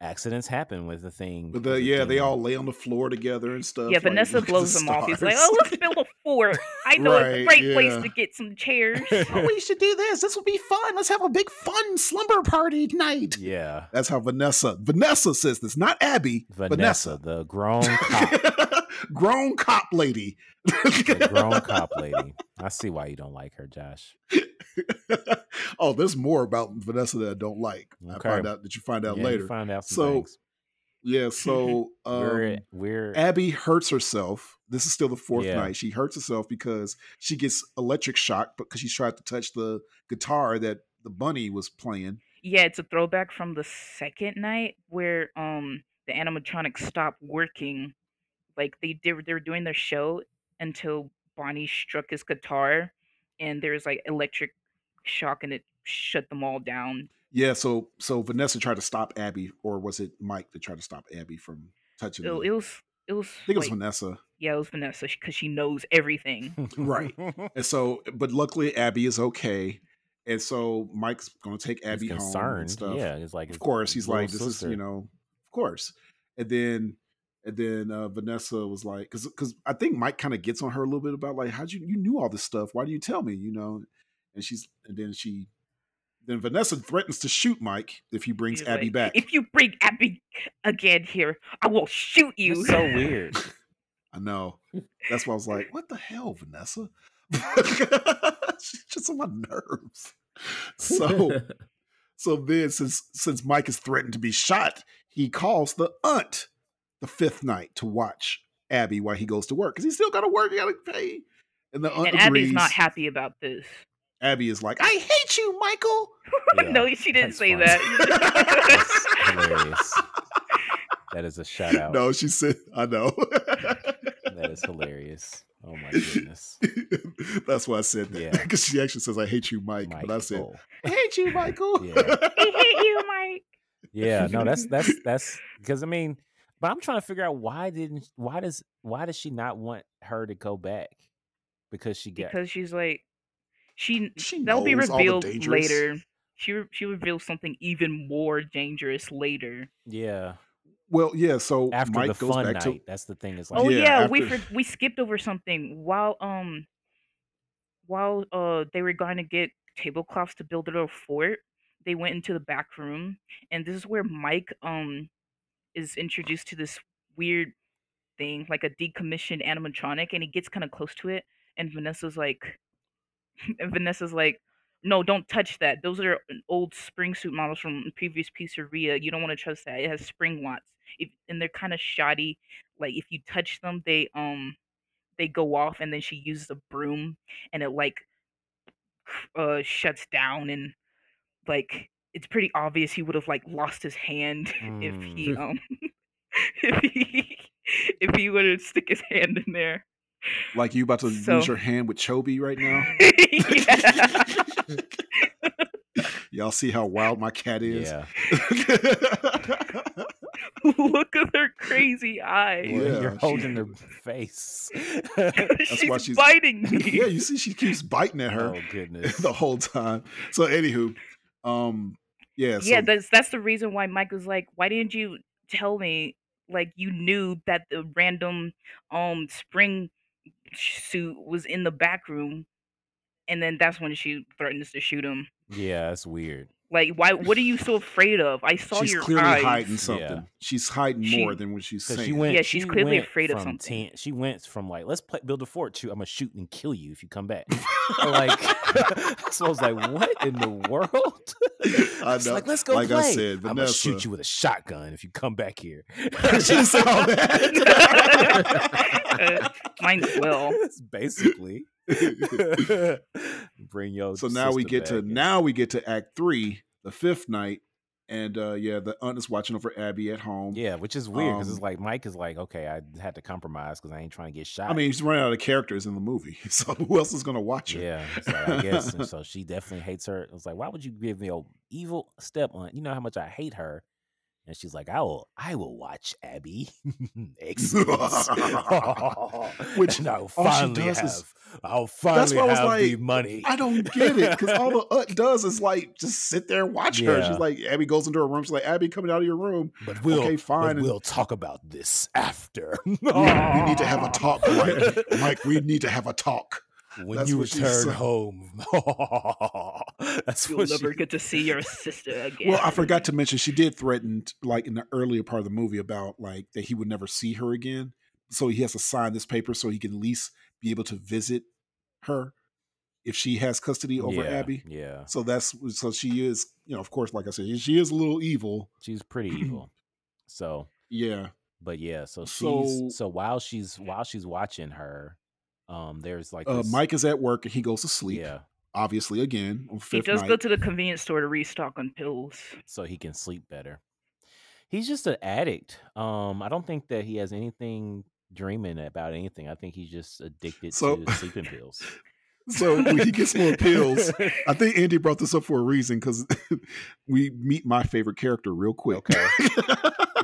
Speaker 1: accidents happen with the thing.
Speaker 2: [laughs] But the,
Speaker 1: with the
Speaker 2: yeah, they
Speaker 1: thing.
Speaker 2: all lay on the floor together and stuff.
Speaker 4: yeah,
Speaker 2: like, [laughs]
Speaker 4: Vanessa
Speaker 2: look at the
Speaker 4: blows him off. He's like,
Speaker 2: stars.
Speaker 4: "Oh, let's build a fort. I know a
Speaker 2: Right,
Speaker 4: great place
Speaker 2: yeah.
Speaker 4: to get some chairs."
Speaker 2: [laughs]
Speaker 5: oh, we should do this. This will be fun. Let's have a big fun slumber party tonight.
Speaker 1: [laughs] Yeah,
Speaker 2: That's how Vanessa. Vanessa says this, not Abby.
Speaker 1: Vanessa,
Speaker 2: Vanessa.
Speaker 1: the grown cop,
Speaker 2: [laughs] grown cop lady.
Speaker 1: the grown cop lady. I see why you don't like her, Josh.
Speaker 2: [laughs] oh, there's more about Vanessa that I don't like. I
Speaker 1: Okay.
Speaker 2: find out that you find out
Speaker 1: Yeah, you
Speaker 2: later.
Speaker 1: find out some
Speaker 2: So,
Speaker 1: things. [laughs]
Speaker 2: yeah, so
Speaker 1: we're
Speaker 2: um,
Speaker 1: we're [laughs]
Speaker 2: Abby hurts herself. This is still the fourth
Speaker 1: Yeah.
Speaker 2: night. She hurts herself because she gets electric shock because she tried to touch the guitar that the bunny was playing.
Speaker 4: yeah, it's a throwback from the second night where um the animatronics stopped working. Like they did, they were doing their show until Bonnie struck his guitar, and there was like electric shock, and it shut them all down.
Speaker 2: Yeah, so so Vanessa tried to stop Abby, or was it Mike that tried to stop Abby from touching?
Speaker 4: So
Speaker 2: the-
Speaker 4: it was, it was.
Speaker 2: I think it was
Speaker 4: like-
Speaker 2: Vanessa.
Speaker 4: Yeah, it was Vanessa because she knows everything.
Speaker 2: right. And so, but luckily Abby is okay, and so Mike's going to take Abby
Speaker 1: He's
Speaker 2: home and
Speaker 1: concerned.
Speaker 2: stuff.
Speaker 1: Yeah, it's like
Speaker 2: of
Speaker 1: his
Speaker 2: course he's
Speaker 1: little
Speaker 2: like this
Speaker 1: sister.
Speaker 2: is you know of course and then and then uh, vanessa was like because because i think mike kind of gets on her a little bit about like how'd you you knew all this stuff why do you tell me you know and she's and then she then vanessa threatens to shoot mike if he brings
Speaker 4: She's
Speaker 2: abby
Speaker 4: like,
Speaker 2: back
Speaker 4: If you bring Abby again here, I will shoot you.
Speaker 1: It's so weird.
Speaker 2: i know that's why i was like what the hell vanessa [laughs] she's just on my nerves so So then, since since Mike is threatened to be shot, he calls the aunt the fifth night to watch Abby while he goes to work because he's still got to work, he got to pay. And the aunt
Speaker 4: and Abby's
Speaker 2: agrees.
Speaker 4: not happy about this. [laughs]
Speaker 2: Abby is like, "I hate you, Michael."
Speaker 1: Yeah,
Speaker 4: no, she didn't
Speaker 1: that's
Speaker 4: say
Speaker 1: funny.
Speaker 4: [laughs]
Speaker 1: That's
Speaker 2: [laughs]
Speaker 4: that.
Speaker 1: hilarious. That is a shout out.
Speaker 2: No, she said, "I know." [laughs]
Speaker 1: That is hilarious. Oh my
Speaker 2: [laughs]
Speaker 1: goodness.
Speaker 2: That's why I said that
Speaker 1: Yeah.
Speaker 2: because she actually says, "I hate you, Mike,"
Speaker 1: Mike,
Speaker 2: but I said,
Speaker 1: oh.
Speaker 2: "I hate you, Michael."
Speaker 4: [laughs]
Speaker 1: Yeah.
Speaker 4: I hate you, Mike.
Speaker 1: Yeah, no, that's that's that's because I mean, but I'm trying to figure out why didn't why does why does she not want her to go back because she got
Speaker 4: Because she's like, she.
Speaker 2: [laughs] She
Speaker 4: that'll be
Speaker 2: knows all the
Speaker 4: revealed
Speaker 2: dangerous-
Speaker 4: later. She re- she reveals something even more dangerous later.
Speaker 1: yeah
Speaker 2: Well, yeah. So
Speaker 1: after
Speaker 2: Mike
Speaker 1: the
Speaker 2: goes
Speaker 1: fun
Speaker 2: back
Speaker 1: night.
Speaker 2: to
Speaker 1: That's the thing. Is like
Speaker 4: Oh
Speaker 2: Yeah,
Speaker 4: yeah, we
Speaker 2: after-
Speaker 4: for, we skipped over something while um while uh they were going to get tablecloths to build a little fort. They went into the back room, and this is where Mike um is introduced to this weird thing, like a decommissioned animatronic, and he gets kind of close to it, and Vanessa's like, [laughs] and Vanessa's like. No, don't touch that. Those are old spring suit models from previous pizzeria. You don't want to trust that. It has spring lots, if, and they're kind of shoddy like if you touch them they um they go off and then she uses a broom and it like cr- uh shuts down and like it's pretty obvious he would have like lost his hand [laughs] if
Speaker 1: hmm,
Speaker 2: Hmm.
Speaker 4: he um [laughs] if he if he would have stick his hand in there
Speaker 2: like you about to
Speaker 4: So-
Speaker 2: use your hand with Chobi right now.
Speaker 4: [laughs] Yeah.
Speaker 2: [laughs]
Speaker 4: [laughs]
Speaker 2: Y'all see how wild my cat is.
Speaker 1: yeah,
Speaker 4: look at her crazy eye
Speaker 1: Well,
Speaker 2: Yeah,
Speaker 1: you're
Speaker 2: she-
Speaker 1: holding her [laughs]
Speaker 2: [laughs]
Speaker 1: face.
Speaker 4: [laughs] she's,
Speaker 2: why she's-
Speaker 4: biting me
Speaker 2: [laughs] yeah, you see, she keeps biting at her
Speaker 1: oh goodness.
Speaker 2: [laughs] the whole time. So, anywho, um, yeah, so,
Speaker 4: yeah that's that's the reason why mike was like why didn't you tell me like you knew that the random um spring suit was in the back room and then that's when she threatens to shoot him
Speaker 1: yeah, that's weird.
Speaker 4: like why what are
Speaker 2: [laughs]
Speaker 4: you so afraid of i saw
Speaker 2: she's
Speaker 4: your
Speaker 2: clearly
Speaker 4: eyes
Speaker 2: hiding something.
Speaker 1: Yeah.
Speaker 2: She's hiding
Speaker 4: She-
Speaker 2: more than what she's
Speaker 1: Because
Speaker 2: saying.
Speaker 1: she went.
Speaker 4: Yeah, she's
Speaker 1: she
Speaker 4: clearly
Speaker 1: went
Speaker 4: afraid of
Speaker 1: from
Speaker 4: something.
Speaker 1: ten- she went from like, let's play, build a fort to I'm gonna shoot and kill you if you come
Speaker 2: [laughs]
Speaker 1: back. like, [laughs] so I was like, what in the world? [laughs]
Speaker 2: I
Speaker 1: It's
Speaker 2: know.
Speaker 1: Like, let's go
Speaker 2: Like
Speaker 1: play.
Speaker 2: I said,
Speaker 1: I'm gonna shoot
Speaker 2: Vanessa-
Speaker 1: you with a shotgun if you come back here.
Speaker 2: [laughs] she said all that. [laughs]
Speaker 4: Uh,
Speaker 1: [laughs]
Speaker 4: mine's will
Speaker 1: That's basically. [laughs] Bring your.
Speaker 2: so now we
Speaker 1: sister
Speaker 2: get to
Speaker 1: back and-
Speaker 2: now we get to Act Three, the fifth night, and uh, yeah, the aunt is watching over Abby at home.
Speaker 1: Yeah, which is weird because
Speaker 2: Um,
Speaker 1: it's like Mike is like, okay, I had to compromise because I ain't trying to get shot.
Speaker 2: I mean, he's running out of characters in the movie, [laughs] so who else is gonna watch it?
Speaker 1: Yeah, so I guess. And
Speaker 2: [laughs]
Speaker 1: so she definitely hates her. It was like, why would you give me a evil step on? You know how much I hate her. And she's like, I will, I will watch Abby. [laughs] Excellent.
Speaker 2: Which
Speaker 1: and I'll
Speaker 2: all she
Speaker 1: finally
Speaker 2: does
Speaker 1: have,
Speaker 2: is-
Speaker 1: I'll finally
Speaker 2: why I was
Speaker 1: have the
Speaker 2: like,
Speaker 1: money.
Speaker 2: I don't get it because all the ut does is like just sit there and watch her.
Speaker 1: Yeah.
Speaker 2: She's like, Abby goes into her room. She's like, Abby coming out of your room.
Speaker 1: [laughs] But we'll,
Speaker 2: okay,
Speaker 1: but
Speaker 2: fine. and-
Speaker 1: we'll talk about this after. [laughs]
Speaker 2: Yeah, we need to have a talk, Mike. Mike, we need to have a talk.
Speaker 1: when
Speaker 2: That's
Speaker 1: you
Speaker 2: what she
Speaker 1: return
Speaker 2: said.
Speaker 1: home. [laughs] That's
Speaker 4: You'll
Speaker 1: what she-
Speaker 4: never get to see your sister again.
Speaker 2: [laughs] Well, I forgot to mention she did threaten, like in the earlier part of the movie, about like that he would never see her again. So he has to sign this paper so he can at least be able to visit her if she has custody over
Speaker 1: yeah,
Speaker 2: Abby.
Speaker 1: Yeah,
Speaker 2: So that's so she is, you know, of course, like I said, she is a little evil.
Speaker 1: she's pretty evil. So,
Speaker 2: Yeah.
Speaker 1: but yeah, so she's
Speaker 2: So-
Speaker 1: so, while she's while she's watching her, um, there's like
Speaker 2: Uh,
Speaker 1: this-
Speaker 2: Mike is at work and he goes to sleep.
Speaker 1: Yeah,
Speaker 2: Obviously, again on
Speaker 4: he
Speaker 2: fifth
Speaker 4: does
Speaker 2: night.
Speaker 4: go to the convenience store to restock on pills.
Speaker 1: so he can sleep better. He's just an addict. Um, I don't think that he has anything dreaming about anything. I think he's just addicted
Speaker 2: So-
Speaker 1: to sleeping
Speaker 2: [laughs]
Speaker 1: pills.
Speaker 2: so when he gets
Speaker 4: [laughs]
Speaker 2: more
Speaker 1: [laughs]
Speaker 2: pills, I think Andy brought this up for a reason because [laughs] we meet my favorite character real
Speaker 3: [laughs]
Speaker 2: quick. [laughs]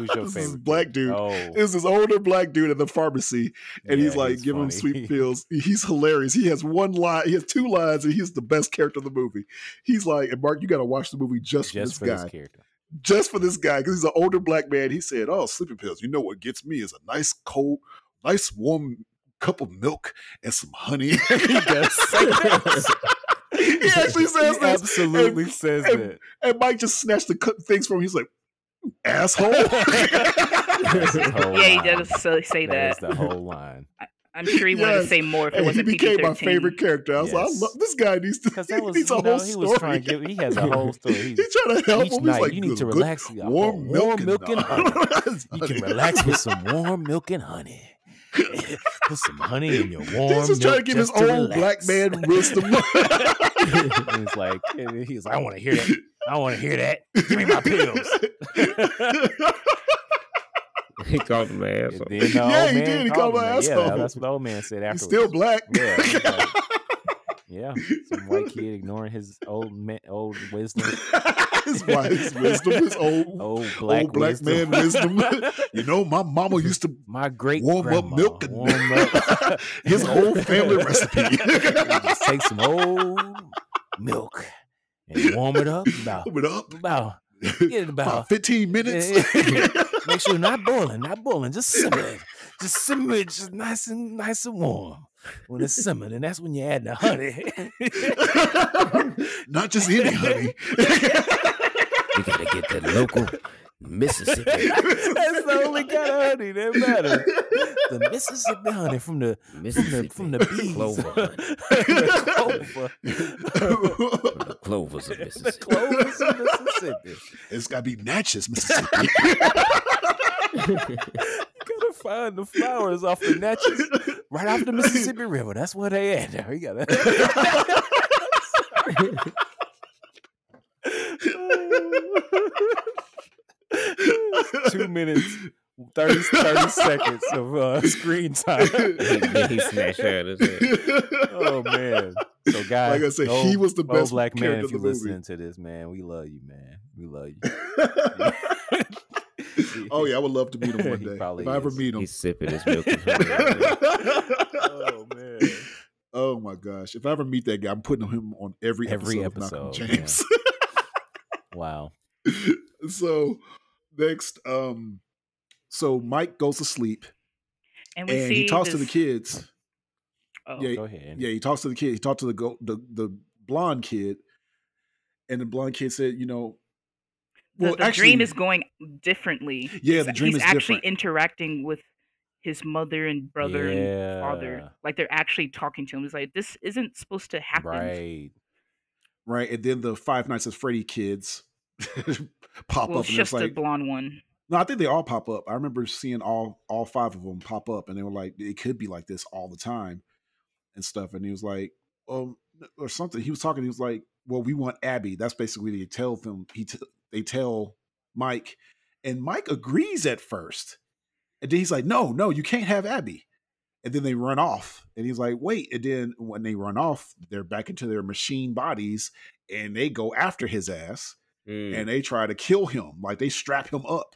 Speaker 1: Okay. Who's your
Speaker 2: This is
Speaker 1: favorite?
Speaker 2: black dude.
Speaker 1: Oh,
Speaker 2: It's this older black dude at the pharmacy, and he's
Speaker 1: yeah,
Speaker 2: like giving
Speaker 1: [laughs]
Speaker 2: him
Speaker 1: funny.
Speaker 2: sweet pills. He's hilarious. He has one line, he has two lines, and he's the best character in the movie. He's like, and Mark, you got to watch the movie just, for
Speaker 1: just
Speaker 2: this
Speaker 1: for
Speaker 2: guy,
Speaker 1: this character.
Speaker 2: just for this guy, because he's an older black man. He said, "Oh, sleeping pills. You know what gets me is a nice cold, nice warm cup of milk and some honey." [laughs]
Speaker 1: He does say this.
Speaker 2: [laughs] He actually
Speaker 1: [laughs]
Speaker 2: says
Speaker 1: He
Speaker 2: this.
Speaker 1: Absolutely says
Speaker 2: and- [laughs]
Speaker 1: it.
Speaker 2: And Mike just snatched the cu- things from him. He's like,
Speaker 1: [laughs]
Speaker 2: asshole.
Speaker 1: Asshole.
Speaker 4: yeah, he
Speaker 1: line.
Speaker 4: does so- say
Speaker 1: That
Speaker 4: that.
Speaker 1: is the whole
Speaker 2: [laughs]
Speaker 1: line.
Speaker 4: I'm sure he wanted to
Speaker 2: Yes.
Speaker 4: say more if it
Speaker 2: and he
Speaker 4: wasn't
Speaker 2: became
Speaker 4: PG-13.
Speaker 2: my favorite character. I was like, I
Speaker 1: Yes.
Speaker 2: love this guy needs to.
Speaker 1: Because that was,
Speaker 2: he's a
Speaker 1: you
Speaker 2: whole
Speaker 1: know, he
Speaker 2: story.
Speaker 1: was trying to give. He has a
Speaker 2: [laughs]
Speaker 1: whole story.
Speaker 2: He
Speaker 1: He's,
Speaker 2: tried to help
Speaker 1: each
Speaker 2: him. He's
Speaker 1: night,
Speaker 2: like,
Speaker 1: you need to
Speaker 2: "Good-
Speaker 1: relax. You got
Speaker 2: Warm milk,
Speaker 1: warm milk and
Speaker 2: [laughs] honey."
Speaker 1: you can relax with some warm milk and honey. [laughs] Put some honey in your warm.
Speaker 2: He's just
Speaker 1: milk
Speaker 2: trying to give his
Speaker 1: just to
Speaker 2: old black
Speaker 1: relax. [laughs]
Speaker 2: man wisdom.
Speaker 1: And he's like, and he's like, I want to hear that. I want to hear that. Give me my pills.
Speaker 3: he called him an
Speaker 1: And
Speaker 3: asshole.
Speaker 1: then the
Speaker 2: Yeah,
Speaker 1: old
Speaker 2: he
Speaker 1: man
Speaker 2: did. He
Speaker 1: called
Speaker 2: called him an
Speaker 1: him that. Yeah,
Speaker 2: asshole.
Speaker 1: that's what the old man said
Speaker 2: [laughs] He's
Speaker 1: afterwards.
Speaker 2: still black.
Speaker 1: Yeah, he's like- yeah, some white kid ignoring his old man, old wisdom.
Speaker 2: [laughs] his, wi- his wisdom, his old. [laughs]
Speaker 1: old black,
Speaker 2: old black
Speaker 1: wisdom.
Speaker 2: man wisdom. You know, my mama used to
Speaker 1: [laughs] My great
Speaker 2: warm up
Speaker 1: grandma,
Speaker 2: milk and-
Speaker 1: warm up
Speaker 2: [laughs] his whole family recipe. [laughs]
Speaker 1: Just take some old milk and warm it up about
Speaker 2: warm it up.
Speaker 1: about get it about
Speaker 2: About 15 minutes. [laughs]
Speaker 1: make sure not boiling, not boiling, just simmer it. Just simmer it just nice and nice and warm. When it's simmered, and that's when you add the honey. [laughs]
Speaker 2: [laughs] Not just any honey. [laughs]
Speaker 3: You gotta get that local [laughs] Mississippi,
Speaker 1: that's the only kind of honey that matters. The Mississippi honey from the from the
Speaker 3: Mississippi
Speaker 1: from the bees.
Speaker 3: [laughs] clover, honey.
Speaker 1: The clover.
Speaker 3: [laughs] the clovers of
Speaker 1: the
Speaker 3: Mississippi.
Speaker 1: clovers of Mississippi.
Speaker 2: it's got to be Natchez, Mississippi.
Speaker 1: You gotta find the flowers off the Natchez, right off the Mississippi River. That's where they at now. You gotta. [laughs] Two minutes, 30, 30 seconds of uh, screen time.
Speaker 3: Then he snatched her out of his
Speaker 4: [laughs]
Speaker 3: hand.
Speaker 1: Oh man! So guys,
Speaker 2: [laughs] Like I said, he was the
Speaker 1: old
Speaker 2: best
Speaker 1: black man.
Speaker 2: character
Speaker 1: If
Speaker 2: in
Speaker 1: you
Speaker 2: the movie.
Speaker 1: listening to this, man, we love you, man. We
Speaker 2: [laughs]
Speaker 1: love you.
Speaker 2: oh, yeah, I would love to meet him
Speaker 1: [laughs]
Speaker 2: one
Speaker 1: He
Speaker 2: day.
Speaker 1: probably
Speaker 2: If I ever
Speaker 1: is.
Speaker 2: meet him.
Speaker 3: He's sipping his milk. and
Speaker 4: [laughs]
Speaker 3: honey right now.
Speaker 1: Oh man!
Speaker 2: oh, my gosh. If I ever meet that guy, I'm putting him on every,
Speaker 1: Every
Speaker 2: episode, of Malcolm
Speaker 1: episode, yeah.
Speaker 2: James.
Speaker 1: Wow.
Speaker 2: [laughs] so next um so mike goes to sleep
Speaker 4: And, we
Speaker 2: and
Speaker 4: see
Speaker 2: he talks to the
Speaker 4: this-
Speaker 2: kids
Speaker 4: Oh,
Speaker 2: yeah
Speaker 1: Go ahead.
Speaker 2: yeah he talks to the kid he talked to the go the, the blonde kid and the blonde kid said you know
Speaker 4: the,
Speaker 2: well
Speaker 4: the
Speaker 2: actually
Speaker 4: dream is going differently.
Speaker 2: yeah
Speaker 4: He's-
Speaker 2: the dream is
Speaker 4: he's actually
Speaker 2: different
Speaker 4: interacting with his mother and brother and father. Like they're actually talking to him. He's like, this isn't supposed to happen.
Speaker 1: Right.
Speaker 2: right and then the five nights at freddy kids [laughs] pop
Speaker 4: Well,
Speaker 2: up
Speaker 4: it's
Speaker 2: and it's
Speaker 4: just the
Speaker 2: like
Speaker 4: blonde one.
Speaker 2: no i think they all pop up i remember seeing all all five of them pop up and they were like it could be like this all the time and stuff and he was like um or something he was talking he was like well we want abby that's basically they tell them he t- they tell mike and mike agrees at first and then he's like no no you can't have abby and then they run off and he's like wait and then when they run off they're back into their machine bodies and they go after his ass
Speaker 3: Mm.
Speaker 2: and they try to kill him like they strap him up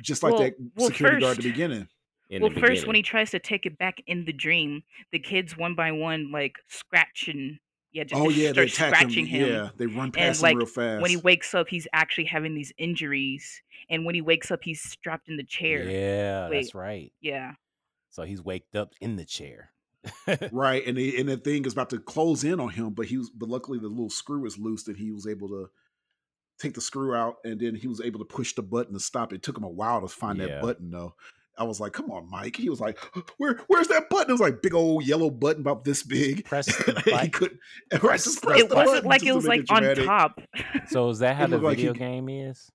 Speaker 2: Just like
Speaker 4: Well-
Speaker 2: that
Speaker 4: well,
Speaker 2: security guard at
Speaker 4: first-
Speaker 2: the beginning.
Speaker 3: In
Speaker 4: well,
Speaker 3: the
Speaker 4: first when
Speaker 3: beginning.
Speaker 4: he tries to take it back in the dream, the kids one by one like scratch and yeah, just
Speaker 2: Oh yeah, they
Speaker 4: start
Speaker 2: attack him.
Speaker 4: scratching him.
Speaker 2: Yeah, they run past
Speaker 4: like,
Speaker 2: him real fast.
Speaker 4: When he wakes up, he's actually having these injuries, and when he wakes up, he's strapped in the chair.
Speaker 1: Yeah,
Speaker 4: Wait.
Speaker 1: that's right.
Speaker 4: Yeah.
Speaker 1: So he's waked up in the chair. [laughs]
Speaker 2: right, and the and the thing is about to close in on him, but he was but luckily the little screw is loose and he was able to take the screw out and then he was able to push the button to stop it. It took him a while to find
Speaker 1: Yeah.
Speaker 2: that button though. I was like, come on, Mike. He was like, [gasps] Where where's that button? It was like big old yellow button about this
Speaker 4: [laughs]
Speaker 2: big. [laughs]
Speaker 1: Press the
Speaker 2: he
Speaker 1: button.
Speaker 2: couldn't press, just press
Speaker 4: It
Speaker 2: the
Speaker 4: wasn't
Speaker 2: button
Speaker 4: like
Speaker 2: just
Speaker 4: it
Speaker 2: to
Speaker 4: was
Speaker 2: make
Speaker 4: like on
Speaker 2: dramatic.
Speaker 4: top. [laughs]
Speaker 1: So is that how
Speaker 2: It
Speaker 1: the
Speaker 2: looked like he
Speaker 1: video
Speaker 2: g-
Speaker 1: game is?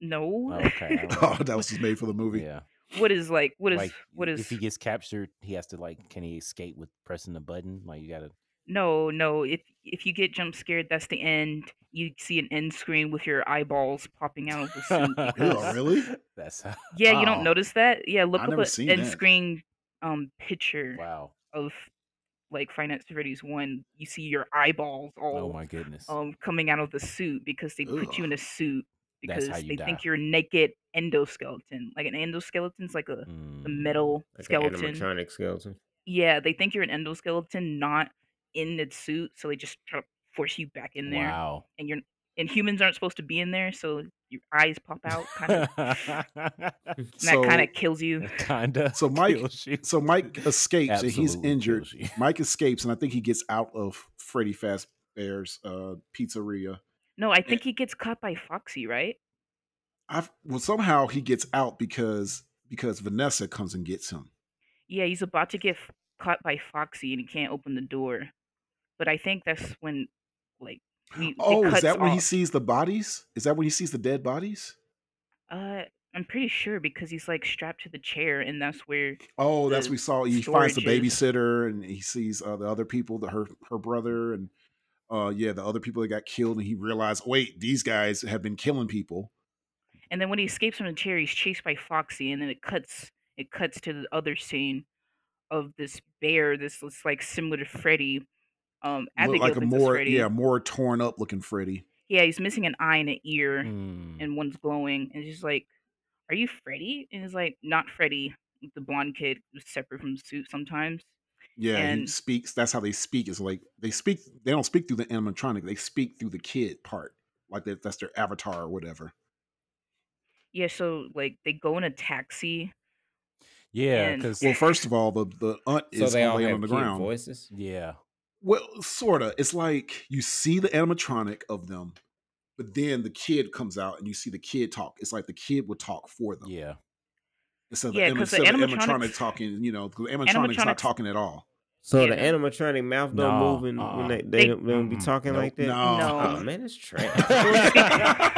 Speaker 4: no.
Speaker 1: Oh, okay. I
Speaker 2: [laughs] Oh,
Speaker 1: was-
Speaker 2: that was just made for the [laughs] movie.
Speaker 1: yeah.
Speaker 4: What is like? What is?
Speaker 1: like,
Speaker 4: what is?
Speaker 1: if he gets captured, he has to like can he escape with pressing the button? Like you gotta
Speaker 4: No, no. If if you get jump scared, that's the end. You see an end screen with your eyeballs popping out of the
Speaker 1: [laughs]
Speaker 4: suit. because-
Speaker 2: really?
Speaker 1: That's [laughs] how,
Speaker 4: yeah, you
Speaker 2: Wow.
Speaker 4: don't notice that. Yeah, look
Speaker 2: I
Speaker 4: up
Speaker 2: never
Speaker 4: an
Speaker 2: seen
Speaker 4: end
Speaker 2: that.
Speaker 4: screen um picture
Speaker 1: wow.
Speaker 4: of like Finance Freddy's one. You see your eyeballs
Speaker 1: Oh
Speaker 4: all
Speaker 1: my
Speaker 4: [laughs]
Speaker 1: goodness.
Speaker 4: um coming out of the suit because they put you in a suit
Speaker 1: That's
Speaker 4: because
Speaker 1: how you
Speaker 4: they
Speaker 1: die.
Speaker 4: think you're naked endoskeleton. Like an endoskeleton's like a, a
Speaker 1: Mm.
Speaker 4: metal
Speaker 3: Like an
Speaker 4: skeleton.
Speaker 3: animatronic skeleton.
Speaker 4: Yeah, they think you're an endoskeleton, not in its suit, so they just try to force you back in there.
Speaker 1: Wow.
Speaker 4: And you're and humans aren't supposed to be in there, so your eyes pop out, kind
Speaker 2: [laughs]
Speaker 4: of, and that kind of kills you.
Speaker 1: [laughs] Kinda. [laughs]
Speaker 2: So Mike-
Speaker 1: kills you.
Speaker 2: so Mike escapes and he's
Speaker 1: Absolutely
Speaker 2: injured.
Speaker 1: kills you.
Speaker 4: [laughs]
Speaker 2: Mike escapes, and I think he gets out of Freddy Fazbear's uh, pizzeria.
Speaker 4: No, I think he gets caught by Foxy, right?
Speaker 2: I well somehow he gets out because because Vanessa comes and gets him.
Speaker 4: Yeah, he's about to get f- caught by Foxy, and he can't open the door. But I think that's when, like, he,
Speaker 2: Oh,
Speaker 4: it
Speaker 2: is
Speaker 4: cuts
Speaker 2: that when he
Speaker 4: off.
Speaker 2: sees the bodies? Is that when he sees the dead bodies?
Speaker 4: Uh, I'm pretty sure because he's like strapped to the chair, and that's where
Speaker 2: Oh, that's
Speaker 4: The
Speaker 2: we saw. He finds the
Speaker 4: storages.
Speaker 2: babysitter and he sees uh, the other people, the, her her brother, and uh, yeah, the other people that got killed. And he realized, wait, these guys have been killing people.
Speaker 4: And then when he escapes from the chair, he's chased by Foxy, and then it cuts it cuts to the other scene of this bear. This looks like similar to Freddy. Um, I
Speaker 2: Look
Speaker 4: think
Speaker 2: like a more
Speaker 4: Freddy.
Speaker 2: yeah more torn up looking Freddy.
Speaker 4: yeah, he's missing an eye and an ear,
Speaker 2: Mm-hmm.
Speaker 1: Mm.
Speaker 4: and one's glowing. And she's like, "Are you Freddy?" And he's like, "Not Freddy." The blonde kid who's separate from the suit sometimes.
Speaker 2: Yeah, he
Speaker 4: And-
Speaker 2: speaks. That's how they speak. Is like they speak. They don't speak through the animatronic. They speak through the kid part. Like that, that's their avatar or whatever.
Speaker 4: Yeah, so like they go in a taxi.
Speaker 1: Yeah,
Speaker 4: and-
Speaker 1: because
Speaker 2: Well, first of all, the the aunt
Speaker 3: So
Speaker 2: is
Speaker 3: they all
Speaker 2: laying
Speaker 3: have
Speaker 2: on the
Speaker 3: cute
Speaker 2: ground.
Speaker 3: voices.
Speaker 1: yeah,
Speaker 2: Well, sorta. It's like you see the animatronic of them, but then the kid comes out and you see the kid talk. It's like the kid would talk for them
Speaker 4: [laughs]
Speaker 1: yeah.
Speaker 2: instead of
Speaker 4: Yeah,
Speaker 2: the,
Speaker 4: 'cause
Speaker 2: instead
Speaker 4: the
Speaker 2: of the animatronic
Speaker 4: animatronics-
Speaker 2: talking. You know, 'cause the animatronic's not
Speaker 4: animatronics-
Speaker 2: talking at all.
Speaker 3: So
Speaker 4: Yeah.
Speaker 3: the animatronic mouth don't
Speaker 1: Nah,
Speaker 3: move and
Speaker 1: uh-uh.
Speaker 3: when they, they,
Speaker 4: They-
Speaker 3: don't, they don't be
Speaker 1: Mm-mm.
Speaker 3: talking
Speaker 1: Nope.
Speaker 3: like that.
Speaker 2: No.
Speaker 4: No. [laughs]
Speaker 3: Oh
Speaker 2: [laughs]
Speaker 3: man, it's trash. wanna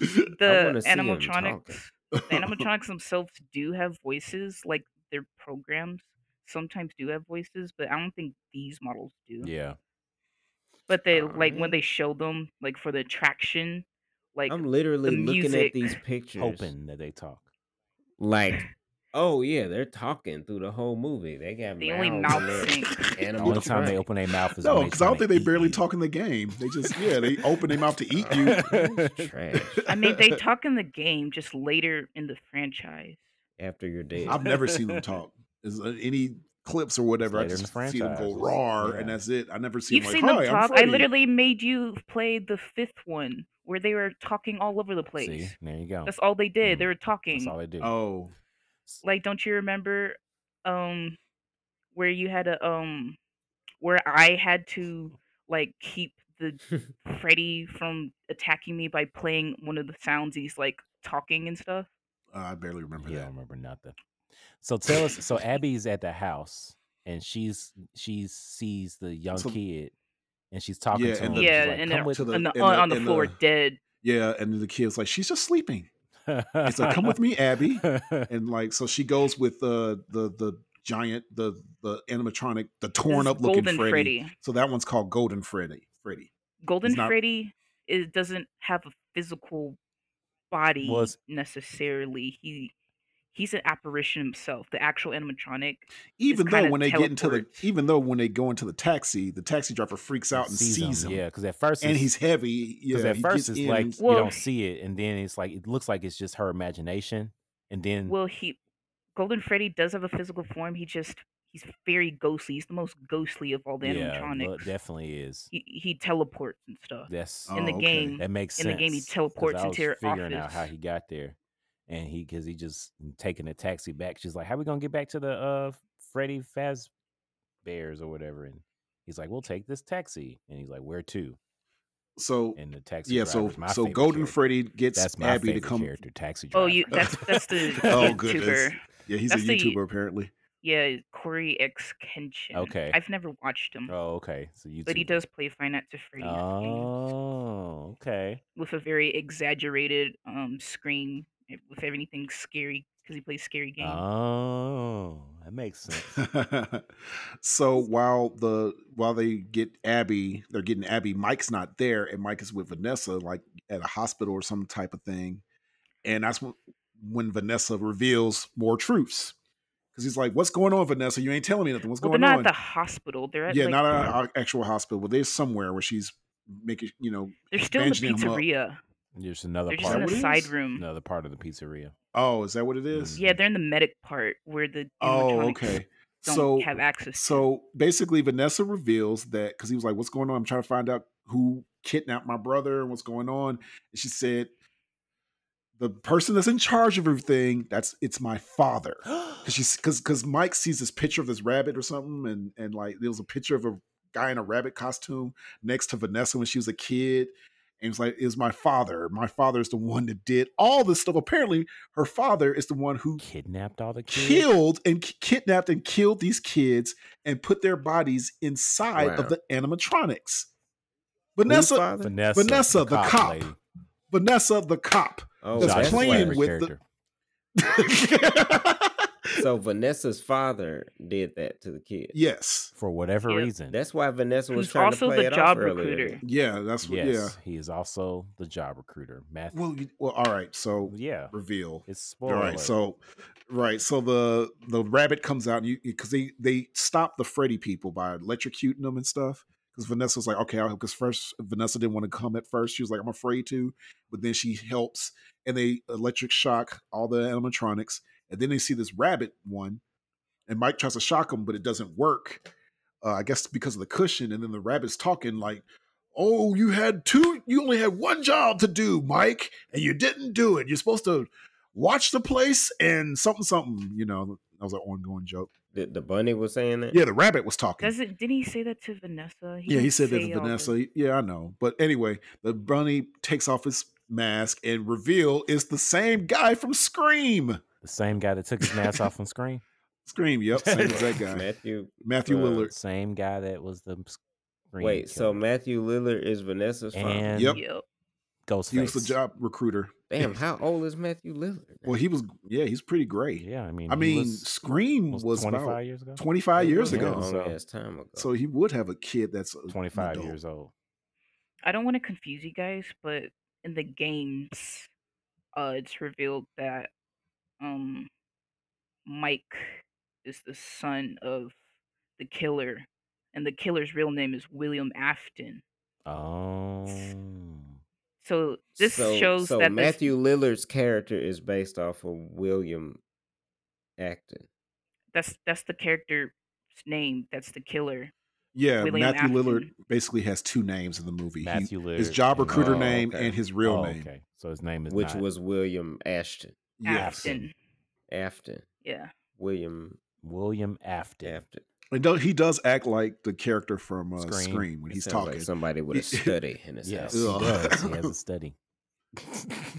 Speaker 4: the
Speaker 3: see him talking.
Speaker 4: animatronics the
Speaker 2: [laughs]
Speaker 4: animatronics themselves do have voices like their programs sometimes do have voices but i don't think these models do
Speaker 1: Yeah.
Speaker 4: but they
Speaker 3: Aw,
Speaker 4: like
Speaker 3: man.
Speaker 4: when they show them like for the attraction like
Speaker 3: I'm literally looking at
Speaker 4: music. [laughs]
Speaker 3: these pictures,
Speaker 1: Hoping that they talk.
Speaker 3: like, oh yeah, they're talking through the whole movie. They got
Speaker 4: they only
Speaker 3: mouths and
Speaker 4: mouth
Speaker 3: they're
Speaker 4: sync [laughs]
Speaker 1: The only time they
Speaker 3: animatronic.
Speaker 1: open their mouth is
Speaker 2: No,
Speaker 1: when they
Speaker 2: because I don't
Speaker 1: tryna
Speaker 2: think they
Speaker 1: eat
Speaker 2: barely
Speaker 1: you.
Speaker 2: talk in the game. They just yeah, they open their mouth to eat
Speaker 1: [laughs]
Speaker 4: [laughs]
Speaker 2: you.
Speaker 3: Oh, man, it's trash.
Speaker 4: i mean they talk in the game just later in the franchise
Speaker 3: After you're
Speaker 2: [laughs]
Speaker 3: dead,
Speaker 2: I've never seen them talk. Is uh, any clips or whatever? I
Speaker 1: later in
Speaker 2: just
Speaker 1: the
Speaker 2: see them
Speaker 1: franchise.
Speaker 2: go roar, and
Speaker 1: Yeah.
Speaker 2: that's it. I never see.
Speaker 4: you've
Speaker 2: them
Speaker 4: seen
Speaker 2: like, "Hi,
Speaker 4: them
Speaker 2: I'm
Speaker 4: talk i
Speaker 2: Freddy."
Speaker 4: literally made you play the fifth one where they were talking all over the place
Speaker 1: See, there you go.
Speaker 4: that's all they did they
Speaker 1: Mm.
Speaker 4: were talking
Speaker 1: That's all they do.
Speaker 2: Oh,
Speaker 4: like don't you remember um where you had a um where i had to like keep
Speaker 2: [laughs]
Speaker 4: the freddy from attacking me by playing one of the sounds he's like talking and stuff
Speaker 2: uh, I barely remember
Speaker 1: Yeah, I
Speaker 2: that.
Speaker 1: don't remember nothing. So tell us. So Abby's at the house, and she's she sees the young
Speaker 2: So-
Speaker 1: kid, and she's talking
Speaker 2: Yeah,
Speaker 1: to him.
Speaker 2: and the-
Speaker 1: She's
Speaker 4: yeah
Speaker 1: like,
Speaker 4: and,
Speaker 1: "Come
Speaker 4: they're-
Speaker 1: with
Speaker 2: to the-
Speaker 4: and the-
Speaker 2: and
Speaker 4: on,
Speaker 2: the-
Speaker 4: on the
Speaker 2: and
Speaker 4: floor
Speaker 2: the-
Speaker 4: dead
Speaker 2: Yeah, and then the kid's like, she's just sleeping.
Speaker 1: [laughs]
Speaker 2: It's like, come with me, Abby. And like, so she goes with uh, the the giant, the the animatronic, the
Speaker 4: This
Speaker 2: torn
Speaker 4: is
Speaker 2: up looking
Speaker 4: golden
Speaker 2: Freddy.
Speaker 4: freddy,
Speaker 2: So that one's called Golden Freddy. Freddy.
Speaker 4: golden
Speaker 2: not-
Speaker 4: freddy is doesn't have a physical body
Speaker 1: Well, it's-
Speaker 4: necessarily he he's an apparition himself. The actual animatronic.
Speaker 2: Even though
Speaker 4: kinda
Speaker 2: when they get into the,
Speaker 4: teleports.
Speaker 2: even though when they go into the taxi, the taxi driver freaks out and sees,
Speaker 1: him.
Speaker 2: him.
Speaker 1: Yeah, because at first
Speaker 2: and
Speaker 1: it's-
Speaker 2: he's heavy. Yeah,
Speaker 1: Because at
Speaker 2: he
Speaker 1: first
Speaker 2: gets
Speaker 1: it's
Speaker 2: in
Speaker 1: like
Speaker 2: and-
Speaker 1: you
Speaker 4: Well-
Speaker 1: don't see it, and then it's like it looks like it's just her imagination, and then
Speaker 4: Well, he Golden Freddy does have a physical form. He just he's very ghostly. He's the most ghostly of all the
Speaker 1: yeah,
Speaker 4: animatronics.
Speaker 1: look, definitely is.
Speaker 4: He he teleports and stuff.
Speaker 1: That's
Speaker 2: Oh,
Speaker 4: in the
Speaker 2: okay.
Speaker 4: game,
Speaker 1: that makes
Speaker 4: in
Speaker 1: sense.
Speaker 4: the game, he
Speaker 1: 'cause
Speaker 4: teleports
Speaker 1: I
Speaker 4: into
Speaker 1: was
Speaker 4: your
Speaker 1: figuring out how
Speaker 4: office.
Speaker 1: he got there, and he because he just mm, taking a taxi back. She's like, "How we gonna get back to the uh Freddy Fazbear's or whatever?" And he's like, "We'll take this taxi," and he's like, "Where to?"
Speaker 2: so
Speaker 1: And the taxi.
Speaker 2: yeah, so
Speaker 1: driver's my
Speaker 2: so
Speaker 1: favorite
Speaker 2: Golden
Speaker 1: character.
Speaker 2: Freddy gets
Speaker 1: That's my
Speaker 2: Abby to
Speaker 1: favorite
Speaker 2: come.
Speaker 1: character. Taxi driver.
Speaker 4: Oh, you that's
Speaker 1: [laughs]
Speaker 2: [laughs]
Speaker 4: that's the
Speaker 2: Oh, goodness.
Speaker 4: YouTuber.
Speaker 2: Yeah, he's
Speaker 4: That's
Speaker 2: a
Speaker 4: the-
Speaker 2: YouTuber apparently.
Speaker 4: Yeah, Corey X Kenshin.
Speaker 1: Okay.
Speaker 4: I've never watched him,
Speaker 1: Oh, okay. So you.
Speaker 4: but he
Speaker 1: two-
Speaker 4: does play Five Nights at Freddy's games
Speaker 1: Oh, okay.
Speaker 4: with a very exaggerated um scream eh, with everything scary because he plays scary games.
Speaker 1: Oh, that makes sense.
Speaker 4: [laughs]
Speaker 2: [laughs] so while the while they get Abby, they're getting Abby. Mike's not there, and Mike is with Vanessa, like at a hospital or some type of thing. And that's when, when Vanessa reveals more truths because he's like, "What's going on, Vanessa? You ain't telling me nothing. What's
Speaker 4: well, they're
Speaker 2: going
Speaker 4: not
Speaker 2: on?"
Speaker 4: at the hospital. They're at
Speaker 2: yeah,
Speaker 4: like,
Speaker 2: not an actual hospital, but there's somewhere where she's making, you know,
Speaker 4: they're still in the
Speaker 2: expansion him up.
Speaker 4: pizzeria.
Speaker 1: There's another
Speaker 4: They're just in
Speaker 1: part.
Speaker 2: Is
Speaker 4: the
Speaker 2: that what it
Speaker 4: side
Speaker 2: is?
Speaker 4: room.
Speaker 1: Another part of the pizzeria. [gasps]
Speaker 2: oh, is that what it is?
Speaker 4: Yeah, they're in the medic part where the
Speaker 2: Oh,
Speaker 4: animatronics
Speaker 2: okay.
Speaker 4: don't
Speaker 2: So
Speaker 4: have access. to.
Speaker 2: So basically, Vanessa reveals that because he was like, "What's going on? I'm trying to find out who kidnapped my brother and what's going on." And she said, "The person that's in charge of everything that's it's my father." Because she's because because Mike sees this picture of this rabbit or something, and and like there was a picture of a guy in a rabbit costume next to Vanessa when she was a kid. And it's like, is my father. My father is the one that did all this stuff. Apparently, her father is the one who
Speaker 1: Kidnapped all the kids.
Speaker 2: killed and k- kidnapped and killed these kids and put their bodies inside
Speaker 3: Wow.
Speaker 2: of the animatronics.
Speaker 3: Who's
Speaker 2: Vanessa,
Speaker 3: father?
Speaker 1: Vanessa,
Speaker 2: Vanessa, the cop.
Speaker 1: lady.
Speaker 2: Vanessa the cop. [laughs]
Speaker 3: Oh,
Speaker 2: that's
Speaker 1: Josh's
Speaker 2: playing
Speaker 1: favorite
Speaker 2: with the-
Speaker 1: character.
Speaker 3: So Vanessa's father did that to the kid.
Speaker 2: yes.
Speaker 1: for whatever
Speaker 4: Yeah.
Speaker 1: reason.
Speaker 3: That's why Vanessa was
Speaker 4: Who's
Speaker 3: trying to
Speaker 4: also
Speaker 3: play
Speaker 4: the
Speaker 3: it off
Speaker 4: job
Speaker 3: earlier.
Speaker 4: recruiter.
Speaker 2: Yeah, that's what,
Speaker 1: yes,
Speaker 2: yeah.
Speaker 1: he is also the job recruiter. Matthew.
Speaker 2: Well, you, well, all right. So
Speaker 1: yeah,
Speaker 2: reveal.
Speaker 1: it's
Speaker 2: All
Speaker 1: spoiler.
Speaker 2: right.
Speaker 1: alert.
Speaker 2: So, right. So the the rabbit comes out because they they stop the Freddy people by electrocuting them and stuff. Because Vanessa's like, okay, because first Vanessa didn't want to come at first. She was like, I'm afraid to, but then she helps, and they electric shock all the animatronics, and then they see this rabbit one, and Mike tries to shock him, but it doesn't work. Uh, I guess because of the cushion, and then the rabbit's talking like. Oh, you had two, you only had one job to do, Mike, and you didn't do it. You're supposed to watch the place and something something you know that was an ongoing joke
Speaker 3: The, the bunny was saying that. [laughs]
Speaker 2: yeah the rabbit was talking
Speaker 4: Does it? Didn't he say that to Vanessa?
Speaker 2: yeah he
Speaker 4: didn't
Speaker 2: said that
Speaker 4: say
Speaker 2: to
Speaker 4: all this.
Speaker 2: vanessa yeah i know but anyway the bunny takes off his mask and reveal is the same guy from scream
Speaker 1: the same guy that took his mask off on
Speaker 2: [laughs]
Speaker 1: screen.
Speaker 2: scream yep
Speaker 1: [laughs]
Speaker 2: same exact guy
Speaker 3: Matthew.
Speaker 2: matthew
Speaker 3: Uh,
Speaker 2: willard
Speaker 1: Same guy that was the screen.
Speaker 3: Wait, so
Speaker 1: killer.
Speaker 3: Matthew Lillard is Vanessa's father.
Speaker 1: and
Speaker 2: Yep.
Speaker 4: Yep.
Speaker 1: Ghostface.
Speaker 2: he was the job recruiter
Speaker 3: Damn, how old is Matthew Lillard?
Speaker 2: well he was yeah he's pretty great
Speaker 1: Yeah, I mean,
Speaker 2: i
Speaker 1: he
Speaker 2: mean
Speaker 1: was,
Speaker 2: scream
Speaker 1: was
Speaker 2: was
Speaker 1: 25
Speaker 2: about
Speaker 1: years ago.
Speaker 2: 25 years
Speaker 1: Yeah.
Speaker 2: ago
Speaker 1: Yeah.
Speaker 3: Long
Speaker 1: so-
Speaker 3: ass time ago.
Speaker 2: so he would have a kid that's a- an
Speaker 1: 25
Speaker 2: adult.
Speaker 1: years old.
Speaker 4: I don't want to confuse you guys, but in the games, uh, it's revealed that um, Mike is the son of the killer, and the killer's real name is William Afton.
Speaker 1: Oh,
Speaker 4: So this
Speaker 3: so,
Speaker 4: shows
Speaker 3: so
Speaker 4: that this-
Speaker 3: Matthew Lillard's character is based off of William Acton.
Speaker 4: that's that's the character's name. That's the killer.
Speaker 2: yeah
Speaker 4: William
Speaker 2: matthew lillard
Speaker 4: Afton.
Speaker 2: basically has two names in the movie He-
Speaker 1: Matthew Lillard.
Speaker 2: his job
Speaker 1: and-
Speaker 2: recruiter
Speaker 3: Oh,
Speaker 2: name
Speaker 3: okay.
Speaker 2: and his real
Speaker 1: Oh,
Speaker 2: name.
Speaker 1: Okay, so his name is
Speaker 3: which
Speaker 1: not
Speaker 3: was William Ashton.
Speaker 4: Afton.
Speaker 3: Afton.
Speaker 4: Yeah.
Speaker 3: William
Speaker 1: William Afton.
Speaker 3: Afton.
Speaker 2: And do- he does act like the character from uh,
Speaker 1: Scream.
Speaker 2: Scream. when
Speaker 3: It
Speaker 2: he's
Speaker 3: sounds
Speaker 2: talking.
Speaker 3: Like somebody
Speaker 2: [laughs]
Speaker 3: with a
Speaker 2: He-
Speaker 3: study in his
Speaker 1: Yes,
Speaker 3: house.
Speaker 1: he
Speaker 2: Ugh.
Speaker 1: does. He has
Speaker 2: [laughs]
Speaker 1: a study.
Speaker 2: but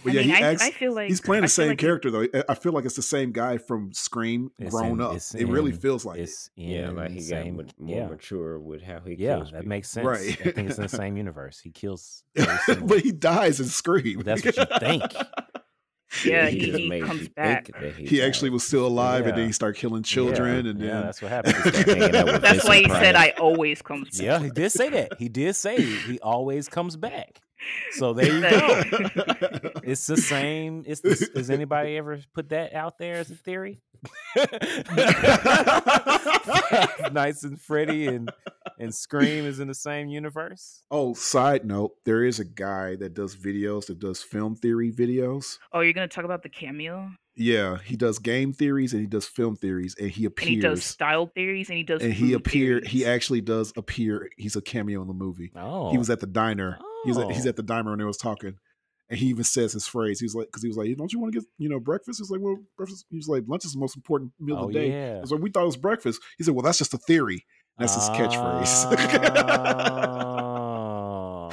Speaker 4: I
Speaker 2: yeah,
Speaker 4: mean,
Speaker 2: he
Speaker 4: I,
Speaker 2: acts.
Speaker 4: I feel like
Speaker 2: he's playing
Speaker 4: I
Speaker 2: the
Speaker 4: feel
Speaker 2: same
Speaker 4: like it-
Speaker 2: character though. I- I feel like it's the same guy from Scream
Speaker 1: It's
Speaker 2: grown
Speaker 1: in-
Speaker 2: up.
Speaker 1: it's
Speaker 2: It really
Speaker 1: in-
Speaker 2: feels like
Speaker 1: [laughs]
Speaker 2: it.
Speaker 1: It's
Speaker 3: Yeah,
Speaker 1: in
Speaker 3: like he
Speaker 1: same-
Speaker 3: got ma- more
Speaker 1: yeah,
Speaker 3: mature with how he
Speaker 1: yeah,
Speaker 3: kills
Speaker 1: that
Speaker 3: people.
Speaker 1: makes sense.
Speaker 2: Right.
Speaker 1: I think it's in the
Speaker 2: [laughs]
Speaker 1: same universe. He kills. very similar.
Speaker 2: but he dies in Scream.
Speaker 1: [laughs] That's what you think.
Speaker 4: Yeah,
Speaker 3: He
Speaker 4: he-
Speaker 3: just
Speaker 4: he
Speaker 3: made you
Speaker 4: comes
Speaker 3: think
Speaker 4: back.
Speaker 2: [laughs]
Speaker 3: that
Speaker 2: He actually
Speaker 3: died.
Speaker 2: was still alive, and then
Speaker 1: Yeah.
Speaker 2: he started killing children,
Speaker 1: Yeah,
Speaker 2: and
Speaker 1: yeah,
Speaker 2: then
Speaker 1: that's what
Speaker 2: [laughs]
Speaker 1: happened. He started
Speaker 3: hanging out with
Speaker 4: That's why he
Speaker 3: Vincent
Speaker 4: said
Speaker 3: Price.
Speaker 4: I always comes. back."
Speaker 1: Yeah, he did say that. He did say he always comes back. So there you go. [laughs] It's the same. It's the, has anybody ever put that out there as a theory? [laughs] Nice and Freddy and and Scream is in the same universe.
Speaker 2: [laughs] oh, side note, there is a guy that does videos that does film theory videos.
Speaker 4: Oh, you're gonna talk about the cameo,
Speaker 2: Yeah, he does game theories and he does film theories, and he appears.
Speaker 4: and he does style theories, and he does.
Speaker 2: and he
Speaker 4: food
Speaker 2: appeared. He
Speaker 4: theories.
Speaker 2: actually does appear. He's a cameo in the movie.
Speaker 1: Oh,
Speaker 2: He was at the diner. He was at, he's
Speaker 1: Oh.
Speaker 2: at the diner and they was talking, and he even says his phrase. He was like, because he was like, don't you want to get you know breakfast? He's like, well, breakfast. He was like, lunch is the most important meal
Speaker 1: oh,
Speaker 2: of the day. I
Speaker 1: Yeah.
Speaker 2: was like, we thought it was breakfast. He said, well, that's just a theory. That's his catchphrase. [laughs]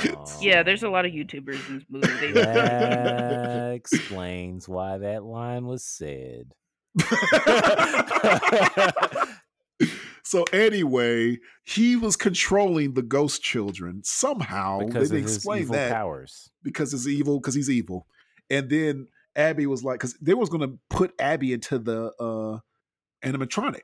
Speaker 1: Oh.
Speaker 4: Yeah, there's a lot of YouTubers in this movie. They,
Speaker 1: That explains why that line was
Speaker 2: [laughs]
Speaker 1: said. [laughs]
Speaker 2: so anyway, he was controlling the ghost children somehow.
Speaker 1: Because
Speaker 2: they
Speaker 1: of
Speaker 2: didn't
Speaker 1: his
Speaker 2: explain
Speaker 1: evil
Speaker 2: that
Speaker 1: powers.
Speaker 2: because it's evil because he's evil. And then Abby was like, because they was gonna put Abby into the uh animatronic.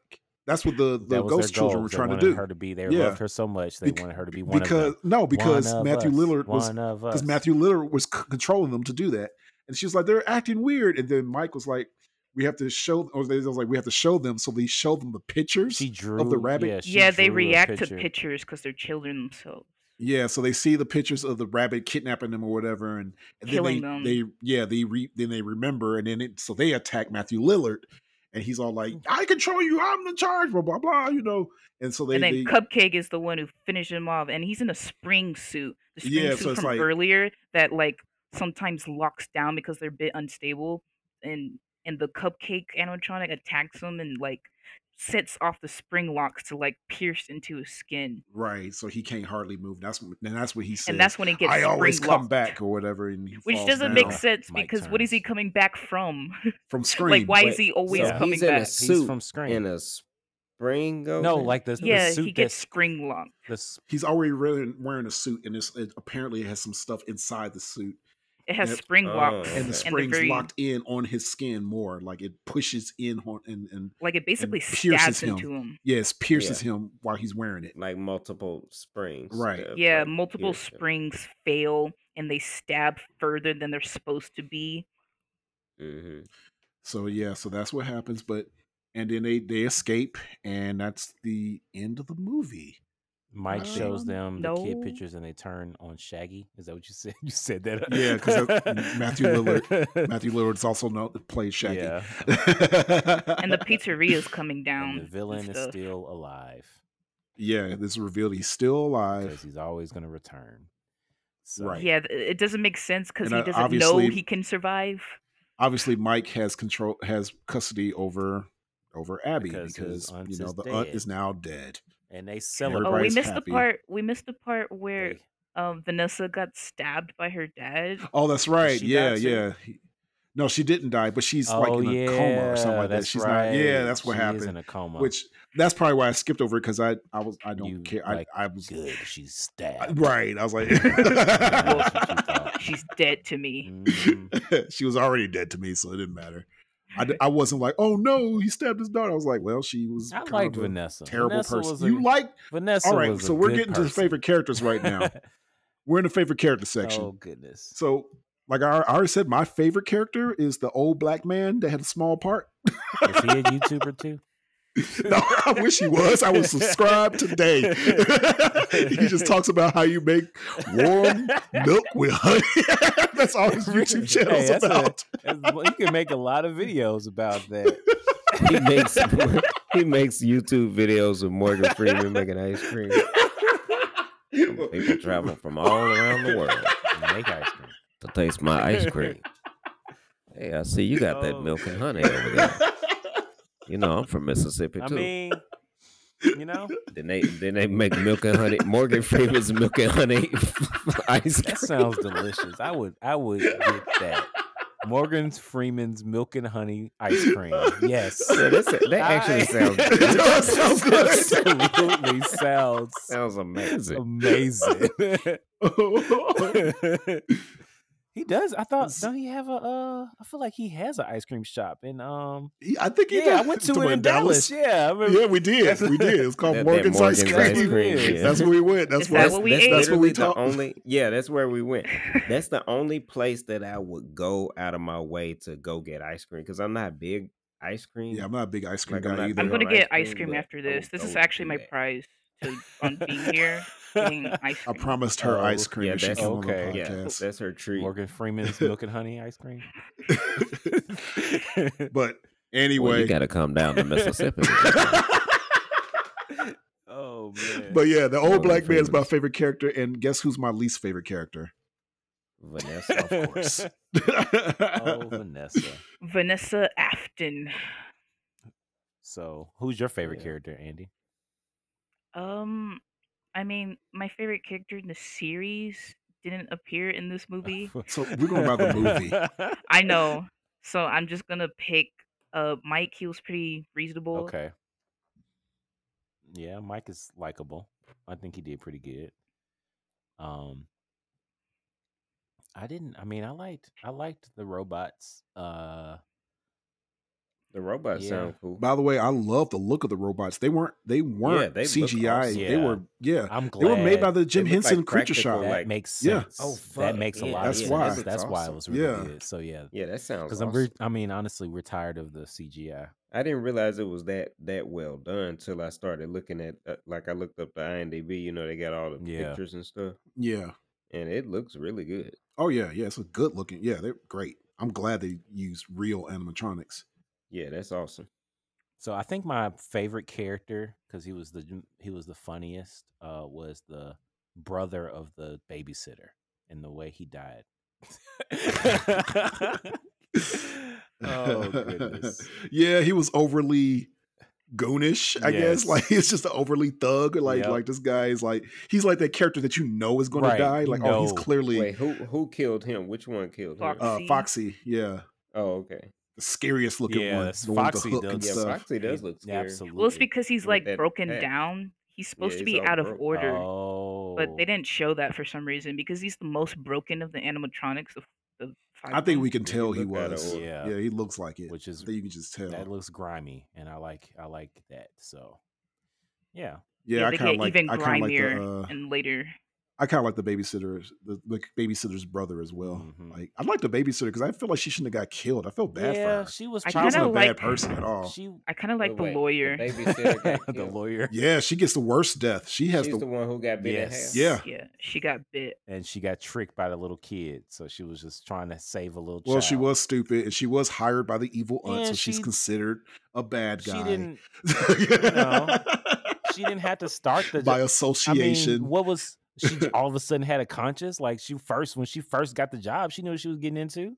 Speaker 2: That's what the the
Speaker 1: That was their
Speaker 2: ghost children
Speaker 1: goal,
Speaker 2: were
Speaker 1: they
Speaker 2: trying to
Speaker 1: wanted
Speaker 2: do.
Speaker 1: Her to be, they
Speaker 2: Yeah.
Speaker 1: loved her so much. They
Speaker 2: Bec-
Speaker 1: wanted her to be one
Speaker 2: because
Speaker 1: of them.
Speaker 2: no, because
Speaker 1: One of
Speaker 2: Matthew
Speaker 1: us.
Speaker 2: Lillard was
Speaker 1: one of us.
Speaker 2: because Matthew Lillard was c- controlling them to do that, and she was like, "They're acting weird." And then Mike was like, "We have to show," or they was like, "We have to show them." So they showed them the pictures.
Speaker 1: she drew
Speaker 2: rabbit-
Speaker 1: Yeah, she
Speaker 4: [laughs] yeah, they
Speaker 1: drew a
Speaker 4: react to
Speaker 1: picture.
Speaker 4: pictures because they're children themselves.
Speaker 2: yeah, so they see the pictures of the rabbit kidnapping them or whatever, and, and then
Speaker 4: Killing
Speaker 2: they,
Speaker 4: them.
Speaker 2: they yeah they re, then they remember, and then it, so they attack Matthew Lillard, and he's all like,
Speaker 4: Mm.
Speaker 2: "I control you. I'm in charge." Blah blah blah. You know, and so they,
Speaker 4: and then
Speaker 2: they
Speaker 4: Cupcake is the one who finishes him off, and he's in a spring suit. The spring
Speaker 2: Yeah,
Speaker 4: suit
Speaker 2: so it's
Speaker 4: from
Speaker 2: like-
Speaker 4: earlier that like sometimes locks down because they're a bit unstable, and and the Cupcake animatronic attacks him and like sets off the spring locks to like pierce into his skin,
Speaker 2: right, so he can't hardly move. That's when- and that's what he says.
Speaker 4: and that's when it gets.
Speaker 2: I always
Speaker 4: spring
Speaker 2: come
Speaker 4: locked,
Speaker 2: back or whatever, and he
Speaker 4: Which
Speaker 2: falls
Speaker 4: doesn't
Speaker 2: down
Speaker 4: make sense
Speaker 1: Mike
Speaker 4: because what is he
Speaker 1: turns.
Speaker 4: coming back from? [laughs]
Speaker 2: from scream.
Speaker 4: like, why is
Speaker 3: Wait,
Speaker 4: he always
Speaker 1: so
Speaker 4: coming
Speaker 3: he's in a
Speaker 4: back?
Speaker 1: He's
Speaker 3: suit
Speaker 1: from
Speaker 3: in
Speaker 1: Scream.
Speaker 3: a spring. Goes
Speaker 1: No, like the,
Speaker 4: Yeah,
Speaker 1: the suit
Speaker 4: he gets
Speaker 1: that's
Speaker 4: spring locked.
Speaker 1: the s-
Speaker 2: He's already wearing, wearing a suit, and it's, it apparently has some stuff inside the suit,
Speaker 4: It has
Speaker 2: Yep.
Speaker 4: spring
Speaker 3: Oh.
Speaker 4: locks,
Speaker 2: and
Speaker 3: And
Speaker 2: the
Speaker 3: they're
Speaker 2: springs
Speaker 4: very-
Speaker 2: locked in on his skin more. Like it pushes in on and and
Speaker 4: Like it basically
Speaker 2: pierces
Speaker 4: stabs
Speaker 2: him.
Speaker 4: into him.
Speaker 2: yes, pierces him while he's wearing it.
Speaker 3: like multiple springs.
Speaker 2: Right.
Speaker 3: that-
Speaker 4: yeah,
Speaker 3: that
Speaker 4: multiple
Speaker 3: pierce him.
Speaker 4: springs fail and they stab further than they're supposed to be. [laughs]
Speaker 3: Mhm.
Speaker 2: So yeah, so that's what happens. But and then they they escape, and that's the end of the
Speaker 1: [laughs]
Speaker 2: movie.
Speaker 4: Oh,
Speaker 1: Mike
Speaker 2: don't
Speaker 1: shows them the kid
Speaker 4: know.
Speaker 1: pictures and they turn on Shaggy. Is that what you said? [laughs] You said that? uh,
Speaker 2: Yeah, 'cause that's
Speaker 1: [laughs]
Speaker 2: Matthew
Speaker 1: Lillard.
Speaker 2: Matthew Lillard's also known played Shaggy. [laughs]
Speaker 1: Yeah.
Speaker 4: And the pizzeria is coming down.
Speaker 1: And the
Speaker 4: and
Speaker 1: villain is
Speaker 4: stuff.
Speaker 1: still alive
Speaker 2: yeah, this is revealed he's still alive.
Speaker 1: because he's always going to return. So,
Speaker 2: Right.
Speaker 4: Yeah, th- it doesn't make sense because
Speaker 2: And,
Speaker 4: he
Speaker 2: uh,
Speaker 4: doesn't know
Speaker 2: obviously-
Speaker 4: he can survive.
Speaker 2: obviously Mike has control has custody over over Abby
Speaker 1: Because
Speaker 2: because,
Speaker 1: his aunt
Speaker 2: you know
Speaker 1: is
Speaker 2: the aunt
Speaker 1: dead.
Speaker 2: is now dead.
Speaker 1: And they
Speaker 4: Oh, we
Speaker 1: celebrate.
Speaker 2: Everybody's
Speaker 4: missed
Speaker 2: happy.
Speaker 4: the part. We missed the part where
Speaker 1: they-
Speaker 4: um, Vanessa got stabbed by her dad.
Speaker 2: Oh, that's right.
Speaker 1: she
Speaker 2: Yeah,
Speaker 1: die too?
Speaker 2: yeah. He- No, she didn't die, but she's like
Speaker 1: oh,
Speaker 2: in a
Speaker 1: yeah,
Speaker 2: coma or something like that.
Speaker 1: that's
Speaker 2: She's
Speaker 1: right.
Speaker 2: not. Yeah, that's what
Speaker 1: She Is in
Speaker 2: happened.
Speaker 1: a coma.
Speaker 2: Which that's probably why I skipped over it because I I was I don't
Speaker 1: You,
Speaker 2: care.
Speaker 1: like,
Speaker 2: I I was
Speaker 1: good. She's
Speaker 2: I-
Speaker 1: stabbed.
Speaker 2: Uh, [laughs] right. I
Speaker 1: [laughs]
Speaker 2: was like. [laughs]
Speaker 1: that's what you thought.
Speaker 4: She's dead
Speaker 1: [laughs]
Speaker 4: to me.
Speaker 1: Mhm.
Speaker 2: she was already dead to me, so it didn't matter.
Speaker 1: [laughs]
Speaker 2: I, d- I wasn't like, oh no, he stabbed his daughter. I was like, well, she was
Speaker 1: I
Speaker 2: kind
Speaker 1: liked
Speaker 2: of a
Speaker 1: Vanessa.
Speaker 2: terrible
Speaker 1: Vanessa
Speaker 2: person.
Speaker 1: was a-
Speaker 2: you like
Speaker 1: Vanessa.
Speaker 2: All right,
Speaker 1: was a
Speaker 2: so we're
Speaker 1: good
Speaker 2: getting to the
Speaker 1: person.
Speaker 2: favorite characters
Speaker 1: [laughs]
Speaker 2: right now. we're in the favorite character section.
Speaker 1: Oh goodness. [laughs]
Speaker 2: So, like I, I already said, my favorite character is the old black man that had a small part.
Speaker 1: Is he a YouTuber
Speaker 2: [laughs]
Speaker 1: too?
Speaker 2: No, [laughs] I wish he was. I would subscribe today. [laughs] he just talks about how you make warm milk with honey. [laughs] that's all his YouTube channel
Speaker 1: Hey,
Speaker 2: is
Speaker 1: that's a-
Speaker 2: about.
Speaker 1: That's- well, you can make a lot of videos
Speaker 2: [laughs]
Speaker 1: about that.
Speaker 3: He makes [laughs] he makes YouTube videos of Morgan Freeman making ice cream. People travel from all around the world
Speaker 1: Make ice cream.
Speaker 3: to taste my ice cream. Hey, I see you got that
Speaker 1: Oh.
Speaker 3: milk and honey over there. You know, I'm from Mississippi
Speaker 1: I
Speaker 3: too.
Speaker 1: mean, you know,
Speaker 3: then they then they make milk and honey. Morgan Freeman's milk and honey [laughs] ice
Speaker 1: that
Speaker 3: cream.
Speaker 1: sounds delicious. I would, I would get
Speaker 2: [laughs]
Speaker 1: that. Morgan Freeman's milk and honey ice cream. Yes,
Speaker 3: Yeah, that's- that
Speaker 1: [laughs]
Speaker 3: actually
Speaker 1: I-
Speaker 2: [laughs]
Speaker 3: sounds
Speaker 1: That
Speaker 3: good. [laughs]
Speaker 2: sounds good.
Speaker 1: Absolutely sounds
Speaker 3: sounds amazing.
Speaker 2: [laughs]
Speaker 1: amazing. He does. I thought.
Speaker 2: It's-
Speaker 1: Don't he have a? Uh, I feel like he has an ice cream shop. And um,
Speaker 2: [laughs] He- I think he
Speaker 1: yeah, I
Speaker 2: does.
Speaker 1: went to
Speaker 2: The
Speaker 1: it
Speaker 2: one
Speaker 1: in Dallas. Yeah, I remember.
Speaker 2: [laughs] Yeah, we did.
Speaker 1: That's-
Speaker 2: We did.
Speaker 1: [laughs]
Speaker 2: It's called
Speaker 3: That- that
Speaker 2: Morgan's, Ice
Speaker 3: Morgan's
Speaker 1: Ice
Speaker 2: Cream.
Speaker 1: Cream, yeah.
Speaker 2: [laughs] That's where we went. That's
Speaker 4: Is
Speaker 2: where
Speaker 4: that what we ate?
Speaker 2: that's where we
Speaker 3: literally the
Speaker 2: talked.
Speaker 3: Only, yeah, that's where we went. That's the only place that I would go out of my way to go get ice cream because I'm not a big ice cream.
Speaker 2: Yeah, I'm not a big ice cream
Speaker 3: Like, I'm
Speaker 2: guy
Speaker 3: not-
Speaker 2: either.
Speaker 4: I'm
Speaker 3: They're
Speaker 4: gonna
Speaker 3: on
Speaker 4: get
Speaker 3: ice
Speaker 4: ice
Speaker 3: cream, but
Speaker 4: cream after
Speaker 3: I
Speaker 4: this.
Speaker 3: would
Speaker 4: This
Speaker 3: go
Speaker 4: is
Speaker 3: to
Speaker 4: actually my
Speaker 3: that.
Speaker 4: prize to, on
Speaker 1: [laughs]
Speaker 4: being here. Getting ice
Speaker 2: I
Speaker 4: cream.
Speaker 2: promised her
Speaker 1: Oh,
Speaker 2: ice cream
Speaker 3: yeah,
Speaker 2: if she
Speaker 3: that's-
Speaker 2: came on the
Speaker 1: okay.
Speaker 3: yeah,
Speaker 2: podcast.
Speaker 3: that's her
Speaker 1: [laughs]
Speaker 3: treat.
Speaker 1: Morgan
Speaker 2: [laughs]
Speaker 1: Freeman's milk and honey ice cream.
Speaker 2: But
Speaker 6: Well,
Speaker 2: anyway,
Speaker 6: you got to come down to
Speaker 3: [laughs]
Speaker 6: Mississippi.
Speaker 1: [laughs] oh man.
Speaker 2: but yeah, the old
Speaker 6: Morgan
Speaker 2: black man's my
Speaker 6: Freeman's.
Speaker 2: favorite character, and guess who's my least favorite character?
Speaker 1: [laughs]
Speaker 6: Vanessa.
Speaker 2: Of course.
Speaker 1: oh
Speaker 2: [laughs]
Speaker 1: Vanessa.
Speaker 4: Vanessa Afton.
Speaker 1: So, who's your favorite
Speaker 6: Yeah.
Speaker 1: character, Andy?
Speaker 4: Um, I mean, my favorite character in the series didn't appear
Speaker 2: [laughs]
Speaker 4: in this movie.
Speaker 2: So we're going about the
Speaker 1: [laughs]
Speaker 2: movie.
Speaker 4: I know, so I'm just gonna pick. Uh, Mike. He was pretty reasonable.
Speaker 1: Okay. Yeah, Mike is likable. I think he did pretty good. Um I didn't I mean I liked I liked the robots. Uh
Speaker 3: The robot
Speaker 1: Yeah.
Speaker 3: sound cool.
Speaker 2: By the way, I love the look of the robots. They weren't they weren't
Speaker 3: they look
Speaker 2: CGI.
Speaker 1: awesome.
Speaker 2: They were yeah.
Speaker 1: I'm glad
Speaker 2: They were made by the Jim
Speaker 3: look like
Speaker 2: Henson Creature
Speaker 3: practical,
Speaker 2: Shop.
Speaker 1: that
Speaker 3: like-
Speaker 1: makes
Speaker 2: Yeah.
Speaker 1: sense.
Speaker 3: Oh,
Speaker 1: That
Speaker 3: fuck,
Speaker 1: makes a
Speaker 3: yeah,
Speaker 1: lot
Speaker 2: That's
Speaker 1: of
Speaker 2: why.
Speaker 1: sense.
Speaker 3: That
Speaker 1: That's
Speaker 3: looks
Speaker 1: why it
Speaker 3: awesome.
Speaker 1: was really
Speaker 2: Yeah.
Speaker 1: good. So yeah.
Speaker 3: Yeah, that sounds.
Speaker 1: Because
Speaker 3: Awesome.
Speaker 1: I'm re- I mean honestly we're tired of the CGI.
Speaker 3: I didn't realize it was that that well done until I started looking at uh, like I looked up the IMDb. You know, they got all the
Speaker 1: Yeah.
Speaker 3: pictures and stuff,
Speaker 2: Yeah.
Speaker 3: and it looks really good.
Speaker 2: Oh yeah, yeah. It's a good looking. Yeah, they're great. I'm glad they used real animatronics.
Speaker 3: Yeah, that's awesome.
Speaker 1: So I think my favorite character, because he was the j- he was the funniest, uh, was the brother of the babysitter and the way he died. [laughs] oh
Speaker 2: [laughs]
Speaker 1: goodness!
Speaker 2: yeah, he was overly goonish, I
Speaker 1: Yes.
Speaker 2: guess. Like [laughs] he's just an overly thug. Like
Speaker 1: Yep.
Speaker 2: like this guy is like he's like that character that you know is going
Speaker 1: Right,
Speaker 2: to die.
Speaker 1: you
Speaker 2: Like oh, he's
Speaker 1: know.
Speaker 2: clearly
Speaker 3: Wait, who who killed him? Which one killed him?
Speaker 4: Fox.
Speaker 2: uh Foxy. Yeah,
Speaker 3: Oh, okay.
Speaker 2: the scariest looking
Speaker 1: Yeah,
Speaker 2: one.
Speaker 1: that's
Speaker 2: the one with
Speaker 1: Foxy
Speaker 2: the hook
Speaker 1: does-
Speaker 2: and
Speaker 1: yeah,
Speaker 2: stuff.
Speaker 3: Foxy does
Speaker 1: He-
Speaker 3: look
Speaker 1: yeah,
Speaker 3: scary.
Speaker 1: Absolutely.
Speaker 4: Well, it's because he's
Speaker 3: With
Speaker 4: like
Speaker 3: that
Speaker 4: broken
Speaker 3: hat.
Speaker 4: down. He's supposed to
Speaker 3: he's
Speaker 4: be
Speaker 3: all
Speaker 4: out of
Speaker 3: broke.
Speaker 4: order,
Speaker 1: Oh,
Speaker 4: but they didn't show that for some reason because he's the most broken of the animatronics. Of the five
Speaker 2: I think
Speaker 4: ones.
Speaker 2: we can
Speaker 3: He
Speaker 2: tell he
Speaker 3: looked out of
Speaker 2: was.
Speaker 1: order.
Speaker 2: Oh, Yeah.
Speaker 1: Yeah.
Speaker 2: he looks like it.
Speaker 1: Which is
Speaker 2: I think you can just tell.
Speaker 1: that looks grimy, and I like I like that. So yeah,
Speaker 2: yeah, I
Speaker 4: they
Speaker 2: kind
Speaker 4: get
Speaker 2: of like.
Speaker 4: even
Speaker 2: I kind of like
Speaker 4: grimier
Speaker 2: the. Uh,
Speaker 4: and later.
Speaker 2: I kind of like the babysitter, the, the babysitter's brother as well.
Speaker 1: Mhm.
Speaker 2: Like, I like the babysitter because I feel like she shouldn't have got killed. I feel bad
Speaker 1: yeah,
Speaker 2: for her.
Speaker 1: she was
Speaker 4: I
Speaker 2: She
Speaker 1: trying
Speaker 2: wasn't
Speaker 1: to
Speaker 2: a
Speaker 4: kinda
Speaker 2: bad
Speaker 4: like-
Speaker 2: person at all.
Speaker 1: She
Speaker 4: I kind of
Speaker 3: But
Speaker 4: like the
Speaker 3: wait,
Speaker 4: lawyer.
Speaker 3: The babysitter
Speaker 4: [laughs]
Speaker 1: [laughs]
Speaker 3: got
Speaker 1: the
Speaker 3: killed.
Speaker 1: lawyer,
Speaker 2: yeah, she gets the worst death. She has
Speaker 3: She's the,
Speaker 2: the.
Speaker 3: one who got bit
Speaker 1: Yes.
Speaker 3: in half.
Speaker 2: yeah,
Speaker 4: Yeah, she got bit.
Speaker 1: and she got tricked by the little kid, so she was just trying to save a little.
Speaker 2: well, she
Speaker 1: child.
Speaker 2: was stupid, and she was hired by the evil aunt,
Speaker 1: Yeah,
Speaker 2: so she's
Speaker 1: she-
Speaker 2: considered a bad
Speaker 1: She
Speaker 2: guy.
Speaker 1: didn't.
Speaker 2: [laughs]
Speaker 1: know, She didn't have to start the.
Speaker 2: by
Speaker 1: jo- I
Speaker 2: association.
Speaker 1: mean, what was she j-
Speaker 2: [laughs]
Speaker 1: all of a sudden had a conscience? Like she first, when she first got the job, she knew what she was getting into.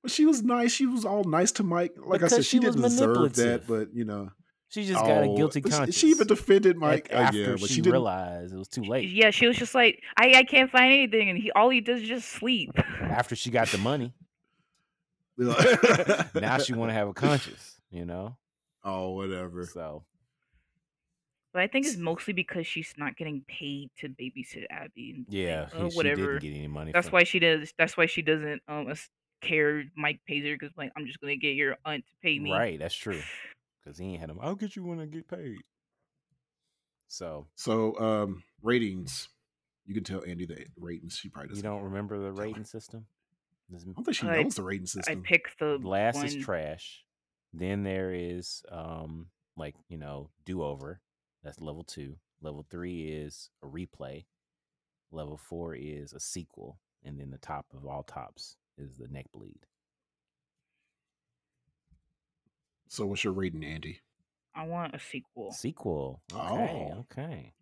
Speaker 2: but she was nice. She was all nice to Mike. Like I
Speaker 1: Because
Speaker 2: said,
Speaker 1: she
Speaker 2: she,
Speaker 1: was
Speaker 2: didn't deserve
Speaker 1: manipulative.
Speaker 2: that, but you know,
Speaker 1: She just got a
Speaker 2: oh,
Speaker 1: guilty
Speaker 2: but she-
Speaker 1: conscience.
Speaker 2: She even
Speaker 1: at-
Speaker 2: defended Mike. Oh,
Speaker 1: after
Speaker 2: yeah, but
Speaker 1: she,
Speaker 2: she, didn't
Speaker 1: realized it was too late.
Speaker 4: Yeah, she was just like, I, I can't find anything, and he all he does is just sleep.
Speaker 1: After she got the money,
Speaker 2: [laughs]
Speaker 1: now she [laughs] want to have a conscience. You know,
Speaker 2: Oh, whatever.
Speaker 1: so
Speaker 4: But I think it's mostly because she's not getting paid to babysit Abby. And think,
Speaker 1: yeah,
Speaker 4: "Oh,
Speaker 1: he- [laughs] she
Speaker 4: whatever.
Speaker 1: didn't get any money.
Speaker 4: That's
Speaker 1: from-
Speaker 4: why she does. That's why she doesn't um us- care. Mike pays her because like I'm just gonna get your aunt to pay me.
Speaker 1: right? That's true. Because he ain't had him. I'll get you when I get paid. So
Speaker 2: So, um, ratings. You can tell Andy the ratings. She probably
Speaker 1: you
Speaker 2: doesn't.
Speaker 1: don't remember the
Speaker 2: tell her.
Speaker 1: rating system? This m-
Speaker 2: I don't think she
Speaker 4: I-
Speaker 2: knows the rating system.
Speaker 4: I pick the
Speaker 1: last
Speaker 4: one.
Speaker 1: is trash then there is um like you know do over that's level two level three is a replay level four is a sequel and then the top of all tops is the neck bleed
Speaker 2: so, what's your rating, Andy? [laughs]
Speaker 4: I want a sequel.
Speaker 1: sequel okay
Speaker 2: Oh.
Speaker 1: okay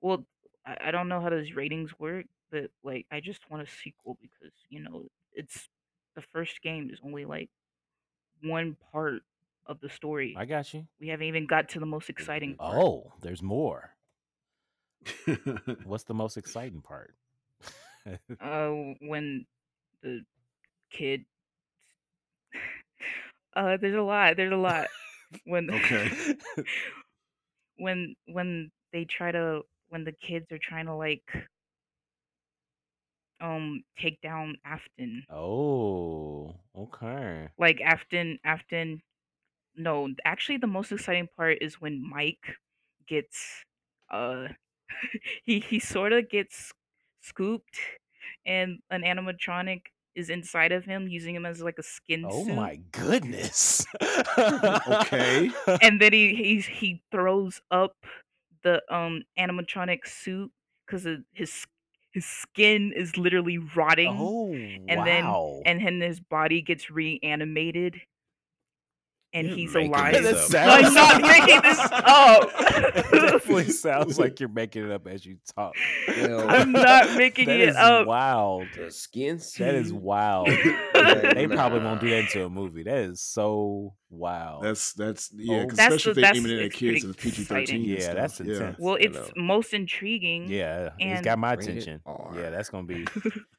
Speaker 4: Well, I, I don't know how those ratings work, but like I just want a sequel because you know it's the first game is only like one part of the story.
Speaker 1: i got you
Speaker 4: we haven't even got to the most exciting part.
Speaker 1: oh there's more what's the most exciting part
Speaker 4: uh, when the kid. Uh, there's a lot. There's a lot. When
Speaker 2: Okay.
Speaker 4: when when they try to when the kids are trying to like um take down Afton.
Speaker 1: Oh, okay.
Speaker 4: Like Afton, Afton. No, actually, the most exciting part is when Mike gets uh, [laughs] he he sort of gets scooped, and an animatronic is inside of him, using him as like a skin
Speaker 1: Oh
Speaker 4: suit.
Speaker 1: my goodness.
Speaker 2: [laughs] Okay.
Speaker 1: [laughs]
Speaker 2: [laughs]
Speaker 4: and then he he's, he throws up the um animatronic suit because his his skin is literally rotting,
Speaker 1: Oh,
Speaker 4: and then-
Speaker 1: wow.
Speaker 4: and then his body gets reanimated, and
Speaker 6: You're
Speaker 4: he's
Speaker 6: making
Speaker 4: alive.
Speaker 6: this up.
Speaker 4: I'm not
Speaker 1: [laughs]
Speaker 4: making this up.
Speaker 1: It definitely sounds like you're making it up as you talk.
Speaker 6: Hell.
Speaker 4: [laughs] I'm not making
Speaker 1: That
Speaker 4: it
Speaker 1: is
Speaker 4: up.
Speaker 1: Wild.
Speaker 6: The skin suit.
Speaker 1: That is
Speaker 4: [laughs]
Speaker 1: wild. [laughs]
Speaker 3: [laughs]
Speaker 1: they probably won't do that into a movie. That is so wild.
Speaker 2: That's that's yeah,
Speaker 1: Oh.
Speaker 2: 'cause
Speaker 4: That's
Speaker 2: especially if
Speaker 4: the-
Speaker 2: they're
Speaker 4: that's-
Speaker 2: aiming it at
Speaker 4: it's
Speaker 2: kids
Speaker 4: pretty
Speaker 2: with PG thirteen.
Speaker 4: exciting.
Speaker 1: Yeah, that's intense.
Speaker 4: well,
Speaker 6: you
Speaker 4: it's
Speaker 6: know.
Speaker 4: most intriguing.
Speaker 1: yeah, it's
Speaker 4: and
Speaker 1: got my
Speaker 6: rated
Speaker 1: attention.
Speaker 6: R.
Speaker 1: Yeah, that's gonna
Speaker 4: [laughs]
Speaker 1: be.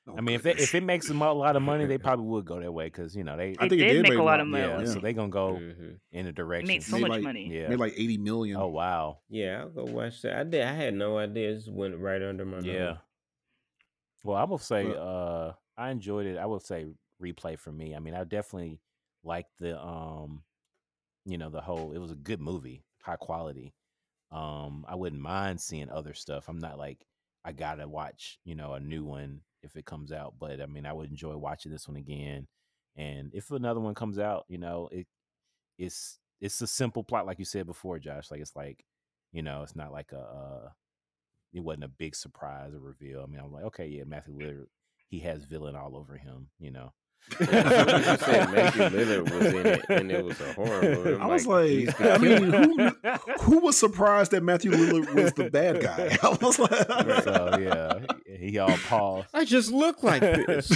Speaker 2: Oh,
Speaker 1: I mean, if they,
Speaker 2: goodness.
Speaker 1: if it makes them a lot of
Speaker 2: [laughs]
Speaker 1: money, they probably would go that way because you know they.
Speaker 2: I
Speaker 4: It
Speaker 2: think it
Speaker 4: did
Speaker 2: did
Speaker 4: make
Speaker 2: make
Speaker 4: a lot of
Speaker 2: more-
Speaker 1: yeah,
Speaker 4: money.
Speaker 1: so they gonna go
Speaker 3: Mm-hmm.
Speaker 6: Mhm.
Speaker 1: in a
Speaker 4: It
Speaker 1: direction.
Speaker 4: made so
Speaker 2: Made
Speaker 4: much
Speaker 2: like-
Speaker 4: money.
Speaker 1: yeah.
Speaker 2: made like eighty million.
Speaker 1: oh wow.
Speaker 3: Yeah, I'll go watch that. I did. I had no idea. It just went right under my nose. [laughs]
Speaker 1: Yeah. Well, I will say,
Speaker 2: But-
Speaker 1: uh, I enjoyed it. I would say replay for me. I mean, I definitely liked the, um, you know, the whole. It was a good movie, high quality. Um, I wouldn't mind seeing other stuff. I'm not like I gotta watch, you know, a new one if it comes out. But I mean, I would enjoy watching this one again. And if another one comes out, you know, it it's it's a simple plot, like you said before, Josh. Like it's like, you know, it's not like a. Uh, it wasn't a big surprise or reveal. I mean, I'm like, okay, yeah,
Speaker 6: [laughs]
Speaker 1: Matthew Lillard, he has villain all over him, you know.
Speaker 6: somebody was saying
Speaker 1: [laughs]
Speaker 6: Matthew Lillard was in it, and it was a horror movie.
Speaker 2: I was
Speaker 6: Like,
Speaker 2: [laughs] like,
Speaker 6: he's
Speaker 2: I
Speaker 6: got-
Speaker 2: mean,
Speaker 1: [laughs]
Speaker 2: who, who was surprised that Matthew Lillard was the bad guy? [laughs] I
Speaker 1: [laughs]
Speaker 2: was
Speaker 6: [laughs]
Speaker 2: like,
Speaker 1: so yeah, he he all paused.
Speaker 6: I just look like
Speaker 3: [laughs]
Speaker 6: this.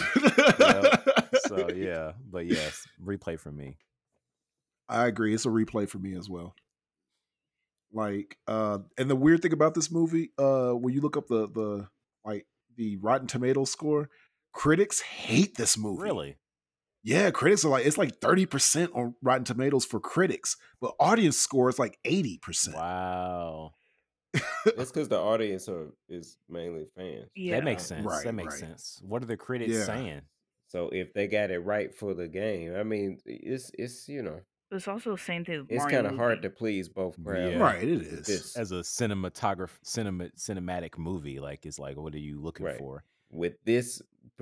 Speaker 1: So yeah, but yes, replay for me.
Speaker 2: I agree. It's a replay for me as well. Like, uh, and the weird thing about this movie, uh, when you look up the the like the Rotten Tomatoes score, critics hate this movie.
Speaker 1: Really?
Speaker 2: Yeah, critics are like it's like thirty percent on Rotten Tomatoes for critics, but audience score is like eighty percent.
Speaker 1: Wow.
Speaker 6: That's because the audience are, is mainly fans.
Speaker 4: Yeah.
Speaker 1: That makes sense.
Speaker 2: Right,
Speaker 1: that makes
Speaker 2: right.
Speaker 1: sense. What are the critics
Speaker 2: Yeah.
Speaker 1: saying?
Speaker 6: So if
Speaker 3: They got it right for the game. I mean, it's it's you know,
Speaker 4: But it's also the same thing. with
Speaker 6: it's
Speaker 4: Mario
Speaker 6: kind of
Speaker 4: movie.
Speaker 6: hard to please both crowds.
Speaker 1: Yeah.
Speaker 2: Right, it is.
Speaker 6: This
Speaker 1: As a cinematograph, cinema, cinematic movie, like it's like, what are you looking
Speaker 6: Right.
Speaker 1: for?
Speaker 6: with this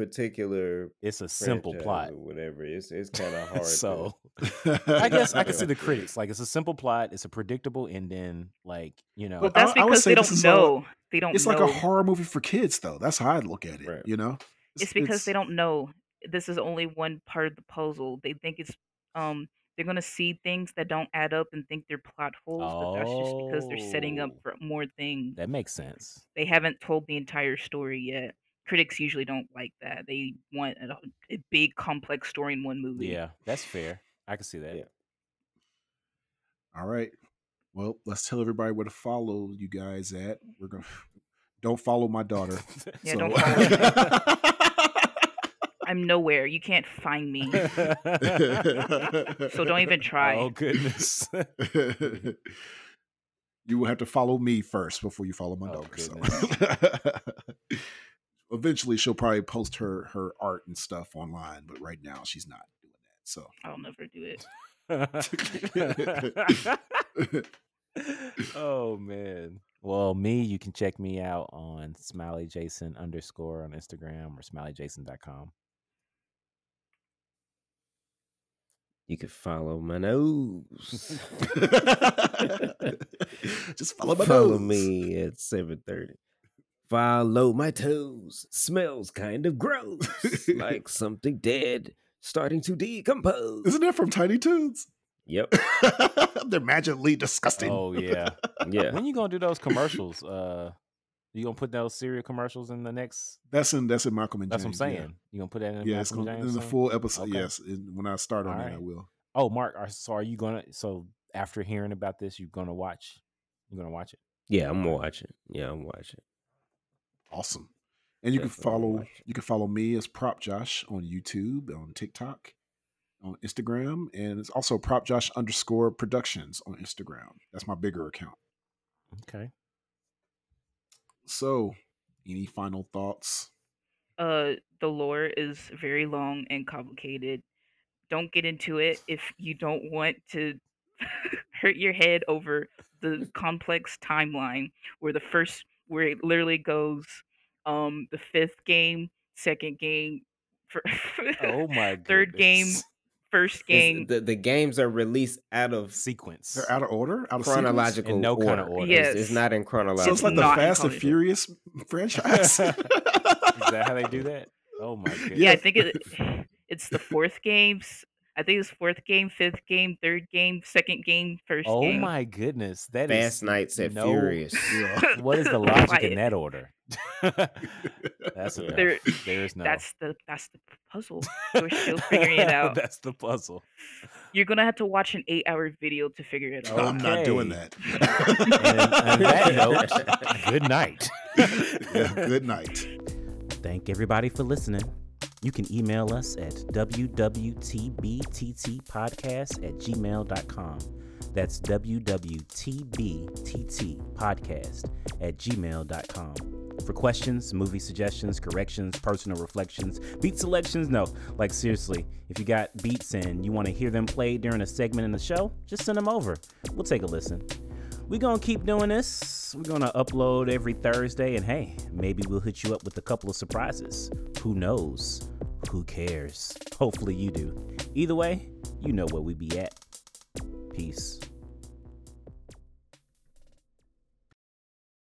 Speaker 6: particular
Speaker 1: It's a simple
Speaker 6: franchise
Speaker 1: plot. [laughs]
Speaker 6: or whatever, it's it's kind of hard. to-
Speaker 1: so.
Speaker 6: [laughs]
Speaker 1: I guess I can
Speaker 2: [laughs]
Speaker 1: see the critics. Like it's a simple plot, it's a predictable ending. Like you know,
Speaker 4: But
Speaker 2: I-
Speaker 4: that's
Speaker 2: I would
Speaker 4: because
Speaker 2: say
Speaker 4: they
Speaker 2: this
Speaker 4: don't
Speaker 2: is all-
Speaker 4: know. They don't.
Speaker 2: it's like
Speaker 4: know.
Speaker 2: a horror movie for kids, though. That's how I look at it.
Speaker 6: Right.
Speaker 2: You know,
Speaker 4: it's because they don't know this is only one part of the puzzle. They think it's um they're gonna see things that don't add up and think they're plot holes, but that's just because they're setting up
Speaker 1: Oh.
Speaker 4: for more things.
Speaker 1: that makes sense.
Speaker 4: They haven't told the entire story yet. Critics usually don't like that. They want a, a big complex story in one movie.
Speaker 1: Yeah, that's fair. I can see that.
Speaker 6: Yeah.
Speaker 1: [laughs]
Speaker 2: All right. Well, let's tell everybody where to follow you guys at. We're gonna [laughs] don't follow my daughter.
Speaker 4: Yeah,
Speaker 2: So-
Speaker 4: don't follow I'm nowhere. You can't find
Speaker 1: [laughs]
Speaker 4: me.
Speaker 2: [laughs]
Speaker 4: So don't even try.
Speaker 1: Oh goodness. [laughs]
Speaker 2: [laughs] you will have to follow me first before you follow my
Speaker 1: Oh,
Speaker 2: daughter. So. [laughs] Eventually, she'll probably post her her art and stuff online, but right now she's not doing that. So,
Speaker 4: I'll never do it.
Speaker 1: [laughs] oh man. Well, me, you can check me out on smileyjason underscore on Instagram or smileyjason.com.
Speaker 3: you could follow
Speaker 1: [laughs]
Speaker 3: my nose.
Speaker 2: [laughs]
Speaker 3: [laughs]
Speaker 2: just follow my
Speaker 3: Follow
Speaker 2: nose.
Speaker 3: me at seven thirty. Follow my toes. Smells kind of gross,
Speaker 2: [laughs]
Speaker 3: like something dead starting to
Speaker 2: [laughs]
Speaker 3: decompose.
Speaker 2: Isn't that from Tiny Toons? [laughs]
Speaker 3: Yep.
Speaker 2: They're magically disgusting. [laughs]
Speaker 1: Oh yeah.
Speaker 3: Yeah.
Speaker 1: When you gonna do those commercials? Uh, you gonna put those cereal commercials in the next?
Speaker 2: That's in that's in Malcolm and
Speaker 1: That's
Speaker 2: James.
Speaker 1: what I'm
Speaker 2: yeah.
Speaker 1: saying. You gonna put that in?
Speaker 2: Yeah, it's
Speaker 1: Malcolm
Speaker 2: gonna,
Speaker 1: James
Speaker 2: in the
Speaker 1: song?
Speaker 2: full episode.
Speaker 1: Okay.
Speaker 2: Yes, and when I start on
Speaker 1: All
Speaker 2: it, I
Speaker 1: right.
Speaker 2: will.
Speaker 1: Oh, Mark. Are, so are you gonna? So after hearing about this, you're gonna watch. You're gonna watch it.
Speaker 3: Yeah, I'm watching. Yeah, I'm watching.
Speaker 2: Awesome. And you
Speaker 3: Definitely
Speaker 2: can follow
Speaker 3: watch it.
Speaker 2: you can follow me as Prop Josh on YouTube, on TikTok, on Instagram, and it's also Prop Josh underscore Productions on Instagram. That's my bigger account.
Speaker 1: Okay.
Speaker 2: So, any final thoughts?
Speaker 4: Uh, the lore is very long and complicated. Don't get into it if you don't want to [laughs] hurt your head over the complex timeline where the first where it literally goes um the fifth game, second game, fir- [laughs]
Speaker 1: Oh
Speaker 2: [laughs]
Speaker 1: my god.
Speaker 4: Third game first game.
Speaker 3: It's- The, the games are released out of
Speaker 1: sequence.
Speaker 2: They're out of order, out of sequence?
Speaker 3: chronological
Speaker 1: In no
Speaker 3: order.
Speaker 1: kind of order.
Speaker 3: It's- It's,
Speaker 4: Yes.
Speaker 3: not in
Speaker 2: So it's
Speaker 3: chronological.
Speaker 2: like the
Speaker 4: Not in
Speaker 2: Fast and
Speaker 4: chronological.
Speaker 2: Furious franchise. [laughs]
Speaker 1: Is that how they do that? Oh my goodness.
Speaker 4: yeah, I think it, [sighs] it's the fourth games. I think it's fourth game, fifth game, third game, second game, first
Speaker 1: Oh
Speaker 4: game. [laughs]
Speaker 1: my goodness. That is
Speaker 3: Fast Nights at
Speaker 1: no-
Speaker 3: Furious.
Speaker 2: Yeah.
Speaker 1: What
Speaker 4: [laughs]
Speaker 1: is the
Speaker 4: Like,
Speaker 1: logic in that
Speaker 4: [laughs]
Speaker 1: order? that's enough.
Speaker 4: There-
Speaker 1: There's no.
Speaker 4: That's the that's the puzzle. We're still
Speaker 1: [laughs]
Speaker 4: figuring it out.
Speaker 1: that's the puzzle.
Speaker 4: You're gonna have to watch an eight-hour video to figure it out.
Speaker 1: Oh.
Speaker 2: I'm not doing
Speaker 1: Okay.
Speaker 2: that.
Speaker 1: And on that
Speaker 2: [laughs]
Speaker 1: note,
Speaker 4: [laughs]
Speaker 1: good night.
Speaker 2: yeah, good night.
Speaker 1: Thank everybody for listening. You can email us at wwtbttpodcast at gmail.com. That's wwtbttpodcast at gmail.com. For questions, movie suggestions, corrections, personal reflections, beat selections, no, like seriously, if you got beats and you want to hear them played during a segment in the show, just send them over. We'll take a listen. We're gonna keep doing this. We're gonna upload every Thursday, and hey, maybe we'll hit you up with a couple of surprises. Who knows? Who cares? Hopefully, you do. Either way, you know where we be at. Peace.